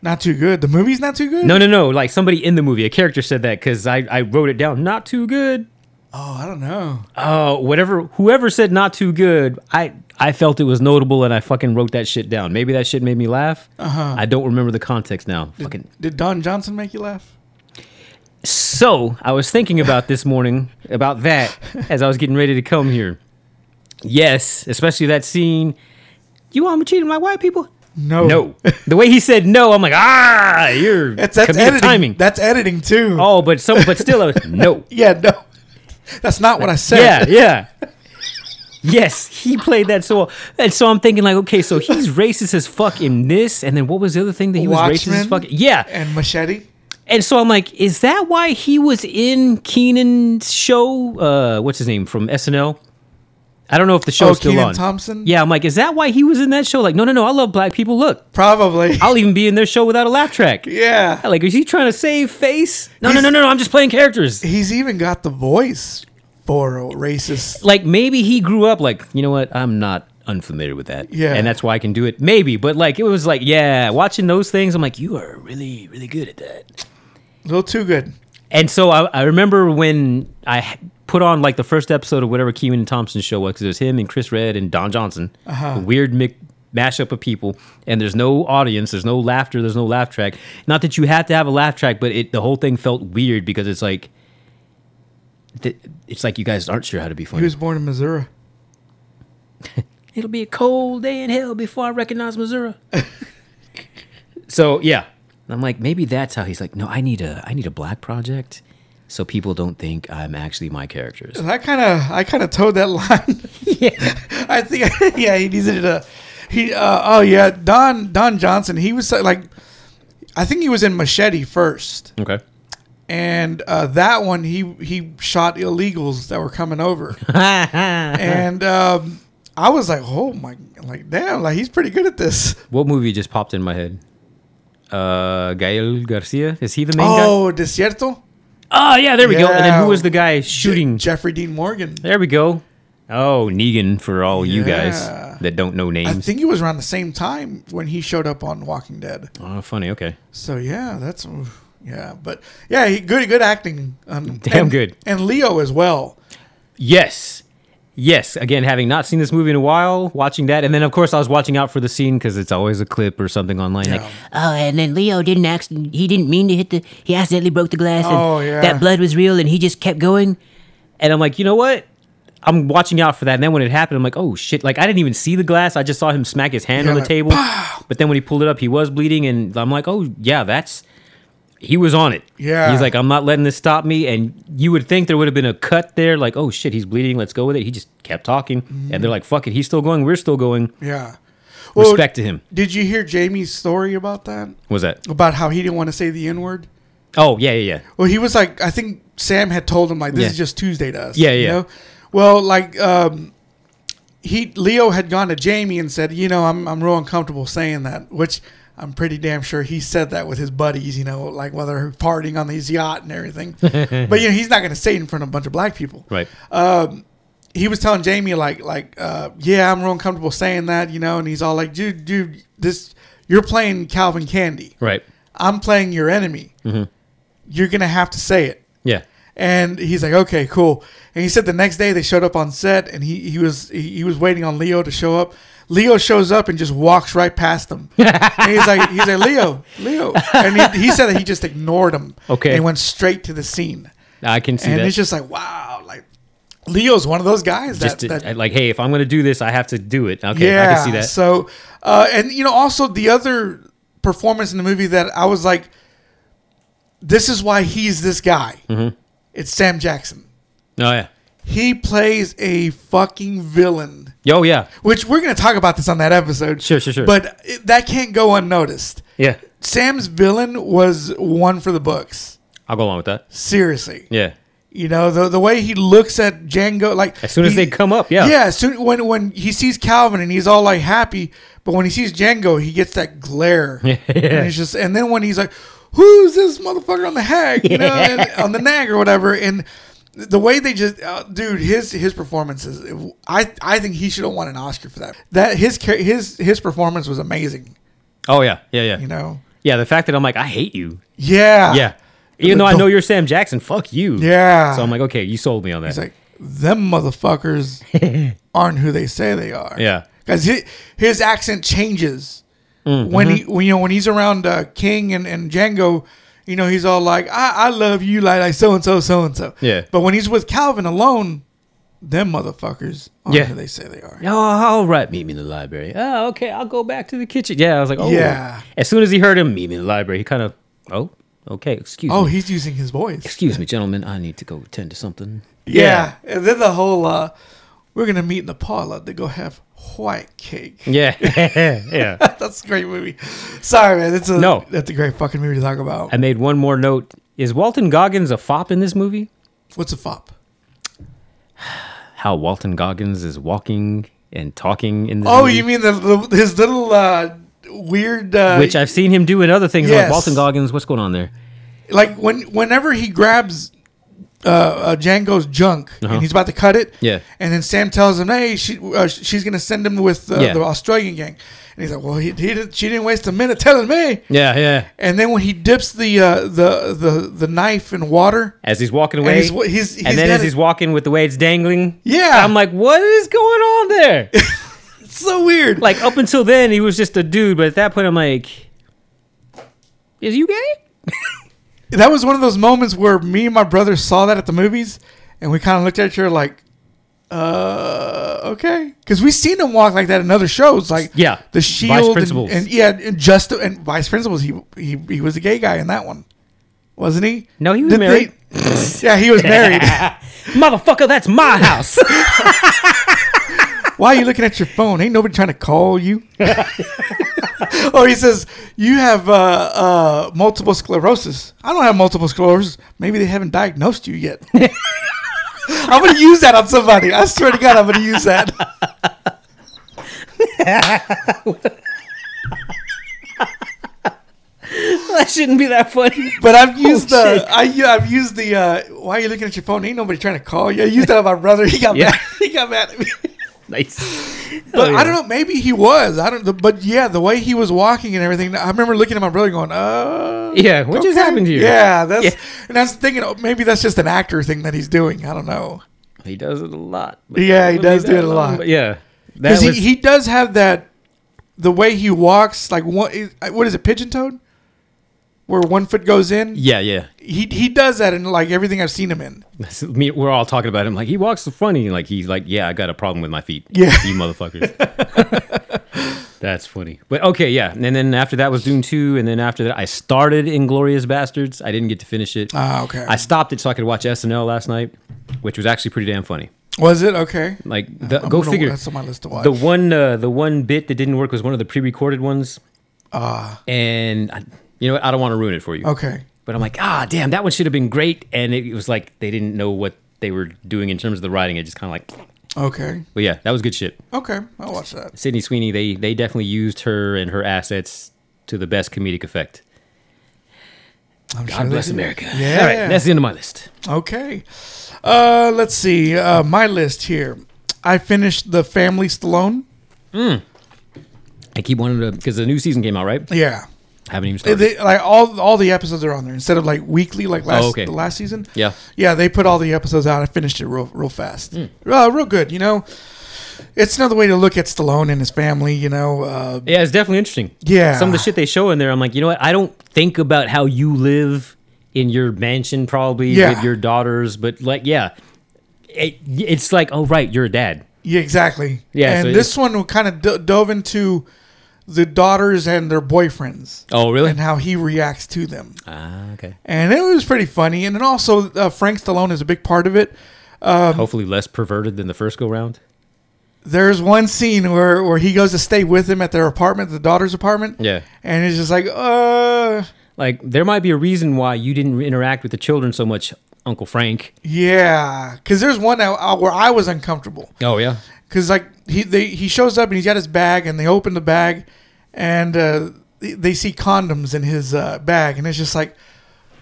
Not too good. The movie's not too good. No, no, no. Like somebody in the movie, a character said that because I I wrote it down. Not too good. Oh, I don't know. Oh, whatever. Whoever said not too good, I I felt it was notable and I fucking wrote that shit down. Maybe that shit made me laugh. Uh-huh. I don't remember the context now. Fucking Did Don Johnson make you laugh? So I was thinking about this morning about that as I was getting ready to come here. Yes, especially that scene. You want me cheating like white people? No. No. The way he said no, I'm like, ah, you're Oh. That's that's comedic editing. timing. That's editing too. oh, but some, but still, I was, no. yeah, no. That's not what I said. Yeah, yeah. Yes, he played that so well. And so I'm thinking, like, okay, so he's racist as fuck in this. And then what was the other thing that he was racist as fuck? Watchmen? Yeah. And machete. And so I'm like, is that why he was in Keenan's show? Uh, what's his name from SNL? I don't know if the show's Oh, still Kenan on. Thompson? Yeah, I'm like, is that why he was in that show? Like, no, no, no, I love black people. Look, Probably. I'll even be in their show without a laugh track. yeah. Like, is he trying to save face? No, no, no, no, no. I'm just playing characters. He's even got the voice for a racist. Like, maybe he grew up like, you know what? I'm not unfamiliar with that. Yeah. And that's why I can do it. Maybe, but like, it was like, yeah, watching those things, I'm like, you are really, really good at that. A little too good. And so I, I remember when I h- put on like the first episode of whatever Keenan Thompson's show was, because it was him and Chris Red and Don Johnson, a weird mic- mashup of people. And there's no audience, there's no laughter, there's no laugh track. Not that you have to have a laugh track, but it the whole thing felt weird because it's like, th- it's like you guys aren't sure how to be He funny. was born in Missouri. It'll be a cold day in hell before I recognize Missouri. so yeah, And I'm like, maybe that's how he's like. No, I need a I need a black project, so people don't think I'm actually my characters. I kind of, I kind of towed that line. yeah, I think, yeah, he needed to. He, uh, oh yeah, Don Don Johnson. He was uh, like, I think he was in Machete first, okay. and uh, that one he he shot illegals that were coming over, and um, I was like, oh my, like damn, like he's pretty good at this. what movie just popped in my head? Uh, Gael Garcia is he the main guy? Oh, Desierto. Oh yeah, there we go. And then Yeah. who was the guy shooting? Je- Jeffrey Dean Morgan. there we go. Oh, Negan for all you Yeah. guys that don't know I names. think it was around the same time when he showed up on Walking Dead. oh, funny. Okay. So yeah, that's yeah, but yeah, he good good acting. Um, Damn and- good. And Leo as well. Yes. Yes. Again, having not seen this movie in a while, watching that. And then, of course, I was watching out for the scene because it's always a clip or something online. Like, Oh, and then Leo didn't accident. He didn't mean to hit the. He accidentally broke the glass. And Oh, yeah. That blood was real, and he just kept going. and I'm like, you know what? I'm watching out for that. And then when it happened, I'm like, oh shit. Like, I didn't even see the glass. I just saw him smack his hand Yeah, on the like, table. But then when he pulled it up, he was bleeding. And I'm like, oh, yeah, that's. He was on it. Yeah. He's like, I'm not letting this stop me. And you would think there would have been a cut there, like, oh shit, he's bleeding. Let's go with it. He just kept talking. And they're like, fuck it. He's still going. We're still going. Yeah. Well, Respect to him. Did you hear Jamie's story about that? What was that? About how he didn't want to say the N word? Oh, yeah, yeah, yeah. Well, he was like, I think Sam had told him like, this Yeah. is just Tuesday to us. Yeah, yeah. Well, like, um, he Leo had gone to Jamie and said, you know, I'm I'm real uncomfortable saying that, which I'm pretty damn sure he said that with his buddies, you know, like while they're partying on his yacht and everything. but you know, he's not going to say it in front of a bunch of black people. Right. he was telling Jamie like like uh, yeah, I'm real uncomfortable saying that, you know, and he's all like, dude, dude, this you're playing Calvin Candy. right. Mm-hmm. I'm playing your enemy. You're gonna have to say it. Yeah. And he's like, okay, cool. And he said the next day they showed up on set, and he he was he, he was waiting on Leo to show up. Leo shows up and just walks right past him. and he's like, he's like Leo, Leo, and he, he said that he just ignored him. Okay. and went straight to the scene. I can see And that. it's just like, wow, like Leo's one of those guys just that, to- that like, hey, if I'm going to do this, I have to do it. Okay. I can see that. So, uh, and you know, also the other performance in the movie that I was like, this is why he's this guy. Mm-hmm. It's Sam Jackson. Oh yeah. He plays a fucking villain, Yo yeah. which we're going to talk about this on that episode. Sure, sure, sure. But it, that can't go unnoticed. Yeah. Sam's villain was one for the books. I'll go along with that. Seriously. Yeah. You know the the way he looks at Django, like As soon as he- they come up, yeah. yeah. As soon when when he sees Calvin and he's all like happy, but when he sees Django, he gets that glare, yeah. and it's just and then when he's like, "Who's this motherfucker on the hag?" You know, and, on the nag or whatever, and the way they just, uh, dude, his his performances, I I think he should have won an Oscar for that. That his char- his his performance was amazing. Oh yeah. Yeah yeah. You know, Yeah. The fact that I'm like I hate you. yeah, Yeah. Even though I Don't- know you're Sam Jackson, fuck you. Yeah. So I'm like, okay, you sold me on that. He's like, them motherfuckers aren't who they say they are. Yeah. because his, accent changes Mm, when he mm-hmm. when you know when he's around uh, King and, and Django. You know, he's all like, "I, I love you," like like so and so, so and so. Yeah. But when he's with Calvin alone, them motherfuckers aren't Yeah. who they say they are. Oh, all right. Meet me in the library. Oh, okay. I'll go back to the kitchen. Yeah. I was like, oh. Yeah. As soon as he heard him, meet me in the library, he kind of, oh, okay. Excuse Oh, me. he's using his voice. Excuse me, gentlemen. I need to go attend to something. Yeah. And then the whole, uh, "We're gonna meet in the parlor to go have white cake." Yeah. Yeah. yeah. That's a great movie. Sorry, man. That's a No. That's a great fucking movie to talk about. I made one more note. Is Walton Goggins a fop in this movie? What's a fop? How Walton Goggins is walking and talking in this Oh, movie, you mean the, the his little uh, weird? Uh, which I've seen him do in other things. I'm Yes. Like Walton Goggins, what's going on there? like when whenever he grabs uh, uh, Django's junk and he's about to cut it. Uh-huh. Yeah. And then Sam tells him, "Hey, she uh, she's gonna send him with uh, Yeah. the Australian gang." And he's like, "Well, he, he did, she didn't waste a minute telling me." Yeah, yeah. And then when he dips the uh, the the the knife in water, As he's walking And away, he's- he's- he's and then got as it- he's walking with the way it's dangling, Yeah. I'm like, what is going on there? it's so weird. like up until then, he was just a dude, but at that point, I'm like, is you gay? that was one of those moments where me and my brother saw that at the movies, and we kind of looked at each other like, "Uh, okay," because we seen him walk like that in other shows, like Yeah, the Vice Shield, and- Principals. And, yeah, and just and Vice Principals. He he he was a gay guy in that one, wasn't he? No, he was they- married. yeah, he was married. Motherfucker, that's my house. Why are you looking at your phone? Ain't nobody trying to call you. or he says, You have uh, uh, multiple sclerosis. I don't have multiple sclerosis. Maybe they haven't diagnosed you yet. I'm going to use that on somebody. I swear to God, I'm going to use that. that shouldn't be that funny. But I've used Oh, the, I, yeah, I've used the, uh, why are you looking at your phone? Ain't nobody trying to call you. I used that on my brother. He got Yeah. mad. He got mad at me. Nice. Oh, But I don't know. Maybe he was. I don't. The, but yeah, the way he was walking and everything. I remember looking at my brother going, "Uh, Yeah, what just happened here?" Yeah, that's Yeah. and I was thinking oh, maybe that's just an actor thing that he's doing. I don't know He does it a lot. Yeah, he does do it a lot. But yeah. That because was, he, he does have that the way he walks. Like what is uh, what is it? Pigeon toed, where one foot goes in. yeah, yeah. He he does that in like everything I've seen him in. That's- me- we're all talking about him. Like he walks funny. Like he's like, yeah, I got a problem with my feet. Yeah. you motherfuckers. That's funny. But okay, yeah. And then after that was Doom Two, and then after that I started Inglorious Bastards. I didn't get to finish it. Ah, okay. I stopped it so I could watch SNL last night, which was actually pretty damn funny. Was it okay? Like, the, I'm go gonna- figure. That's on my list to watch. The one, uh, the one bit that didn't work was one of the pre-recorded ones. Ah. and I, you know what? I don't want to ruin it for you. okay. But I'm like, ah, damn, that one should have been great. And it was like they didn't know what they were doing in terms of the writing. It just kind of like, Okay. but yeah, that was good shit. Okay. I'll watch that. Sydney Sweeney, they they definitely used her and her assets to the best comedic effect. I'm sure God they bless do. America. Yeah. All right, that's the end of my list. Okay. Uh, let's see. Uh, my list here. I finished the Family Stallone. I keep wanting to because the new season came out, right? Yeah. I haven't even They, started. they- like all all the episodes are on there instead of like weekly like last Oh, okay. the last season. Yeah. Yeah, they put all the episodes out. I finished it real real fast. Hmm. Uh, real good, you know. It's another way to look at Stallone and his family, you know. Uh, Yeah, it's definitely interesting. Yeah. Some of the shit they show in there, I'm like, you know what? I don't think about how you live in your mansion, probably Yeah. with your daughters, but like, yeah, it, it's like, oh right, you're a dad. yeah, exactly. Yeah, And so this one kind of d- dove into the daughters and their boyfriends Oh, really? and how he reacts to them. Ah, okay. And it was pretty funny. And then also, uh, Frank Stallone is a big part of it. Hopefully less perverted than the first go round. There's one scene where, where he goes to stay with him at their apartment, the daughter's apartment. Yeah. And it's just like, uh, Like there might be a reason why you didn't interact with the children so much, Uncle Frank. yeah. Because there's one that, uh, where I was uncomfortable. Oh yeah. because like he they, he shows up and he's got his bag and they open the bag and uh, they- they see condoms in his uh, bag and it's just like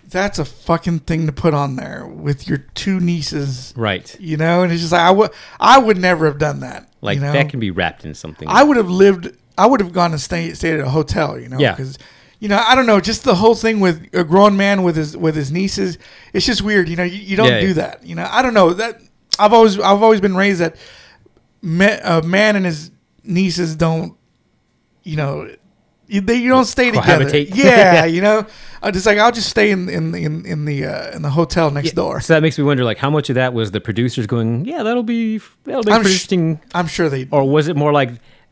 that's a fucking thing to put on there with your two nieces Right. you know and it's just like i would i would never have done that Like you know? that can be wrapped in something. i would have lived i would have gone and stayed stayed at a hotel you know Yeah. because you know i don't know just the whole thing with a grown man with his with his nieces it's just weird you know you, you don't Yeah, do yeah. that you know i don't know that i've always i've always been raised that ma- a man and his nieces don't, you know, you, they you don't stay together. Cohabitate. Yeah, you know, I just like I'll just stay in in in, in the uh, in the hotel next door. so that makes me wonder, like, how much of that was the producers going, "Yeah, that'll be that'll be I'm sh- interesting," I'm sure they. or was it more like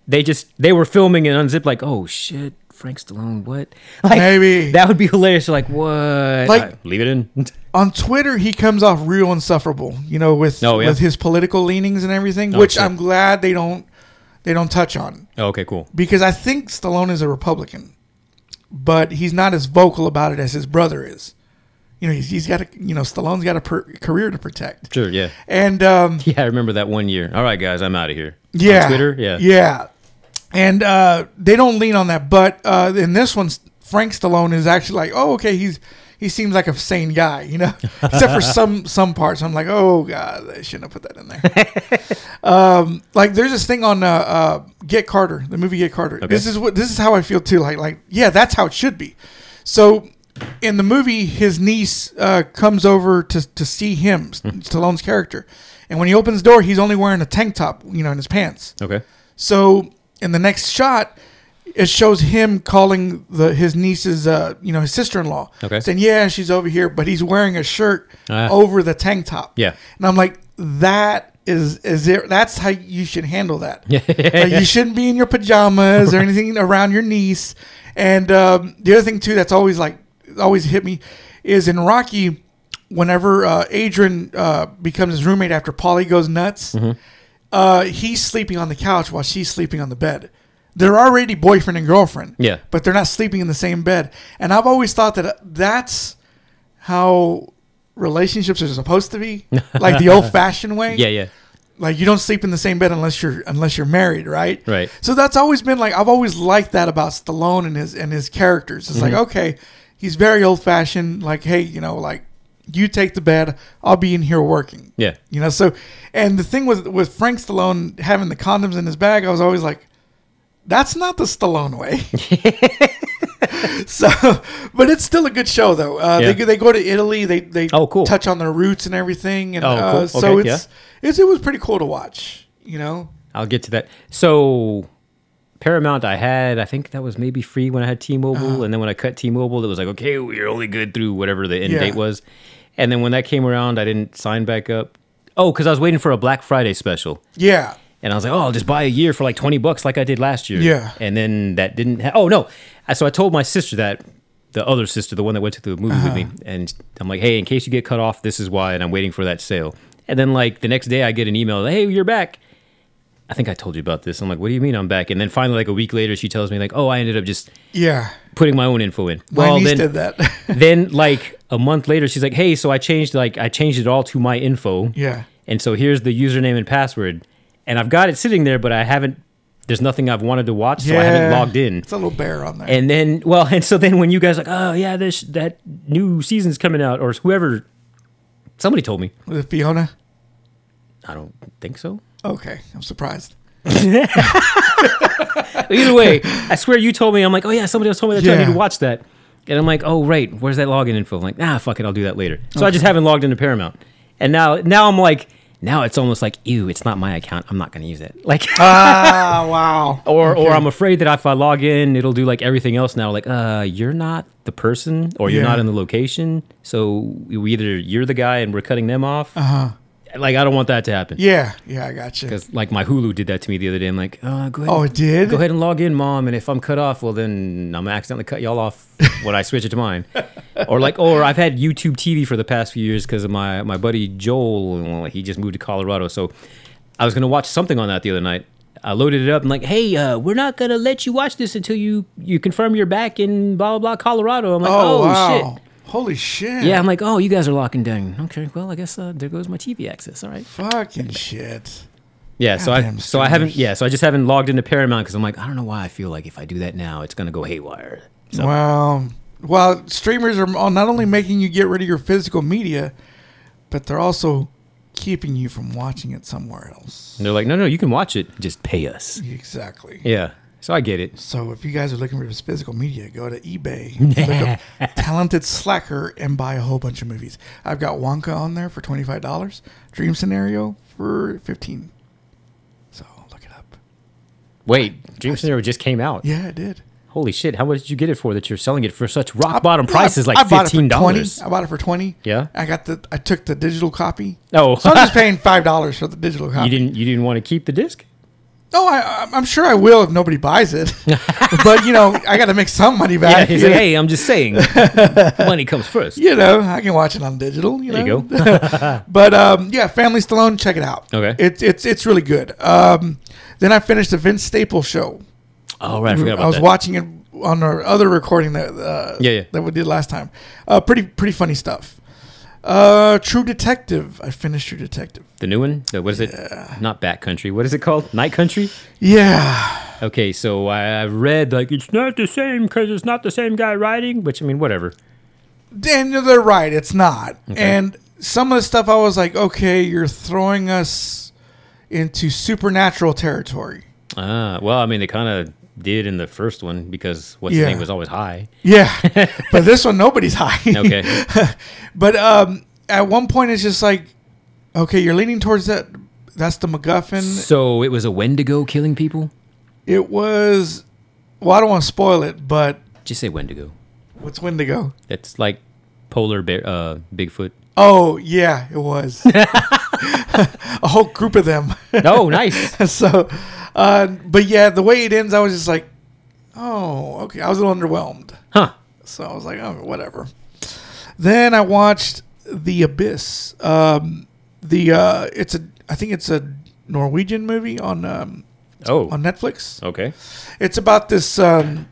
they just they were filming and unzipped, like, "Oh shit, Frank Stallone, what?" Like, Maybe. that would be hilarious. Like, what? Like- Uh, leave it in. on Twitter, he comes off real insufferable, you know, with Oh, yeah. Oh, with his political leanings and everything, which sure. I'm glad they don't they don't touch on oh, okay, cool. because I think Stallone is a Republican, but he's not as vocal about it as his brother is. You know, he's, he's got a you know Stallone's got a per- career to protect, Sure, yeah, and um, yeah. I remember that one year. All right, guys, I'm out of here. On yeah Twitter, yeah, yeah and uh they don't lean on that but uh in this one frank stallone is actually like oh okay he's he seems like a sane guy you know except for some some parts i'm like oh god i shouldn't have put that in there um like there's this thing on uh, uh get carter the movie get carter this is what this is how i feel too like like yeah that's how it should be so in the movie, his niece uh, comes over to, to see him, Hmm. Stallone's character. And when he opens the door, he's only wearing a tank top, you know, in his pants. Okay, So in the next shot, it shows him calling the his niece's, uh, you know, his sister in law. Okay. Saying, yeah, she's over here, but he's wearing a shirt Ah. over the tank top. Yeah. And I'm like, that is is it that's how you should handle that like you shouldn't be in your pajamas or anything around your niece and um, the other thing too that's always like always hit me is in rocky whenever uh, adrian uh, becomes his roommate after polly goes nuts Mm-hmm. uh, he's sleeping on the couch while she's sleeping on the bed they're already boyfriend and girlfriend Yeah. but they're not sleeping in the same bed and i've always thought that uh, that's how relationships are supposed to be like the old-fashioned way yeah, yeah. like you don't sleep in the same bed unless you're unless you're married, right? Right. So that's always been like I've always liked that about Stallone and his and his characters. It's Mm-hmm. like okay, he's very old fashioned. Like hey, you know, like you take the bed, I'll be in here working. Yeah. You know. So and the thing with with Frank Stallone having the condoms in his bag, I was always like, that's not the Stallone way. so, but it's still a good show though. Uh, Yeah. they, they go to Italy. They they Oh, cool. touch on their roots and everything. And Oh, uh, cool. so Okay, it's, it's it was pretty cool to watch. You know, I'll get to that. So Paramount, I had, I think that was maybe free when I had T-Mobile, and then when I cut T-Mobile, it was like, okay, we're only good through whatever the end Yeah. date was. And then when that came around, I didn't sign back up. Oh, because I was waiting for a Black Friday special, yeah, and I was like, oh, I'll just buy a year for like twenty bucks, like I did last year. Yeah. And then that didn't. Ha- oh no! I- So I told my sister that. The other sister, the one that went to the movie with Uh-huh. me, and I'm like, "Hey, in case you get cut off, this is why," and I'm waiting for that sale. And then, like the next day, I get an email, "Hey, you're back." I think I told you about this. I'm like, what do you mean I'm back? And then finally, like a week later, she tells me like, oh, I ended up just yeah. putting my own info in. My niece then, did that. then like a month later, she's like, hey, so I changed like I changed it all to my info. yeah, And so here's the username and password, and I've got it sitting there, but I haven't. There's nothing I've wanted to watch, so I haven't Yeah. logged in. It's a little bear on there. And then, well, and so then when you guys are like, oh yeah, this that new season's coming out, or whoever, somebody told me. Was it Fiona? I don't think so. Okay, I'm surprised. Either way, I swear you told me. I'm like, oh yeah, somebody else told me that. too. I Yeah. need to watch that. And I'm like, oh right, where's that login info? I'm like, nah, fuck it, I'll do that later. So I just haven't logged into Paramount. And now, now I'm like, now it's almost like, ew, it's not my account. I'm not gonna use it. Like, Ah, wow. or or I'm afraid that if I log in, it'll do like everything else now. Like, uh, you're not the person, or you're Yeah. not in the location. So you either you're the guy, and we're cutting them off. Uh huh. Like I don't want that to happen. Uh-huh. Yeah, yeah, I got you. Because like my Hulu did that to me the other day. I'm like, uh, go ahead. Oh, it did? Go ahead and log in, mom. And if I'm cut off, well then I'm accidentally cut y'all off when I switch it to mine. or like, or I've had YouTube TV for the past few years because of my my buddy Joel. Well, he just moved to Colorado, so I was gonna watch something on that the other night. I loaded it up and like, hey, uh, we're not gonna let you watch this until you you confirm you're back in blah blah blah Colorado. I'm like, oh, shit. Holy shit. Yeah, I'm like, oh, you guys are locking down. Okay, well, I guess uh, there goes my TV access. All right. Fucking shit. Yeah, so I Goddamn so I haven't streamers. yeah, so I just haven't logged into Paramount because I'm like I don't know why I feel like if I do that now it's gonna go haywire. So Well, well, streamers are all- not only making you get rid of your physical media, but they're also keeping you from watching it somewhere else. and they're like, no, no, you can watch it, just pay us. Exactly. Yeah, so I get it. So if you guys are looking for his physical media, go to eBay, look up Talented Slacker, and buy a whole bunch of movies. I've got Wonka on there for twenty five dollars. Dream Scenario for fifteen. So look it up. Wait, Dream Scenario just came out. Yeah, I did. Holy shit, how much did you get it for that you're selling it for such I- rock bottom yeah, prices I like bought it for fifteen dollars? 20. I bought it for twenty. Yeah. I got the. I took the digital copy. Oh. so I'm just paying five dollars for the digital copy. You didn't you didn't want to keep the disc? No, I, I- I'm sure I will if nobody buys it. but you know, I got to make some money back. Yeah, he's you like, know. hey, I'm just saying, money comes first. You know, I can watch it on digital. You There know? you go. But um, yeah, Family Stallone, check it out. Okay. it's it's it's really good. Um, then I finished the Vince Staples show. All right, I forgot about I was that. watching it on our other recording that uh, Yeah, yeah. that we did last time. Uh, pretty pretty funny stuff. Uh, True Detective. I finished True Detective. the new one. The- What is it? Not Backcountry. What is it called? Night Country. Yeah, Okay, so I I read like it's not the same because it's not the same guy writing, which I mean, whatever. Dan, they're right. It's not. And some of the stuff I was like, okay, you're throwing us into supernatural territory. Ah, well, I mean, they kind of did in the first one because what's Yeah. his name was always high. Yeah, but this one nobody's high. Okay, But um, at one point, it's just like, okay, you're leaning towards that. That's the MacGuffin. so it was a Wendigo killing people. It was. Well, I don't want to spoil it, but Just say Wendigo. what's Wendigo? That's like polar bear, uh, Bigfoot. Oh yeah, it was a whole group of them. Oh, nice. so, uh, but yeah, the way it ends, I was just like, oh, okay. I was a little underwhelmed, Huh. so I was like, oh, whatever. Then I watched The Abyss. Um, the uh, it's a I think it's a Norwegian movie on um, Oh. on Netflix. Okay. It's about this um,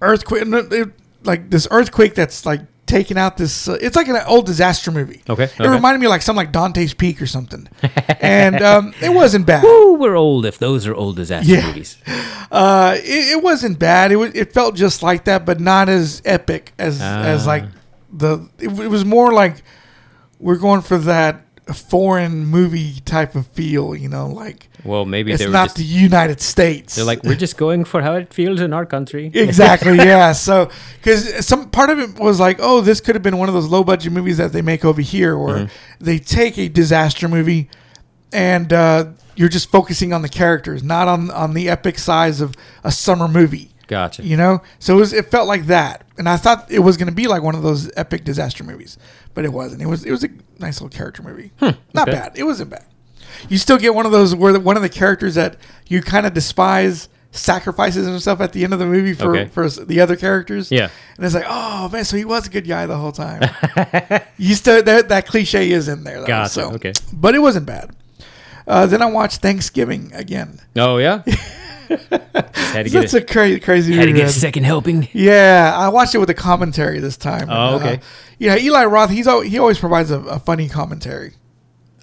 earthquake, no, it- like this earthquake that's like taking out this. Uh, it's like an old disaster movie. Okay, it okay. reminded me like something like Dante's Peak or something, and um, it wasn't bad. Ooh, we're old if those are old disaster Yeah. movies. Uh, it, it wasn't bad. It was, it felt just like that, but not as epic as as Ah. like the. It, w- it was more like we're going for that foreign movie type of feel. You know, like Well, maybe it's they were not just, the United States. they're like we're just going for how it feels in our country. Exactly. Yeah. So, because some part of it was like, oh, this could have been one of those low budget movies that they make over here, where they take a disaster movie, and uh, you're just focusing on the characters, not on on the epic size of a summer movie. Gotcha. You know. So it, was, it felt like that, and I thought it was going to be like one of those epic disaster movies, but it wasn't. It was it was a nice little character movie. Hmm, Not okay. bad. It wasn't bad. You still get one of those where the, one of the characters that you kind of despise sacrifices himself at the end of the movie for, Okay. for s- the other characters. Yeah. and it's like, oh man, so he was a good guy the whole time. you still that, that cliche is in there. Though, Gotcha, So. okay. but it wasn't bad. Uh, then I watched Thanksgiving again. Oh yeah. had to get That's a a, crazy, crazy. had to movie, get a man. second helping. Yeah, I watched it with a commentary this time. Oh, okay. Uh, you know, Eli Roth, he's al- he always provides a, a funny commentary.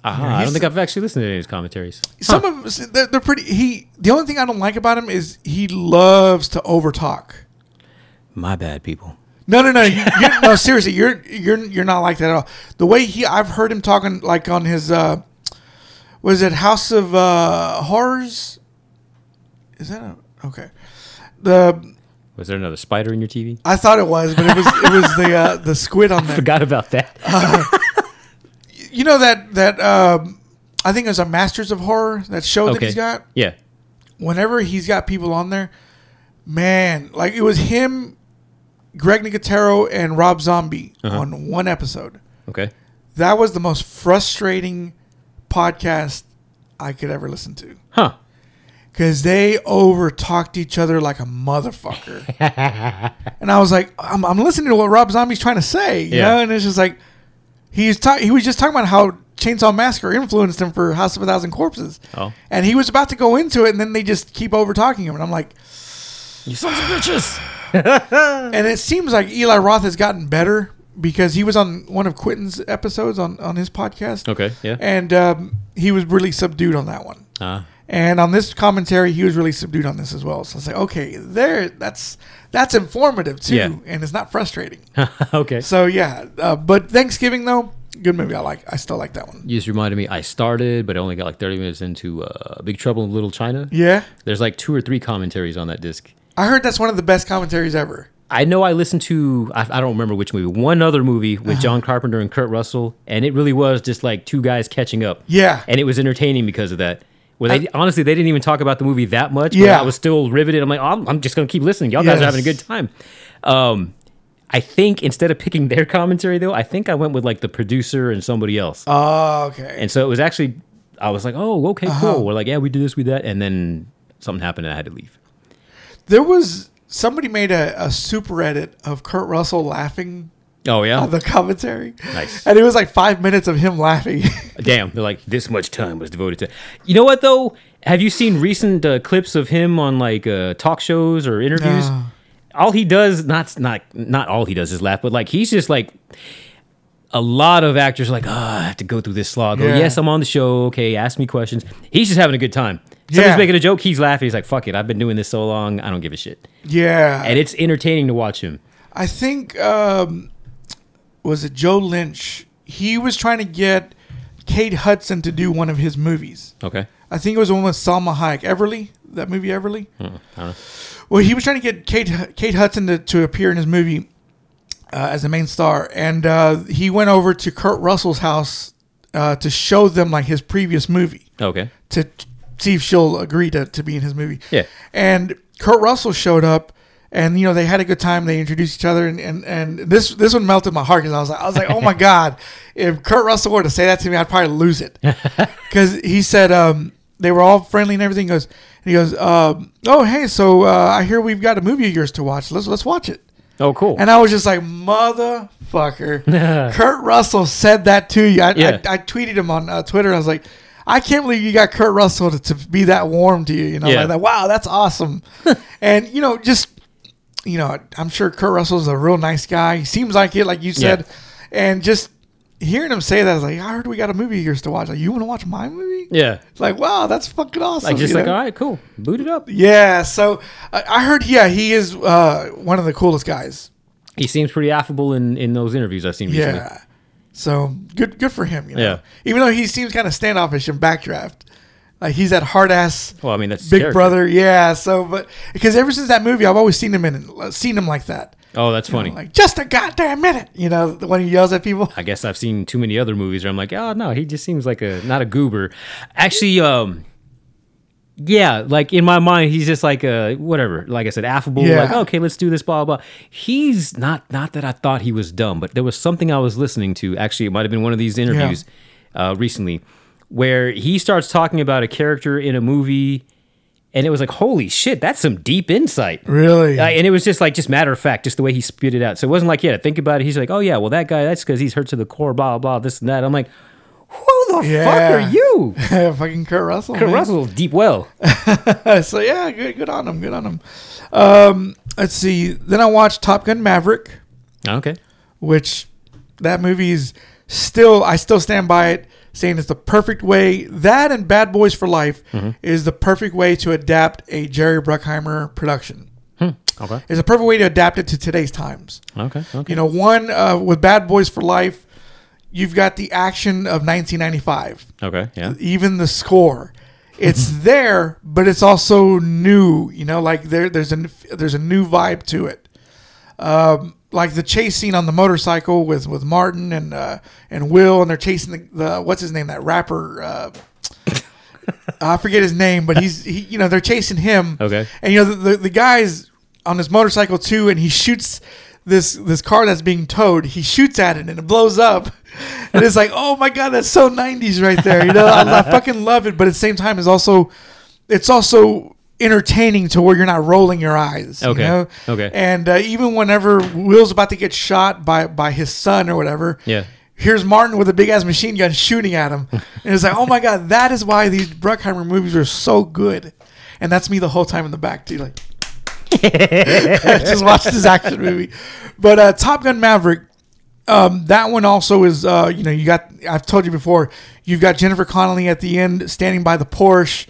Uh-huh. I don't think I've actually listened to any of his commentaries. Some of s- they're, they're pretty. He the only thing I don't like about him is he loves to overtalk. My bad, people. No, no, no, you- you- no. Seriously, you're you're you're not like that at all. The way he, I've heard him talking like on his, uh was it House of uh Horrors? Is that a, okay? The Was there another spider in your TV? I thought it was, but it was it was the uh, the squid on there. Forgot about that. you know that that um, I think it was a Masters of Horror that show that okay. he's got. Yeah. Whenever he's got people on there, man, like it was him, Greg Nicotero, and Rob Zombie on one episode. Okay. That was the most frustrating podcast I could ever listen to Huh. because they over talked each other like a motherfucker. and I was like, I'm, I'm listening to what Rob Zombie's trying to say, you Yeah. know, and it's just like he's ta- he was just talking about how Chainsaw Massacre influenced him for House of a Thousand Corpses. Oh. And he was about to go into it, and then they just keep over talking him, and I'm like, You sons of bitches. and it seems like Eli Roth has gotten better because he was on one of Quentin's episodes on on his podcast. Okay. Yeah. And um, he was really subdued on that one. Uh, And on this commentary, he was really subdued on this as well. So I was like, okay, there, that's that's informative too, Yeah. and it's not frustrating. okay. so yeah, uh, but Thanksgiving though, good movie. I like, I still like that one. You just reminded me. I started, but I only got like 30 minutes into uh, Big Trouble in Little China. Yeah, There's like two or three commentaries on that disc. I heard that's one of the best commentaries ever. I know I listened to I, I don't remember which movie, one other movie with John Carpenter and Kurt Russell, and it really was just like two guys catching up. Yeah. and it was entertaining because of that. Well, they, honestly, they didn't even talk about the movie that much. Yeah. but I was still riveted. I'm like, oh, I'm, I'm just gonna keep listening. Y'all guys are having a Yes. good time. Um, I think instead of picking their commentary though, I think I went with like the producer and somebody else. Oh, okay. And so it was actually, I was like, oh, okay, cool. We're like, yeah, we do this, we do that, and then something happened and I had to leave. There was somebody made a, a super edit of Kurt Russell laughing Oh yeah, on the commentary. Nice. And it was like five minutes of him laughing. Damn, they're like this much time was devoted to. You know what though? Have you seen recent uh, clips of him on like uh, talk shows or interviews? No. All he does not not not all he does is laugh, but like he's just like a lot of actors are like, oh, I have to go through this slog. Oh, Yeah. yes, I'm on the show. Okay, ask me questions. He's just having a good time. Somebody's Yeah. making a joke, he's laughing. He's like, fuck it, I've been doing this so long, I don't give a shit. yeah. And it's entertaining to watch him. I think um, was it Joe Lynch? He was trying to get Kate Hudson to do one of his movies. Okay. I think it was the one with Salma Hayek, Everly. That movie, Everly. Well, he was trying to get Kate Kate Hudson to, to appear in his movie uh, as the main star, and uh, he went over to Kurt Russell's house uh, to show them like his previous movie Okay. to t- see if she'll agree to, to be in his movie. Yeah. And Kurt Russell showed up and you know they had a good time. They introduced each other and and, and this this one melted my heart because I was like I was like oh my god, if Kurt Russell were to say that to me, I'd probably lose it because he said um, they were all friendly and everything. He goes and he goes um, oh hey so uh, I hear we've got a movie of yours to watch. Let's let's watch it. Oh, cool. And I was just like, motherfucker. Kurt Russell said that to you. I, Yeah. I, I tweeted him on uh, Twitter. I was like, I can't believe you got Kurt Russell to, to be that warm to you. You know, Yeah. like that. Wow, that's awesome. and, you know, just, you know, I'm sure Kurt Russell's a real nice guy. He seems like it, like you said. And just hearing him say that, I was like, I heard we got a movie of yours to watch. Like, you want to watch my movie? yeah. It's like, wow, that's fucking awesome. Like just you like, know? all right, cool. Boot it up. Yeah. So I I heard, yeah, he is uh, one of the coolest guys. He seems pretty affable in, in those interviews I've seen recently. Yeah. So good, good for him. You know? Yeah. Even though he seems kind of standoffish in backdraft, like he's that hard ass Well, I mean that's his big character. brother. Yeah. So, but because ever since that movie, I've always seen him in, seen him like that. Oh, that's funny. Like just a goddamn minute, you know, when he yells at people. I guess I've seen too many other movies where I'm like, oh no, he just seems like a not a goober. Actually, um, yeah, like in my mind, he's just like a whatever. Like I said, affable. Yeah. Like okay, let's do this. Blah blah. blah. He's not not that I thought he was dumb, but there was something I was listening to. Actually, it might have been one of these interviews uh, recently where he starts talking about a character in a movie, and it was like, holy shit, that's some deep insight. Really? Uh, and it was just like just matter of fact, just the way he spit it out. So it wasn't like yeah, think about it. He's like, oh yeah, well that guy, that's because he's hurt to the core, blah blah, this and that. I'm like, who the Yeah. fuck are you, Fucking Kurt Russell. Kurt man. Russell? Deep well. so yeah, good, good on him. Good on him. Um, let's see. Then I watched Top Gun Maverick. okay. which that movie is still I still stand by it saying it's the perfect way that and Bad Boys for Life is the perfect way to adapt a Jerry Bruckheimer production. Hmm. Okay. It's a perfect way to adapt it to today's times. Okay. Okay. You know, one uh, with Bad Boys for Life, you've got the action of 1995 Okay. Yeah. even the score. It's there, but it's also new. You know, like there, there's a there's a new vibe to it. Um, like the chase scene on the motorcycle with with Martin and uh, and Will, and they're chasing the, the what's his name that rapper. Uh, I forget his name, but he's he, you know they're chasing him. Okay. and you know the, the the guys on his motorcycle too, and he shoots this this car that's being towed. He shoots at it and it blows up. and it's like, oh my god, that's so '90s right there. You know, I, I fucking love it, but at the same time, it's also, it's also entertaining to where you're not rolling your eyes. you Okay. know? Okay. And uh, even whenever Will's about to get shot by by his son or whatever, Yeah. Here's Martin with a big ass machine gun shooting at him, and it's like, oh my god, that is why these Bruckheimer movies are so good, and that's me the whole time in the back too, like. just watched this action movie. But uh, Top Gun Maverick, um, that one also is, uh, you know, you got, I've told you before, you've got Jennifer Connelly at the end standing by the Porsche,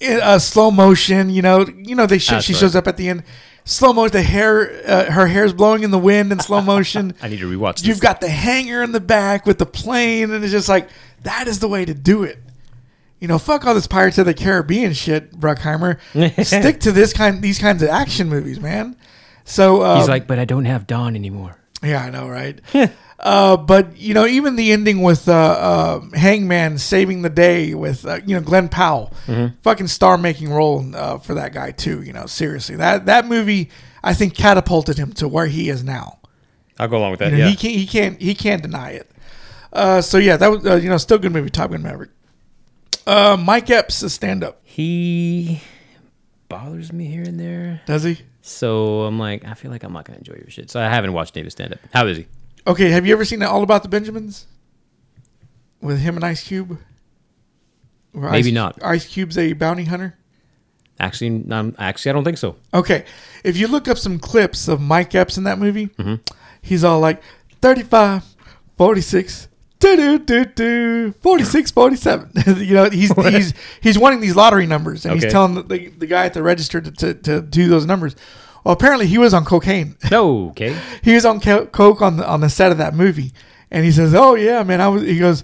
in, uh, slow motion, you know, you know, they sh- That's she right. shows up at the end, slow motion, the hair, uh, her hair's blowing in the wind in slow motion. I need to rewatch this. You've got the hangar in the back with the plane, and it's just like, that is the way to do it. You know, fuck all this Pirates of the Caribbean shit, Bruckheimer. Stick to this kind, these kinds of action movies, man. So um, He's like, but I don't have Dawn anymore. yeah, I know, right? uh, but you know, even the ending with uh, uh, Hangman saving the day with uh, you know Glenn Powell, fucking star-making role uh, for that guy too. You know, seriously, that that movie I think catapulted him to where he is now. I'll go along with that. You know, yeah. He can't he can't he can't deny it. Uh, so yeah, that was uh, you know still good movie, Top Gun Maverick. Uh, Mike Epps is stand-up, he bothers me here and there. does he? So I'm like, I feel like I'm not gonna enjoy your shit. So I haven't watched David stand up. How is he? Okay, have you ever seen All About the Benjamins with him and Ice Cube? Where Maybe Ice- not. Ice Cube's a bounty hunter. Actually, um, actually, I don't think so. Okay, if you look up some clips of Mike Epps in that movie, Mm-hmm. he's all like 35, 46, doo doo doo 46, 47. you know, he's he's he's wanting these lottery numbers, and Okay. he's telling the, the, the guy at the register to, to, to do those numbers. Well, apparently he was on cocaine. No, okay. he was on co- coke on the on the set of that movie, and he says, "Oh yeah, man." I was. He goes,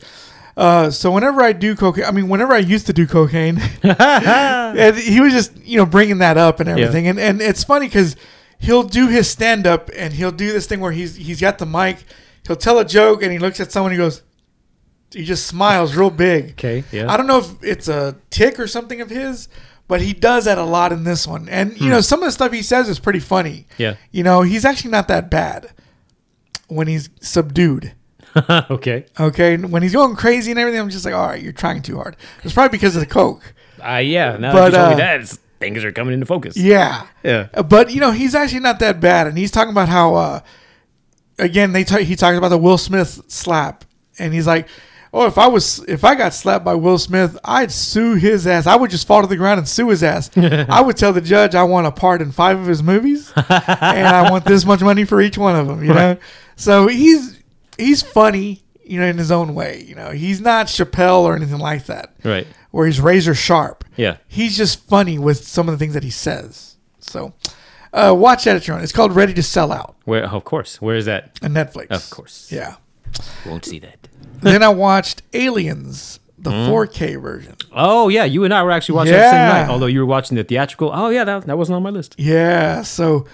uh, "So whenever I do cocaine, I mean, whenever I used to do cocaine, and he was just you know bringing that up and everything, and and it's funny because he'll do his stand up and he'll do this thing where he's he's got the mic, he'll tell a joke, and he looks at someone, he goes." He just smiles real big. Okay, yeah. I don't know if it's a tick or something of his, but he does that a lot in this one. And you know, some of the stuff he says is pretty funny. Yeah. You know, he's actually not that bad when he's subdued. okay. Okay. And when he's going crazy and everything, I'm just like, all right, you're trying too hard. It's probably because of the coke. Uh, yeah. Now that But, you told uh, me that, it's- things are coming into focus. Yeah. Yeah. Uh, But you know, he's actually not that bad, and he's talking about how, uh, again, they talk, he talked about the Will Smith slap, and he's like, "Oh, if I was if I got slapped by Will Smith, I'd sue his ass. I would just fall to the ground and sue his ass. I would tell the judge I want a part in five of his movies, and I want this much money for each one of them. You know, so he's he's funny." You know, in his own way. You know, he's not Chappelle or anything like that Right. where he's razor sharp. Yeah. He's just funny with some of the things that he says. So uh, watch that at your own. It's called Ready to Sell Out Where? Of course. Where is that? on Netflix. Of course. Yeah. Won't see that. then I watched Aliens, the Hmm? 4K version. Oh yeah, you and I were actually watching that Yeah. same night. Although you were watching the theatrical. Oh yeah, that, that wasn't on my list. Yeah. So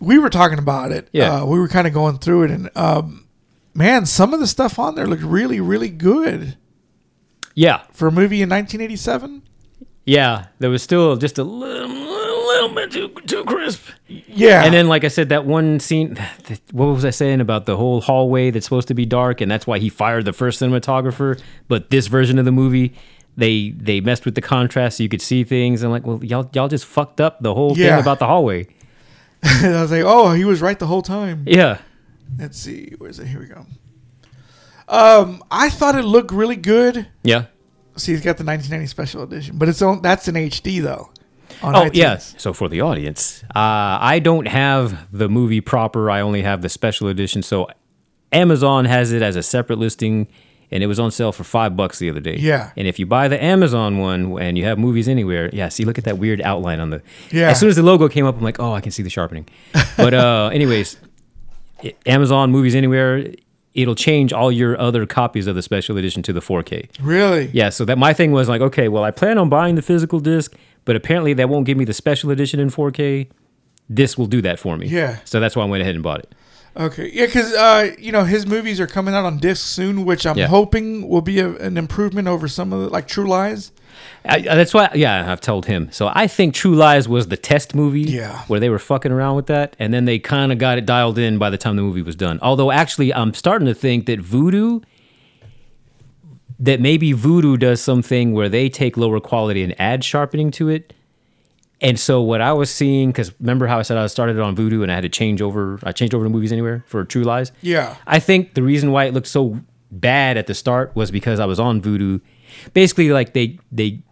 we were talking about it. Yeah. Uh, we were kind of going through it. And um, man, some of the stuff on there looked really, really good Yeah. for a movie in 1987. Yeah. There was still just a little, little, little bit too too crisp. Yeah. And then, like I said, that one scene. What was I saying about the whole hallway that's supposed to be dark, and that's why he fired the first cinematographer. But this version of the movie, they they messed with the contrast so you could see things. And like, well, y'all y'all just fucked up the whole Yeah. thing about the hallway. And I was like, oh, he was right the whole time. Yeah, Let's see. Where's it? Here we go. Um, I thought it looked really good. yeah, See, it's got the 1990 special edition, but it's on, that's in HD though. On oh iTunes. yes. So for the audience, uh, I don't have the movie proper. I only have the special edition. So Amazon has it as a separate listing. And it was on sale for five bucks the other day. Yeah. And if you buy the Amazon one and you have movies anywhere, yeah, see, look at that weird outline on the. Yeah. As soon as the logo came up, I'm like, oh, I can see the sharpening. But, uh, anyways, i- Amazon movies anywhere, it'll change all your other copies of the special edition to the 4K. Really? Yeah, so that my thing was like, okay, well, I plan on buying the physical disc, but apparently that won't give me the special edition in 4K. This will do that for me. Yeah. So that's why I went ahead and bought it. Okay, yeah, because uh, you know his movies are coming out on disc soon, which I'm Yeah. hoping will be a, an improvement over some of the like True Lies. I, I- that's why, yeah, I've told him. So I think True Lies was the test movie Yeah. where they were fucking around with that. And then they kind of got it dialed in by the time the movie was done. Although, actually, I'm starting to think that Voodoo, that maybe Voodoo does something where they take lower quality and add sharpening to it. And so what I was seeing, because remember how I said I started on Voodoo and I had to change over, I changed over to Movies Anywhere for True Lies? Yeah. I think the reason why it looked so bad at the start was because I was on Voodoo. Basically, like they they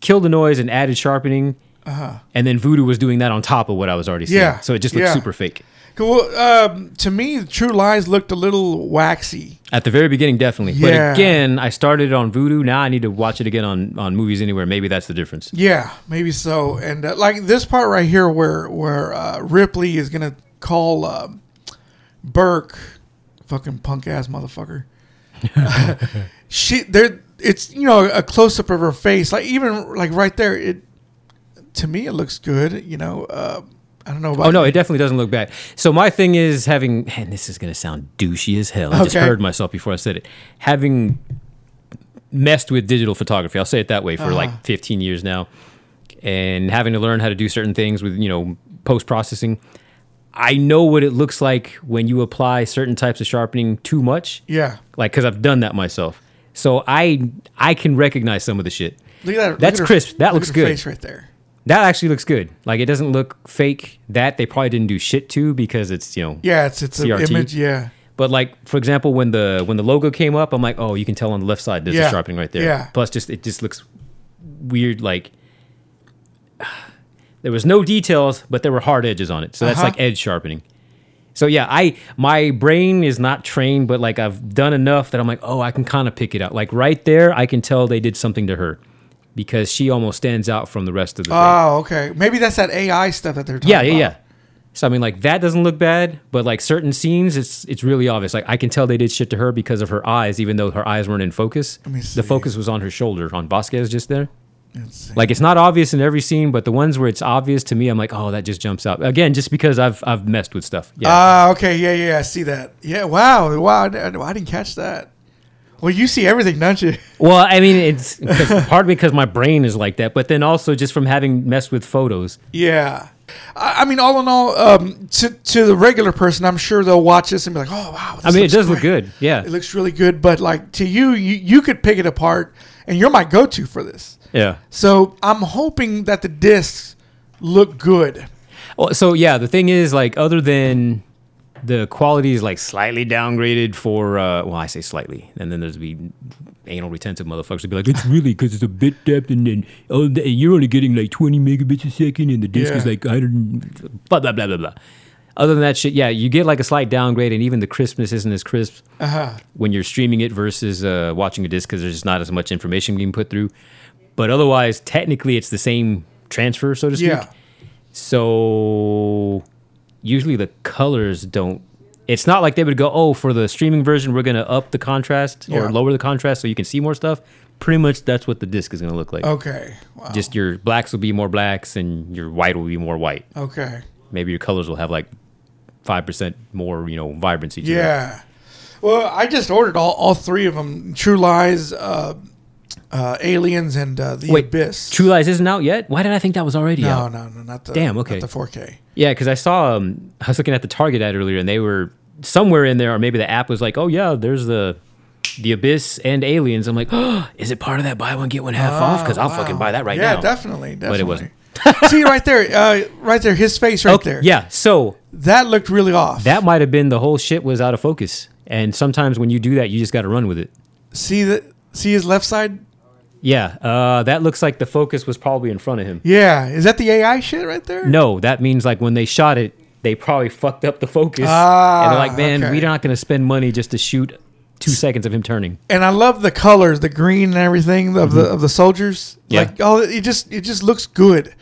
killed the noise and added sharpening, and then Voodoo was doing that on top of what I was already seeing. Uh-huh. Yeah, So it just looked yeah. super fake Cool. Um, to me, True Lies looked a little waxy. at the very beginning, definitely. Yeah. But again, I started on Voodoo. Now I need to watch it again on on Movies Anywhere. Maybe that's the difference. Yeah, maybe so. And uh, like this part right here, where where uh, Ripley is gonna call um Burke, fucking punk ass motherfucker. she there. It's you know a close up of her face. Like even like right there, it to me it looks good. You know, uh, I don't know about. Oh no, it definitely doesn't look bad. So my thing is having, and this is gonna sound douchey as hell. I just Okay. heard myself before I said it. Having messed with digital photography, I'll say it that way, for Uh-huh. like 15 years now, and having to learn how to do certain things with you know post processing. I know what it looks like when you apply certain types of sharpening too much, Yeah, like because I've done that myself. So I I can recognize some of the shit. look at that. look That's at her- crisp. That look looks at her good. Face right there. That actually looks good. Like it doesn't look fake. That they probably didn't do shit to because it's you know Yeah, it's it's an CRT. image. Yeah, But like for example, when the when the logo came up, I'm like, oh, you can tell on the left side there's Yeah. a sharpening right there. Yeah. Plus, just it just looks weird. Like there was no details, but there were hard edges on it. So that's Uh-huh. like edge sharpening. So yeah, I my brain is not trained, but like I've done enough that I'm like, oh, I can kind of pick it out. Like right there, I can tell they did something to her because she almost stands out from the rest of the. thing. Oh, okay. Maybe that's that AI stuff that they're talking Yeah, yeah, about. yeah. So I mean, like that doesn't look bad, but like certain scenes, it's it's really obvious. Like I can tell they did shit to her because of her eyes, even though her eyes weren't in focus. me see. The focus was on her shoulder, on Vasquez just there. Let's see. Like it's not obvious in every scene, but the ones where it's obvious to me, I'm like, oh, that just jumps out again, just because I've I've messed with stuff. Yeah, Ah, okay, yeah, yeah, I see that. Yeah, wow, wow, I, I didn't catch that. Well, you see everything, don't you? Well, I mean, it's 'cause- partly because my brain is like that, but then also just from having messed with photos. Yeah, I, I mean, all in all, um, to to the regular person, I'm sure they'll watch this and be like, "Oh, I wow." this mean, it looks does look great. good. Yeah, It looks really good, but like to you, you you could pick it apart, and you're my go-to for this. yeah. So I'm hoping that the discs look good. Well, so yeah, the thing is, like, other than the quality is like slightly downgraded for, uh, well, I say slightly, and then there's be anal retentive motherfuckers to be like, it's really because it's a bit depth, and then all the, and you're only getting like 20 megabits a second, and the disk is Yeah. like 100, blah blah blah blah blah. Other than that shit, yeah, you get like a slight downgrade, and even the crispness isn't as crisp Uh-huh. when you're streaming it versus uh, watching a disc because there's just not as much information being put through. But otherwise, technically, it's the same transfer, so to speak. Yeah, So usually the colors don't. It's not like they would go, oh, for the streaming version, we're going to up the contrast Yeah. or lower the contrast so you can see more stuff. Pretty much that's what the disc is going to look like. okay, Oh, wow. Just your blacks will be more blacks and your white will be more white. okay. Maybe your colors will have like 5% more, you know, vibrancy. to them. Yeah. Well, I just ordered all, all three of them: True Lies, uh, uh, Aliens, and uh, The Wait, Abyss. True Lies isn't out yet? Why did I think that was already out? no, no, no, not the Damn, not okay. the 4K. Yeah, because I saw um, I was looking at the Target ad earlier, and they were somewhere in there, or maybe the app was like, "Oh yeah, there's the the Abyss and Aliens." I'm like, oh, "Is it part of that buy one get one half off?" Because I'll fucking buy that right Oh, yeah, now. definitely, definitely. it wasn't. See right there, uh, right there, his face right Okay, there. Yeah, so that looked really off. that might have been the whole shit was out of focus, and sometimes when you do that, you just got to run with it. see the see his left side. Yeah, uh, that looks like the focus was probably in front of him. Yeah, is that the AI shit right there? No, that means like when they shot it, they probably fucked up the focus, and they're like, Ah, "Man, okay. we're not going to spend money just to shoot two seconds of him turning." And I love the colors, the green and everything of the of the soldiers. Mm-hmm. Yeah. Like all it just it just looks good.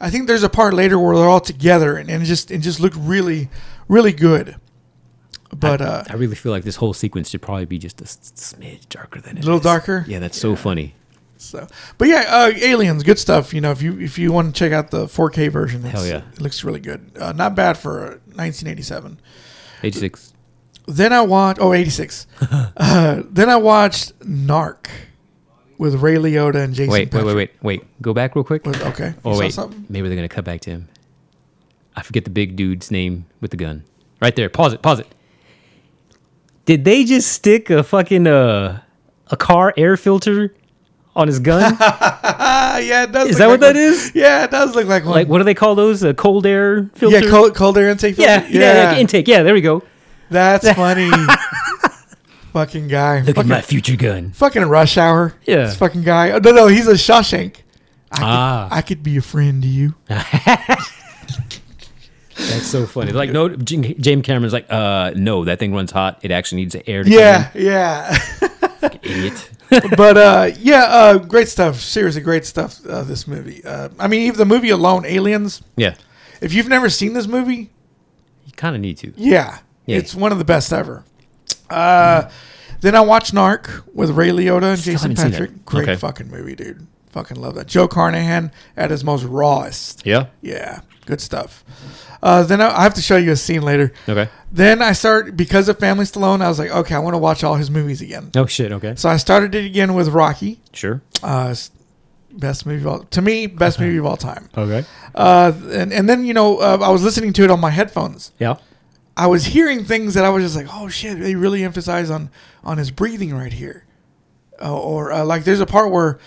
I think there's a part later where they're all together and, and it just it just looked really really good. But uh I really feel like this whole sequence should probably be just a s- smidge darker than it is. a little darker. Yeah, that's so funny. So, but yeah, uh, aliens, good stuff. You know, if you if you want to check out the 4K version, it's, Hell yeah. it looks really good. Uh, not bad for 1987. 86. Then I watched oh 86. uh, then I watched Narc with Ray Liotta and Jason. Wait, wait, Patrick. wait, wait, wait. Go back real quick. What- Okay. You Oh saw wait, something? maybe they're gonna cut back to him. I forget the big dude's name with the gun. Right there. Pause it. Pause it. Did they just stick a fucking uh, a car air filter on his gun? Ah, yeah, it does. Is look that like what that one. is? Yeah, it does look like one. like what do they call those? A cold air filter? Yeah, cold, cold air intake. yeah, filter? yeah, yeah, intake. Yeah, there we go. That's funny. fucking guy. Look fucking, at my future gun. fucking rush hour. Yeah. This fucking guy. Oh, no, no, he's a Shawshank. I could, Ah. I could be a friend to you. That's so funny. Like no, Jim- James Cameron's like, uh, no, that thing runs hot. It actually needs air. To Yeah, yeah. come in. idiot. but uh, yeah, uh, great stuff. Seriously, great stuff. Uh, this movie. Uh, I mean, even the movie alone, Aliens. yeah, If you've never seen this movie, you kind of need to. yeah, Yeah. it's one of the best ever. Uh, then I watched Narc with Ray Liotta and Jason haven't seen Patrick. that. Great Okay. fucking movie, dude. Fucking love that. Joe Carnahan at his most rawest. Yeah. Yeah, good stuff. Uh, then I, I have to show you a scene later. Okay. Then I start because of Family Stallone. I was like, okay, I want to watch all his movies again. Oh shit. Okay. So I started it again with Rocky. Sure. Uh, s- best movie of all to me, best movie of all time. Okay. Uh, and and then you know uh, I was listening to it on my headphones. Yeah. I was hearing things that I was just like, oh shit, they really emphasize on on his breathing right here, uh, or uh, like there's a part where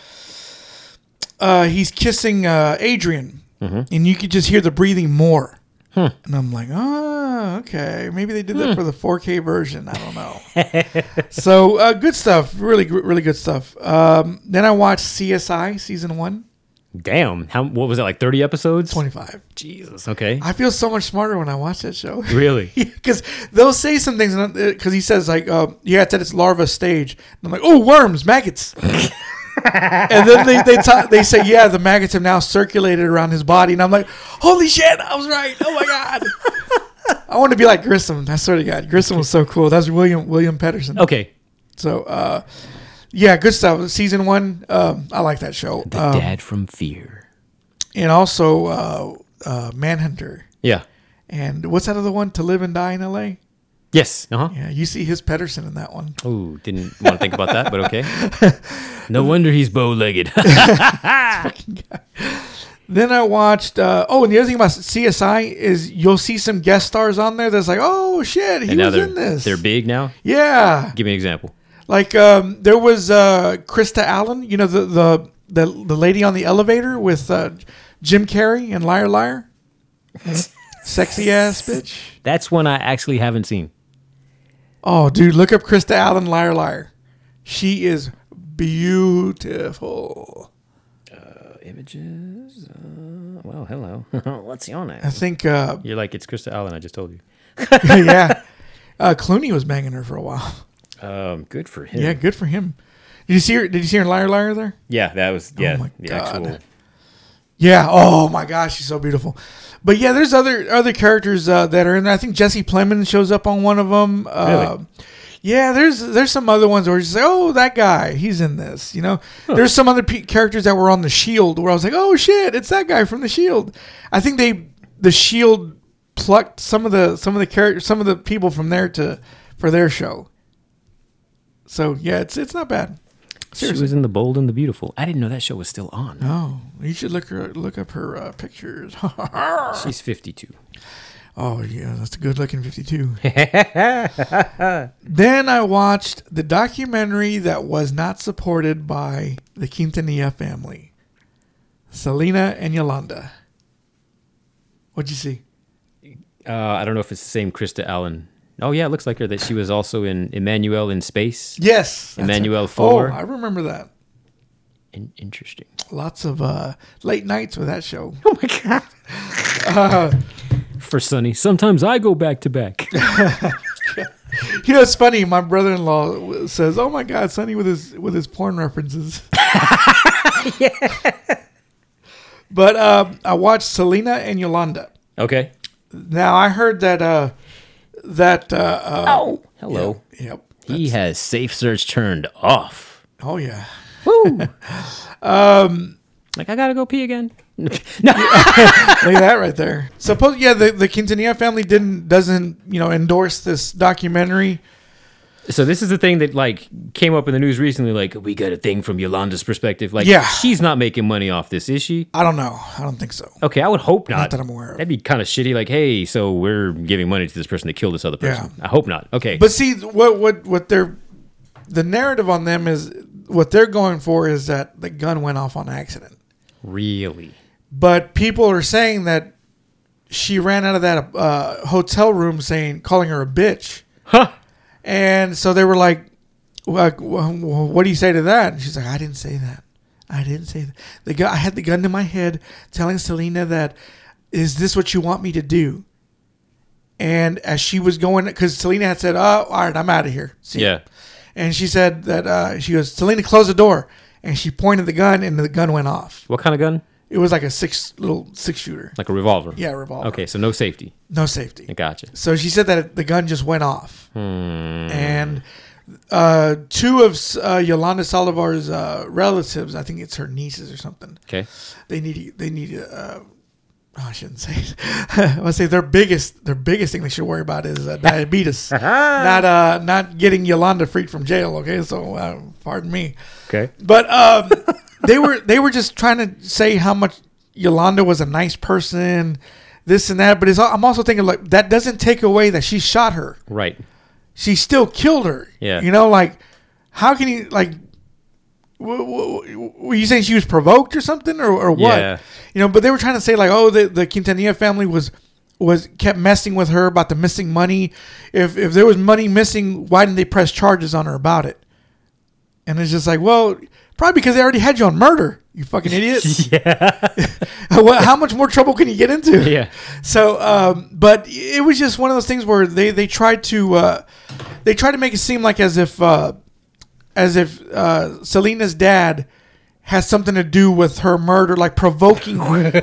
uh, he's kissing uh, Adrian, and you could just hear the breathing more. And I'm like, oh, okay, maybe they did that for the 4K version. I don't know. so uh, good stuff, really, gr- really good stuff. Um, then I watched CSI season one, Damn. How? What was that? Like thirty episodes? 25. Jesus. Okay. I feel so much smarter when I watch that show. really? because they'll say some things because he says like uh, yeah it's at its larva stage and i'm like oh worms maggots and then they they, ta- they say yeah the maggots have now circulated around his body and i'm like holy shit i was right oh my god i want to be like grissom i swear to god grissom was so cool that's william william Patterson. Okay. so uh yeah good stuff season one um i like that show uh, Dad from Fear. and also uh uh manhunter Yeah. and what's that other one to live and die in la Yes. Uh huh. yeah you see his Pedersen in that one Ooh, didn't want to think about that, but okay. No wonder he's bow-legged. Then I watched. Uh, oh, and the other thing about CSI is you'll see some guest stars on there. That's like, oh shit, he and now was they're, in this. they're big now. yeah, Give me an example. like um, there was uh, Krista Allen. You know the the the, the lady on the elevator with uh, Jim Carrey and Liar Liar. Sexy ass bitch. That's one I actually haven't seen. Oh, dude, look up Krista Allen Liar Liar. She is beautiful. Images. Uh, well, hello. What's your I name? think. Uh, You're like it's Krista Allen. I just told you. yeah, uh, Clooney was banging her for a while. Um, good for him. Yeah, Yeah, good for him. Did you see her? Did you see her in Liar Liar there? that was yeah my the God. actual. Yeah. Oh my gosh, she's so beautiful. But yeah, there's other other characters uh, that are in there. I think Jesse Plemons shows up on one of them. Uh, Really? Yeah, there's there's some other ones where you say, oh, that guy, he's in this. You know, there's some other pe- characters that were on the Shield where I was like, oh shit, it's that guy from the Shield. I think they the Shield plucked some of the some of the characters some of the people from there to for their show. So yeah, it's it's not bad. She Seriously. was in the Bold and the Beautiful. I didn't know that show was still on. Oh, you should look her look up her uh, pictures. She's 52. Oh yeah, that's a good looking fifty-two. then I watched the documentary that was not supported by the Quintanilla family, Selena and Yolanda. What'd you see? Uh, I don't know if it's the same Krista Allen. Oh yeah, it looks like her. That she was also in Emmanuel in Space. Yes, that's Emmanuel it. Fuller. Oh, I remember that. In- interesting. Lots of uh, late nights with that show. Oh my god. For Sunny, sometimes I go back to back. You know, it's funny. My brother-in-law w- says, "Oh my God, Sonny with his with his porn references." But um, I watched Selena and Yolanda. Okay. Now I heard that uh, that uh, uh, Oh. Hello. yep. He has safe search turned off. Oh yeah. Woo. Like I gotta go pee again. no, Look at that right there. Suppose yeah, the the Quintanilla family didn't doesn't you know endorse this documentary. so this is the thing that like came up in the news recently. Like we got a thing from Yolanda's perspective. Like Yeah. she's not making money off this, is she? I don't know. I don't think so. Okay, I would hope not. that I'm aware of. That'd be kind of shitty. Like, hey, so we're giving money to this person to kill this other person. I hope not. Okay, But see what what what they're the narrative on them is what they're going for is that the gun went off on accident. really, But people are saying that she ran out of that uh, hotel room saying calling her a bitch. huh? And so they were like, like, wh- wh- "What do you say to that?" And she's like, "I didn't say that. I didn't say that. The gu- I had the gun to my head, telling Selena that, is this what you want me to do?" And as she was going, because Selena had said, "Oh, all right, I'm out of here." See ya." Yeah. And she said that uh, she goes, "Selena, close the door." And she pointed the gun, and the gun went off. What kind of gun? It was like a six little six shooter. Like a revolver. Yeah, revolver. Okay, so no safety. No safety. I gotcha. Mm, So she said that the gun just went off, and uh, two of uh, Yolanda Salivar's uh, relatives, I think it's her nieces or something, Okay. they need they need. Uh, oh, I shouldn't say. it. I would say their biggest their biggest thing they should worry about is uh, diabetes, not uh, not getting Yolanda freed from jail. Okay, so uh, pardon me. Okay. But um, they were they were just trying to say how much Yolanda was a nice person, this and that. But it's, al- I'm also thinking like that doesn't take away that she shot her. Right. She still killed her. Yeah. You know, like how can you like? W- w- were you saying she was provoked or something or, or what? Yeah. You know, but they were trying to say like, oh, the the Quintanilla family was was kept messing with her about the missing money. If if there was money missing, why didn't they press charges on her about it? And it's just like, well, probably because they already had you on murder, you fucking idiot. What- How much more trouble can you get into? Yeah. So, um, but it was just one of those things where they they tried to uh, they tried to make it seem like as if uh, as if uh, Selena's dad has something to do with her murder, like provoking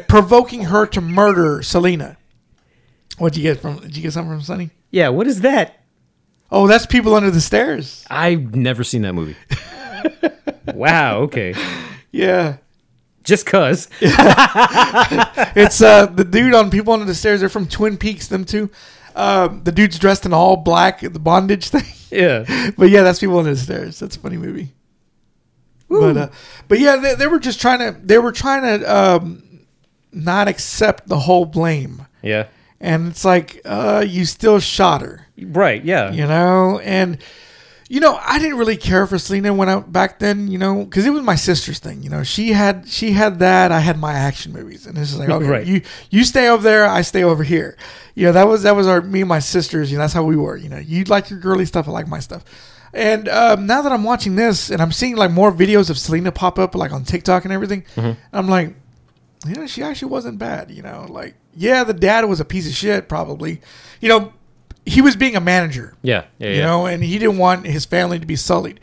provoking her to murder Selena. What'd you get from? Did you get something from Sonny? Yeah. What is that? Oh, that's people under the stairs. I've never seen that movie. wow. Okay. Yeah. Just cause. it's uh the dude on People Under the Stairs. They're from Twin Peaks. Them two. Um, the dude's dressed in all black, the bondage thing. Yeah. but yeah, that's People Under the Stairs. That's a funny movie. But uh, but yeah, they, they were just trying to they were trying to um, not accept the whole blame, Yeah. and it's like uh, you still shot her Right. Yeah. you know and you know i didn't really care for selena when i back then you know because it was my sister's thing you know she had she had that i had my action movies and it's just like okay Right. you you stay over there i stay over here you know that was that was our me and my sisters you know that's how we were you know you like your girly stuff i like my stuff and um, now that i'm watching this and i'm seeing like more videos of selena pop up like on tiktok and everything Mm-hmm. i'm like you know, she actually wasn't bad. You know, like yeah, the dad was a piece of shit, probably. You know, he was being a manager. Yeah. Yeah. You know, and he didn't want his family to be sullied,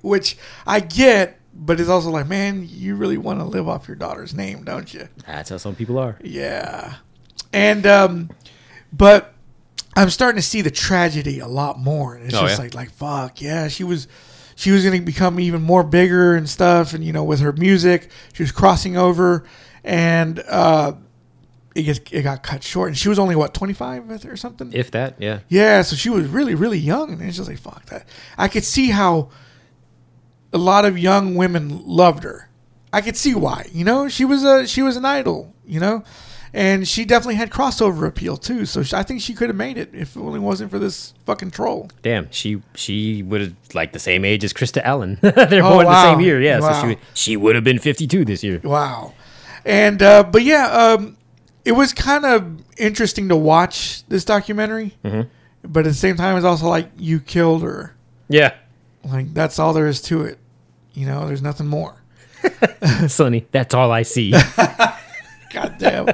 which I get. But it's also like, man, you really want to live off your daughter's name, don't you? That's how some people are. Yeah. And um, but I'm starting to see the tragedy a lot more, and it's Oh, just yeah? like, like fuck, yeah, she was. She was going to become even more bigger and stuff, and you know, with her music, she was crossing over, and uh, it gets it got cut short. And she was only what twenty five or something. If that. Yeah. Yeah, so she was really, really young, and it's just like fuck that. I could see how a lot of young women loved her. I could see why. You know, she was a she was an idol. You know, and she definitely had crossover appeal too. So she, I think she could have made it if it only wasn't for this fucking troll. Damn. She she would have like the same age as Krista Allen. They're born the Oh, wow. same year. Yeah. So Wow. she would- she would have been 52 this year. Wow. And uh, but yeah, um, it was kind of interesting to watch this documentary. But at the same time, it's also like you killed her. Yeah. Like that's all there is to it. You know, there's nothing more. Sonny, that's all I see. God damn.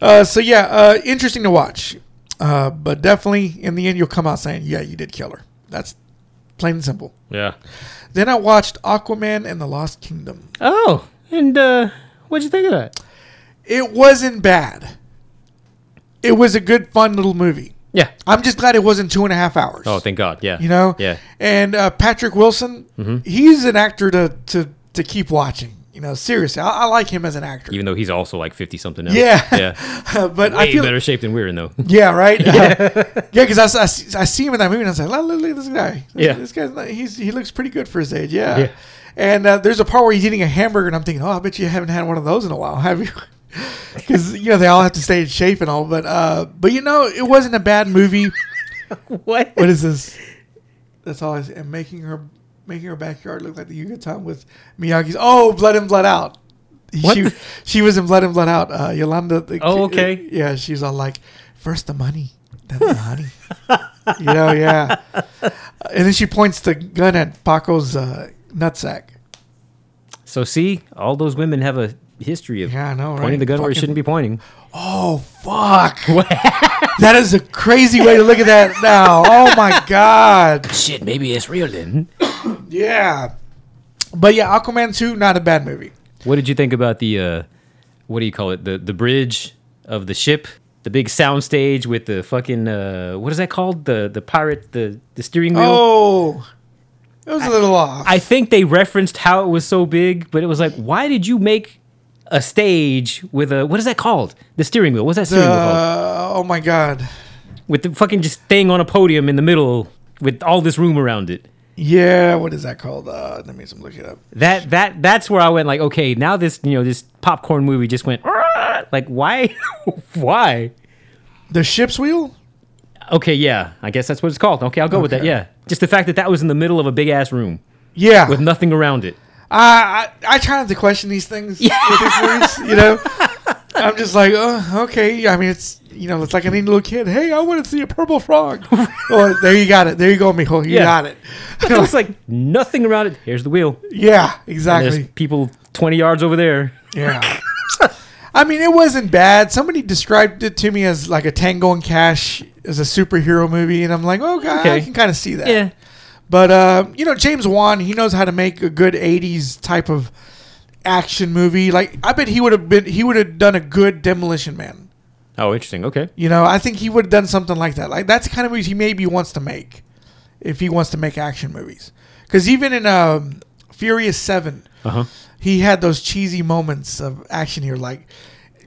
Uh, so yeah, uh, interesting to watch, uh, but definitely in the end you'll come out saying, "Yeah, you did kill her." That's plain and simple. yeah. Then I watched Aquaman and the Lost Kingdom. Oh, and uh, what'd you think of that? It wasn't bad. It was a good, fun little movie. Yeah. I'm just glad it wasn't two and a half hours. Oh, thank God. Yeah. Mm-hmm. you know, Yeah. And uh, Patrick Wilson, he's an actor to to to keep watching. You know, seriously, I, I like him as an actor. Even though he's also like fifty something now. Yeah. yeah. but Way I feel better shape than we're in though. Yeah, right. Yeah, because I s I s I I, see him in that movie and I was like, "Look, look, look at this guy. This, Yeah. this guy's like- he's he looks pretty good for his age. Yeah." Yeah. And uh, there's a part where he's eating a hamburger, and I'm thinking, "Oh, I bet you haven't had one of those in a while, have you?" Because you know they all have to stay in shape and all. But uh, but you know it wasn't a bad movie. what? what is this? That's all. I see. And making her making her backyard look like the Yucatan with Miyagi's. Oh, Blood and Blood Out. What She the- she was in Blood and Blood Out. Uh, Yolanda. the- Oh, okay. Yeah, she's all like, first the money, then the honey. you know, yeah. Uh, And then she points the gun at Paco's uh, nutsack. So see, all those women have a history of Yeah, I know, pointing right? the gun where it Fucking- shouldn't be pointing. Oh fuck! that is a crazy way to look at that now. Oh my god. Shit, maybe it's real then. Yeah. But yeah, Aquaman 2, not a bad movie. What did you think about the uh what do you call it? The the bridge of the ship? The big sound stage with the fucking uh what is that called? The the pirate the the steering wheel? Oh. It was a little off. I think they referenced how it was so big, but it was like, why did you make a stage with a what is that called? The steering wheel. What's that steering wheel called? Uh, oh my god. With the fucking just thing on a podium in the middle with all this room around it. Yeah, what is that called? Uh, let me just look it up. That that that's where I went like, okay, now this you know this popcorn movie just went "Argh!" like why why? The ship's wheel? Okay, yeah, I guess that's what it's called. Okay, I'll go with that. Okay. Yeah, just the fact that that was in the middle of a big ass room Yeah. with nothing around it. I, I I try not to question these things with these movies, you know. I'm just like, oh, okay. I mean, it's you know, it's like any little kid. Hey, I want to see a purple frog. oh, there you got it. There you go, Mijo. You Yeah. got it. It was like nothing around it. Here's the wheel. yeah, exactly. There's people twenty yards over there. Yeah. I mean, it wasn't bad. Somebody described it to me as like a Tango and Cash as a superhero movie, and I'm like, okay, I Okay. can kind of see that. Yeah, But uh, you know, James Wan, he knows how to make a good '80s type of action movie. Like, I bet he would have been, he would have done a good Demolition Man. Oh, interesting. Okay. You know, I think he would have done something like that. Like that's the kind of movies he maybe wants to make, if he wants to make action movies. Because even in um, Furious Seven, Uh huh. he had those cheesy moments of action here, like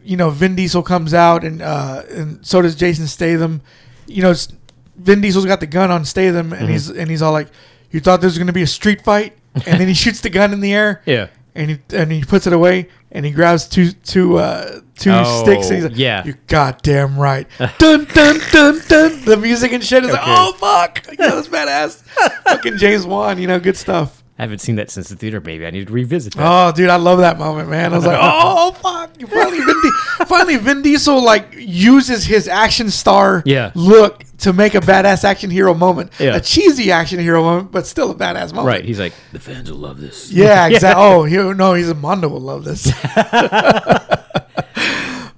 you know Vin Diesel comes out and uh, and so does Jason Statham. You know, s- Vin Diesel's got the gun on Statham, Mm-hmm. and he's and he's all like, "You thought this was gonna be a street fight?" And then he shoots the gun in the air, Yeah. and he and he puts it away, and he grabs two two uh, two Oh, sticks. And he's like, yeah. you goddamn right. dun dun dun dun. The music and shit is like, Okay. oh fuck, yeah, that's badass. Fucking James Wan, you know, good stuff. I haven't seen that since the theater, baby. I need to revisit that. Oh, dude, I love that moment, man. I was like, oh, fuck. You finally, Vin Di- finally, Vin Diesel, like, uses his action star Yeah. look to make a badass action hero moment. Yeah. A cheesy action hero moment, but still a badass moment. Right. He's like, the fans will love this. Oh. Yeah, exactly. Oh, he, no, he's a Mondo will love this.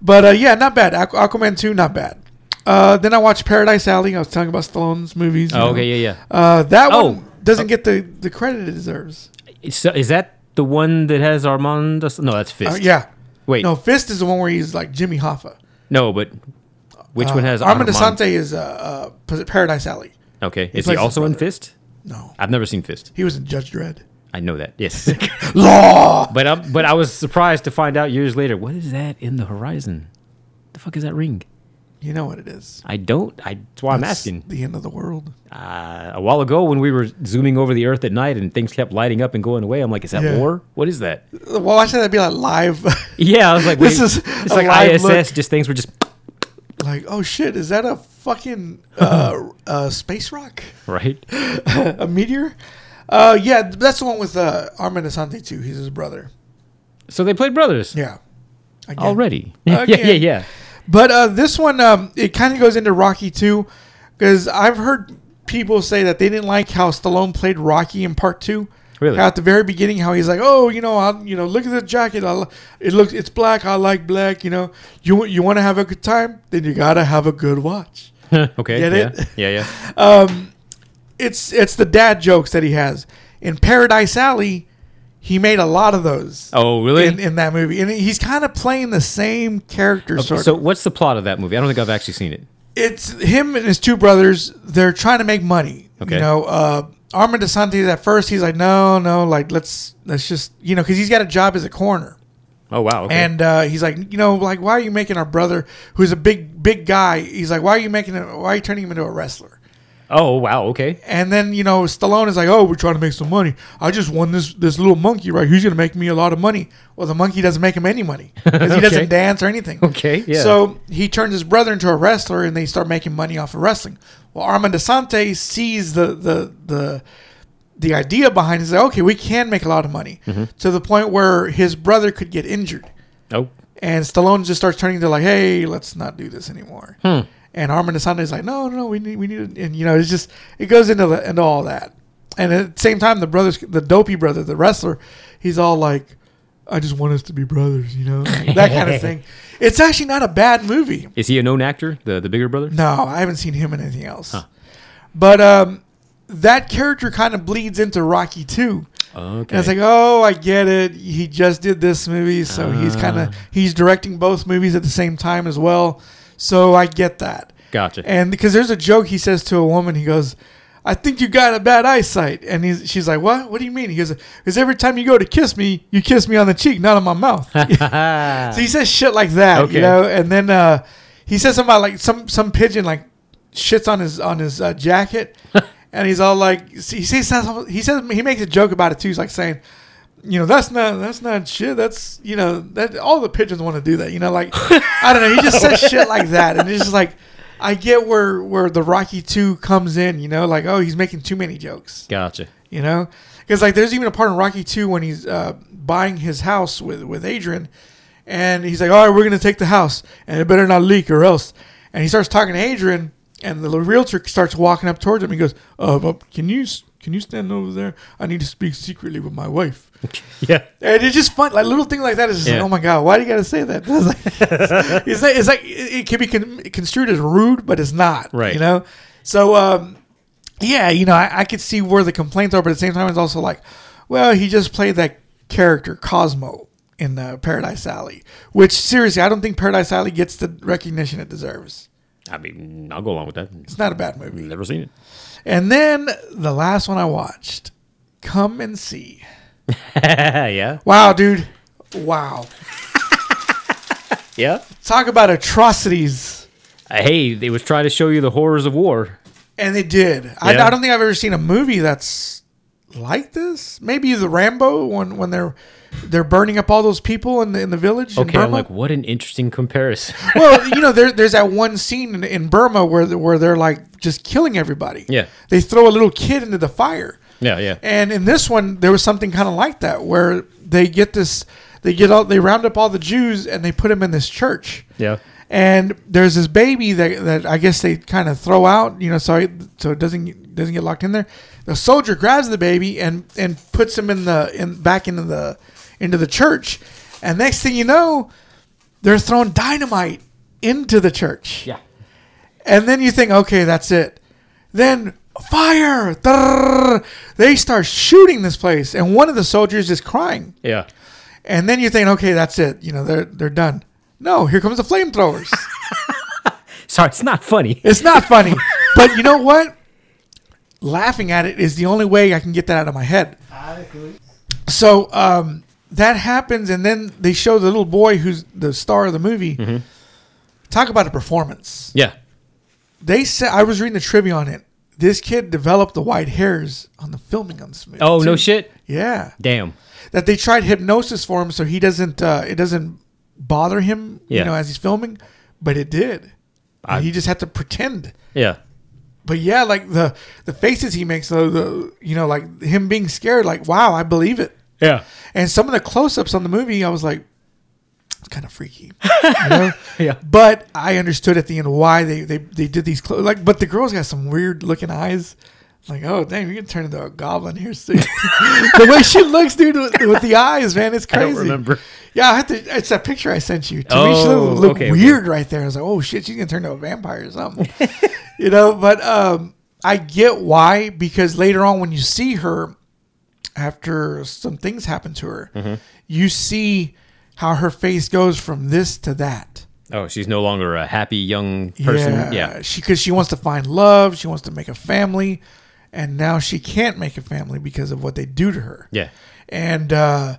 but uh, yeah, not bad. Aqu- Aquaman 2, not bad. Uh, then I watched Paradise Alley. I was talking about Stallone's movies. you Oh, know. okay. Yeah. Yeah. Uh, that Oh. one doesn't get the, the credit it deserves. Is, is that the one that has Armando? No, that's Fist. Uh, yeah. Wait. No, No. Fist is the one where he's like Jimmy Hoffa. but which Uh, one has Armand Armand? Asante is uh, uh, Paradise Alley. Okay. Is plays he his also in brother. Fist? No, I've never seen Fist. he was in Judge Dredd. I know that. Yes. Law. but um, but I was surprised to find out years later. What is that in the horizon? The fuck is that ring? You know what it is. I don't. I, that's why I'm It's asking. The end of the world. Uh, a while ago, when we were zooming over the Earth at night and things kept lighting up and going away, I'm like, is that Yeah. war? What is that? Well, I said that'd be like live. Yeah, I was like, This wait, is it's a like live ISS. look. Just things were just like, oh shit, is that a fucking uh, uh, space rock? right. a meteor? Uh, yeah, that's the one with uh, Armand Asante too. He's his brother. So they played brothers Yeah. Again. already. Yeah, yeah, Okay. yeah. But uh, this one, um, it kind of goes into Rocky too, because I've heard people say that they didn't like how Stallone played Rocky in Part Two. Really? How at the very beginning, how he's like, "Oh, you know, I, you know, look at the jacket. I, li- it looks, it's black. I like black. You know, you you want to have a good time, then you gotta have a good watch." okay. Get yeah. it? Yeah, yeah. It's it's the dad jokes that he has in Paradise Alley. He made a lot of those Oh, really? in, in that movie, and he's kind of playing the same character. sort of. so what's the plot of that movie? I don't think I've actually seen it. it's him and his two brothers. They're trying to make money. Okay. You know, uh, Armand DeSantis at first he's like, no, no, like let's let's just you know because he's got a job as a coroner. Oh wow. Okay. And uh, he's like, you know, like why are you making our brother, who's a big big guy, he's like, why are you making him? Why are you turning him into a wrestler? oh wow. Okay. And then you know, Stallone is like, oh, we're trying to make some money. I just won this this little monkey right. He's gonna make me a lot of money. Well, the monkey doesn't make him any money 'cause he Okay. doesn't dance or anything. Okay, yeah. So he turns his brother into a wrestler, and they start making money off of wrestling. Well, Armand DeSante sees the the the the idea behind it is like, okay, we can make a lot of money Mm-hmm. to the point where his brother could get injured. Oh. And Stallone just starts turning to like, hey, let's not do this anymore. And Armand Asante is like, no, no, no, we need, we need, and you know, it's just it goes into the, into all that. And at the same time, the brothers, the dopey brother, the wrestler, he's all like, I just want us to be brothers, you know, that kind of thing. It's actually not a bad movie. Is he a known actor? The the bigger brother? No, I haven't seen him in anything else. But um, that character kind of bleeds into Rocky too. Okay. And it's like, oh, I get it. He just did this movie, so Ah. he's kind of he's directing both movies at the same time as well. So I get that. Gotcha. And because there's a joke he says to a woman, he goes, "I think you got a bad eyesight." And he's, she's like, "What? What do you mean?" He goes, "Because every time you go to kiss me, you kiss me on the cheek, not on my mouth." So he says shit like that, Okay. you know, and then uh, he says something about like some some pigeon like shits on his on his uh, jacket, and he's all like he says something- he says he makes a joke about it too. He's like saying, you know, that's not that's not shit. That's you know that all the pigeons want to do that. You know, like I don't know. He just says shit like that, and it's just like I get where where the Rocky Two comes in. You know, like oh he's making too many jokes gotcha. you know because like there's even a part in rocky 2 when he's uh, buying his house with with adrian and he's like all right we're gonna take the house and it better not leak or else and he starts talking to adrian and the realtor starts walking up towards him he goes uh well, can you s- can you stand over there i need to speak secretly with my wife Yeah. and it's just fun like little thing like that is just Yeah. like oh my god why do you gotta say that it's like it's like, it's like it, it can be con- construed as rude but it's not Right. you know so um yeah, you know, I, I could see where the complaints are, but at the same time, it's also like, well, he just played that character Cosmo in uh, Paradise Alley, which seriously, I don't think Paradise Alley gets the recognition it deserves. I mean, I'll go along with that. It's not a bad movie. Never seen it. And then the last one I watched, Come and See. yeah. Wow, dude. Wow. Yeah. Talk about atrocities. Uh, hey, they was trying to show you the horrors of war. And they did. I, Yeah. I don't think I've ever seen a movie that's like this. Maybe the Rambo when when they're they're burning up all those people in the in the village. in Okay, I'm Burma. like, what an interesting comparison. well, you know, there, there's that one scene in, in Burma where the- where they're like just killing everybody. Yeah. they throw a little kid into the fire. yeah, yeah. And in this one, there was something kind of like that where they get this, they get all, they round up all the Jews and they put them in this church. Yeah. And there's this baby that, that I guess they kind of throw out, you know, sorry, so it doesn't doesn't get locked in there. The soldier grabs the baby and and puts him in the in back into the into the church. And next thing you know, they're throwing dynamite into the church. Yeah. And then you think, okay, that's it. Then fire! Drrrr. They start shooting this place, and one of the soldiers is crying. Yeah. And then you think, okay, that's it. You know, they're they're done. No, here comes the flamethrowers. Sorry, it's not funny. it's not funny, but you know what? Laughing at it is the only way I can get that out of my head. So um, that happens, and then they show the little boy who's the star of the movie. Mm-hmm. Talk about a performance. Yeah. they said I was reading the trivia on it. This kid developed the white hairs on the filming on this movie. Oh no too. shit. Yeah, Damn. that they tried hypnosis for him so he doesn't uh, it doesn't bother him. Yeah. you know, as he's filming, but it did. I- he just had to pretend. Yeah. But yeah, like the the faces he makes, the, the you know, like him being scared, like wow, I believe it. Yeah. And some of the close ups on the movie, I was like, it's kind of freaky. You know? Yeah. But I understood at the end why they, they, they did these close like but the girl's got some weird looking eyes. Like, oh damn, you can turn into a goblin here soon. the way she looks, dude, with, with the eyes, man, it's crazy. don't remember. Yeah, I had to it's that picture I sent you. To me, she Oh, looked, looked okay, okay. weird right there. I was like, oh shit, she's gonna turn into a vampire or something. you know, but um I get why, because later on when you see her, after some things happen to her, Mm-hmm. you see how her face goes from this to that. Oh, she's no longer a happy young person. Yeah. she because she wants to find love, she wants to make a family, and now she can't make a family because of what they do to her. Yeah. And uh,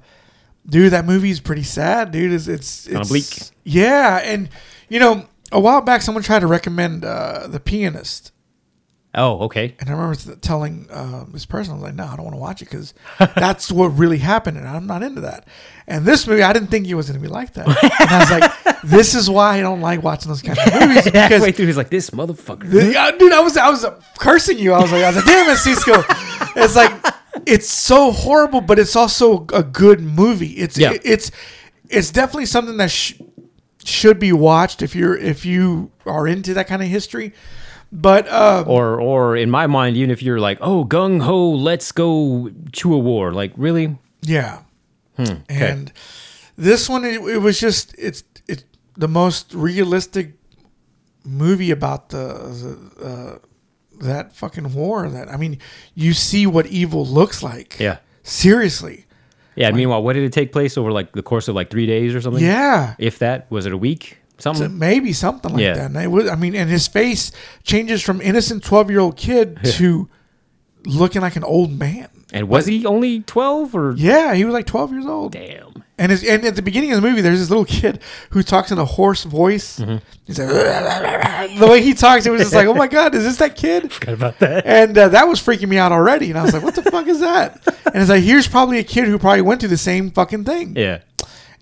dude, that movie's pretty sad, dude. It's it's, it's bleak. Yeah, and you know, a while back, someone tried to recommend uh, the Pianist, Oh, okay. and I remember th- telling um, this person, I was like, "No, I don't want to watch it because that's what really happened, and I'm not into that." And this movie, I didn't think it was going to be like that. And I was like, "This is why I don't like watching those kind of movies because Halfway through, he's like, "This motherfucker." the- uh, dude, I was I was uh, cursing you. I was like, I was like, damn it, Cisco. It's like it's so horrible, but it's also a good movie. It's Yeah. it's it's definitely something that sh- should be watched if you're if you are into that kind of history. But uh, Or, or in my mind, even if you're like, "Oh, gung ho, let's go to a war," like, really? yeah, Hmm, and this one it, it was just it's it's the most realistic movie about the, the uh, that fucking war. That I mean, you see what evil looks like. Yeah. Seriously. Yeah. meanwhile, what did it take place over like the course of like three days or something? Yeah. If that was it, a week? So Something. maybe something like Yeah. that. And it was, I mean, and his face changes from innocent 12 year old kid to looking like an old man. and was he only twelve or? Yeah, he was like 12 years old. Damn. And, his, and at the beginning of the movie, there's this little kid who talks in a hoarse voice. He's like, the way he talks, it was just like, oh my God, is this that kid? Forgot about that. And uh, that was freaking me out already. And I was like, what the fuck is that? And it's like, here's probably a kid who probably went through the same fucking thing. Yeah.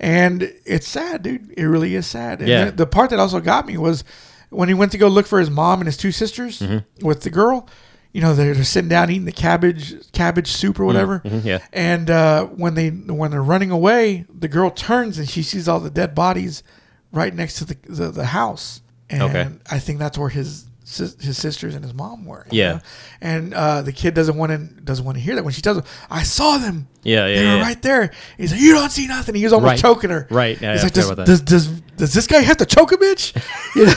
And it's sad, dude. It really is sad. And Yeah. the, the part that also got me was when he went to go look for his mom and his two sisters Mm-hmm. with the girl. You know, they're, they're sitting down eating the cabbage cabbage soup or whatever. Mm-hmm. yeah. And uh, when they when they're running away, the girl turns and she sees all the dead bodies right next to the the, the house. And Okay. I think that's where his sis- his sisters and his mom were. you Yeah. know? And uh, the kid doesn't want to doesn't want to hear that when she tells him, "I saw them." Yeah, yeah, They were yeah. right there. He's like, "You don't see nothing." He was almost Right. choking her. Right. Yeah, He's I like, forgot does, about does, does, does this guy have to choke a bitch? You know?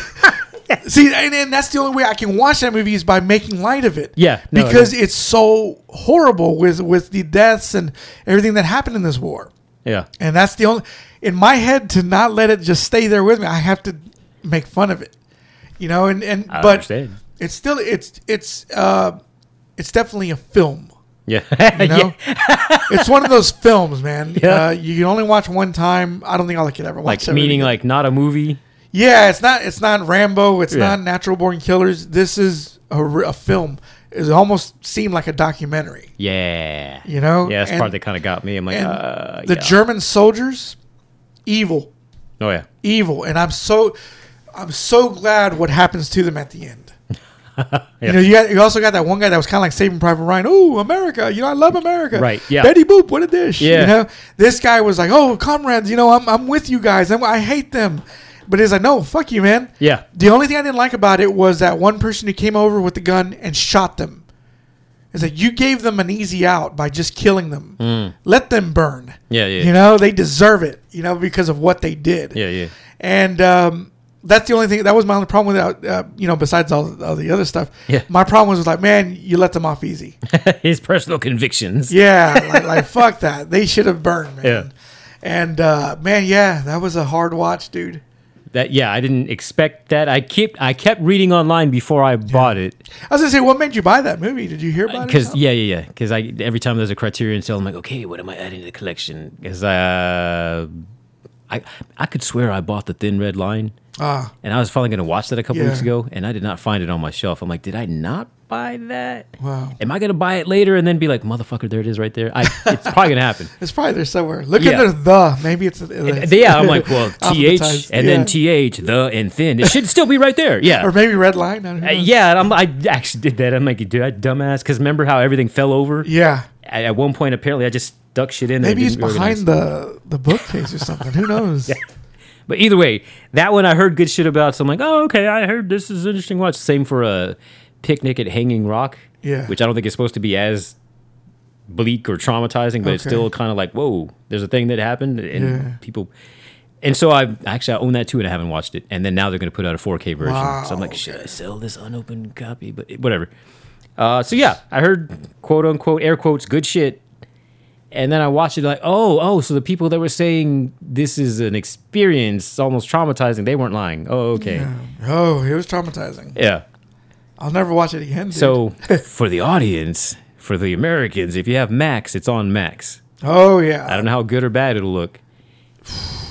See, and, and that's the only way I can watch that movie is by making light of it. Yeah, no, I because it's so horrible with with the deaths and everything that happened in this war. Yeah. And that's the only in my head to not let it just stay there with me. I have to make fun of it, you know. And and I but understand. it's still it's it's uh it's definitely a film. Yeah. You know, it's one of those films, man. Yeah. Uh, you can only watch one time. I don't think I could ever watch. Like that meaning movie. like not a movie. yeah, it's not it's not Rambo. It's Yeah. not Natural Born Killers. This is a, r- a film. It almost seemed like a documentary. Yeah. You know, Yeah, that's the And- part that kind of got me. I'm like, and uh, the yeah. German soldiers, evil, Oh yeah. evil, and I'm so I'm so glad what happens to them at the end. You know, you, got, you also got that one guy that was kind of like Saving Private Ryan. Oh, America! You know, I love America. Right, yeah. Betty Boop, what a dish. Yeah. You know, this guy was like, "Oh, comrades, you know, I'm, I'm with you guys. I'm, I hate them," but he's like, "No, fuck you, man." Yeah. The only thing I didn't like about it was that one person who came over with the gun and shot them. It's like you gave them an easy out by just killing them. Let them burn. Mm. Yeah, yeah. You know, they deserve it. You know, because of what they did. Yeah, yeah. And um, that's the only thing. That was my only problem with it. Uh, you know, besides all, all the other stuff. Yeah. My problem was, was like, man, you let them off easy. His personal convictions. Yeah. like, like fuck that. They should have burned, man. Yeah. And uh, man, yeah, that was a hard watch, dude. That yeah, I didn't expect that. I kept I kept reading online before I bought it I was gonna say, what made you buy that movie? Did you hear about it? or because something? yeah, yeah, yeah. Because I every time there's a Criterion sale, I'm like, okay, what am I adding to the collection? Because uh, I I could swear I bought the Thin Red Line, Ah. and I was finally gonna watch that a couple Yeah. weeks ago, and I did not find it on my shelf. I'm like, did I not buy that? Wow. Am I gonna buy it later and then be like, motherfucker, there it is right there? I it's probably gonna happen. It's probably there somewhere. Look Yeah. under the. Maybe it's. uh, it's Yeah, I'm like, well, th Alphabetized, and yeah. then th, the and thin. It should still be right there. Yeah. Or maybe red line. I don't know. Uh, yeah, and I'm, I actually did that. I'm like, dude, I dumbass. Because remember how everything fell over? Yeah. At, at one point, apparently, I just stuck shit in there. Maybe it's didn't organize. behind the the bookcase or something. Who knows? But either way, that one I heard good shit about. So I'm like, oh, okay, I heard this is an interesting watch. Same for a picnic at Hanging Rock. Yeah. Which I don't think is supposed to be as bleak or traumatizing, but it's Okay. still kind of like, whoa, there's a thing that happened, and Yeah. people. And so I actually I own that too, and I haven't watched it. And then now they're going to put out a 4K version. so I'm Wow, like, should I sell this unopened copy? But it- whatever. Uh, so yeah, I heard quote unquote air quotes good shit, and then I watched it like, oh, oh, so the people that were saying this is an experience almost traumatizing, they weren't lying. Oh, okay, Oh, it was traumatizing. yeah. I'll never watch it again. dude. So for the audience, for the Americans, if you have Max, it's on Max. oh yeah, I don't know how good or bad it'll look,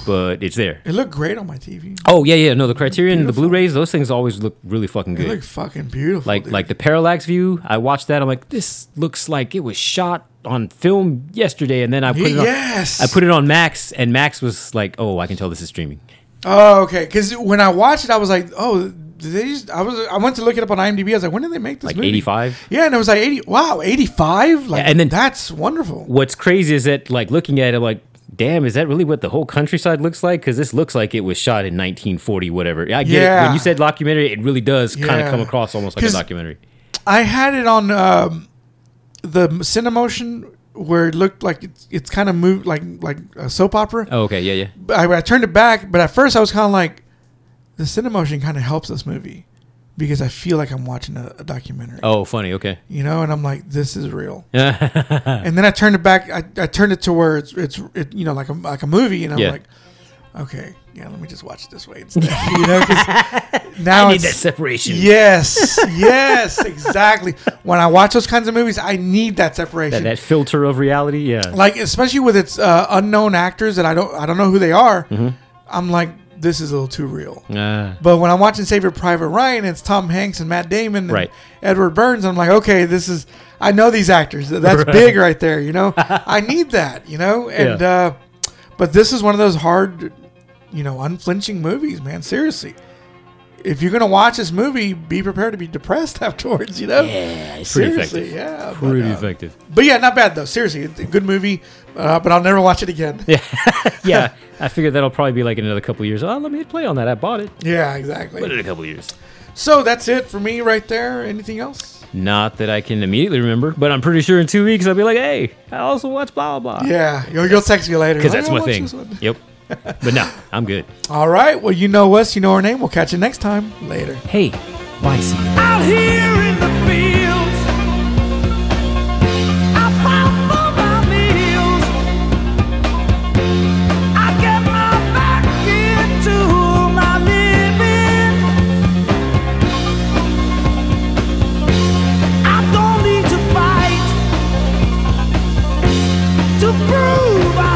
but it's there. it looked great on my TV. Oh yeah, yeah. No, the Criterion, the Blu-rays, those things always look really fucking It good. looked fucking beautiful. like dude. like the parallax view. I watched that. I'm like, this looks like it was shot on film yesterday, and then I put Ye- it on, yes. I put it on Max, and Max was like, oh, I can tell this is streaming. Oh, okay. Because when I watched it, I was like, oh, did they just, I was I went to look it up on IMDb. I was like, when did they make this Like movie? 85? Yeah, and it was like eighty. Wow, eighty five. Like, Yeah, and then- that's wonderful. What's crazy is that like looking at it, like. Damn, is that really what the whole countryside looks like? Because this looks like it was shot in 1940, whatever. I get it. Yeah. When you said documentary, it really does kind Yeah. of come across almost like a 'Cause- documentary. I had it on um, the Cinemotion where it looked like it's, it's kind of moved like like a soap opera. Oh, okay, yeah, yeah. But I, I turned it back, but at first I was kind of like, the Cinemotion kind of helps this movie because I feel like I'm watching a, a documentary. Oh, funny. Okay. You know, and I'm like, this is real. and then I turned it back. I, I turned it to where it's it's it, you know like a like a movie, and I'm Yeah. like, okay, yeah, let me just watch it this way instead. you know, 'cause now I need that it's separation. yes, yes, exactly. When I watch those kinds of movies, I need that That, separation. that filter of reality. Yeah. like especially with its uh, unknown actors that I don't I don't know who they are. Mm-hmm. I'm like, this is a little too real. Ah. But when I'm watching Save Your Private Ryan, it's Tom Hanks and Matt Damon and Right. Edward Burns. I'm like, okay, this is I know these actors. That's big right there. You know, I need that. You know, and uh, but this is one of those hard, you know, unflinching movies, man. Seriously, if you're gonna watch this movie, be prepared to be depressed afterwards. You know, yeah, seriously, effective. yeah, but, pretty uh, effective. but yeah, not bad though. Seriously, it's a good movie, uh, but I'll never watch it again. Yeah, yeah, I figure that'll probably be like in another couple of years. Oh, let me hit play on that. I bought it. Put it exactly. in a couple of years. So that's it for me right there. Anything else? Not that I can immediately remember, but I'm pretty sure in two weeks I'll be like, hey, I also watched blah, blah, blah. Yeah, you'll, you'll text me later. Because Like, that's "I my watched thing. this one." Yep. But no, I'm good. All right. Well, you know us. You know our name. We'll catch you next time. Later. Hey, bison. Out here in the fields, I fight for my meals. I get my back into my living. I don't need to fight to prove I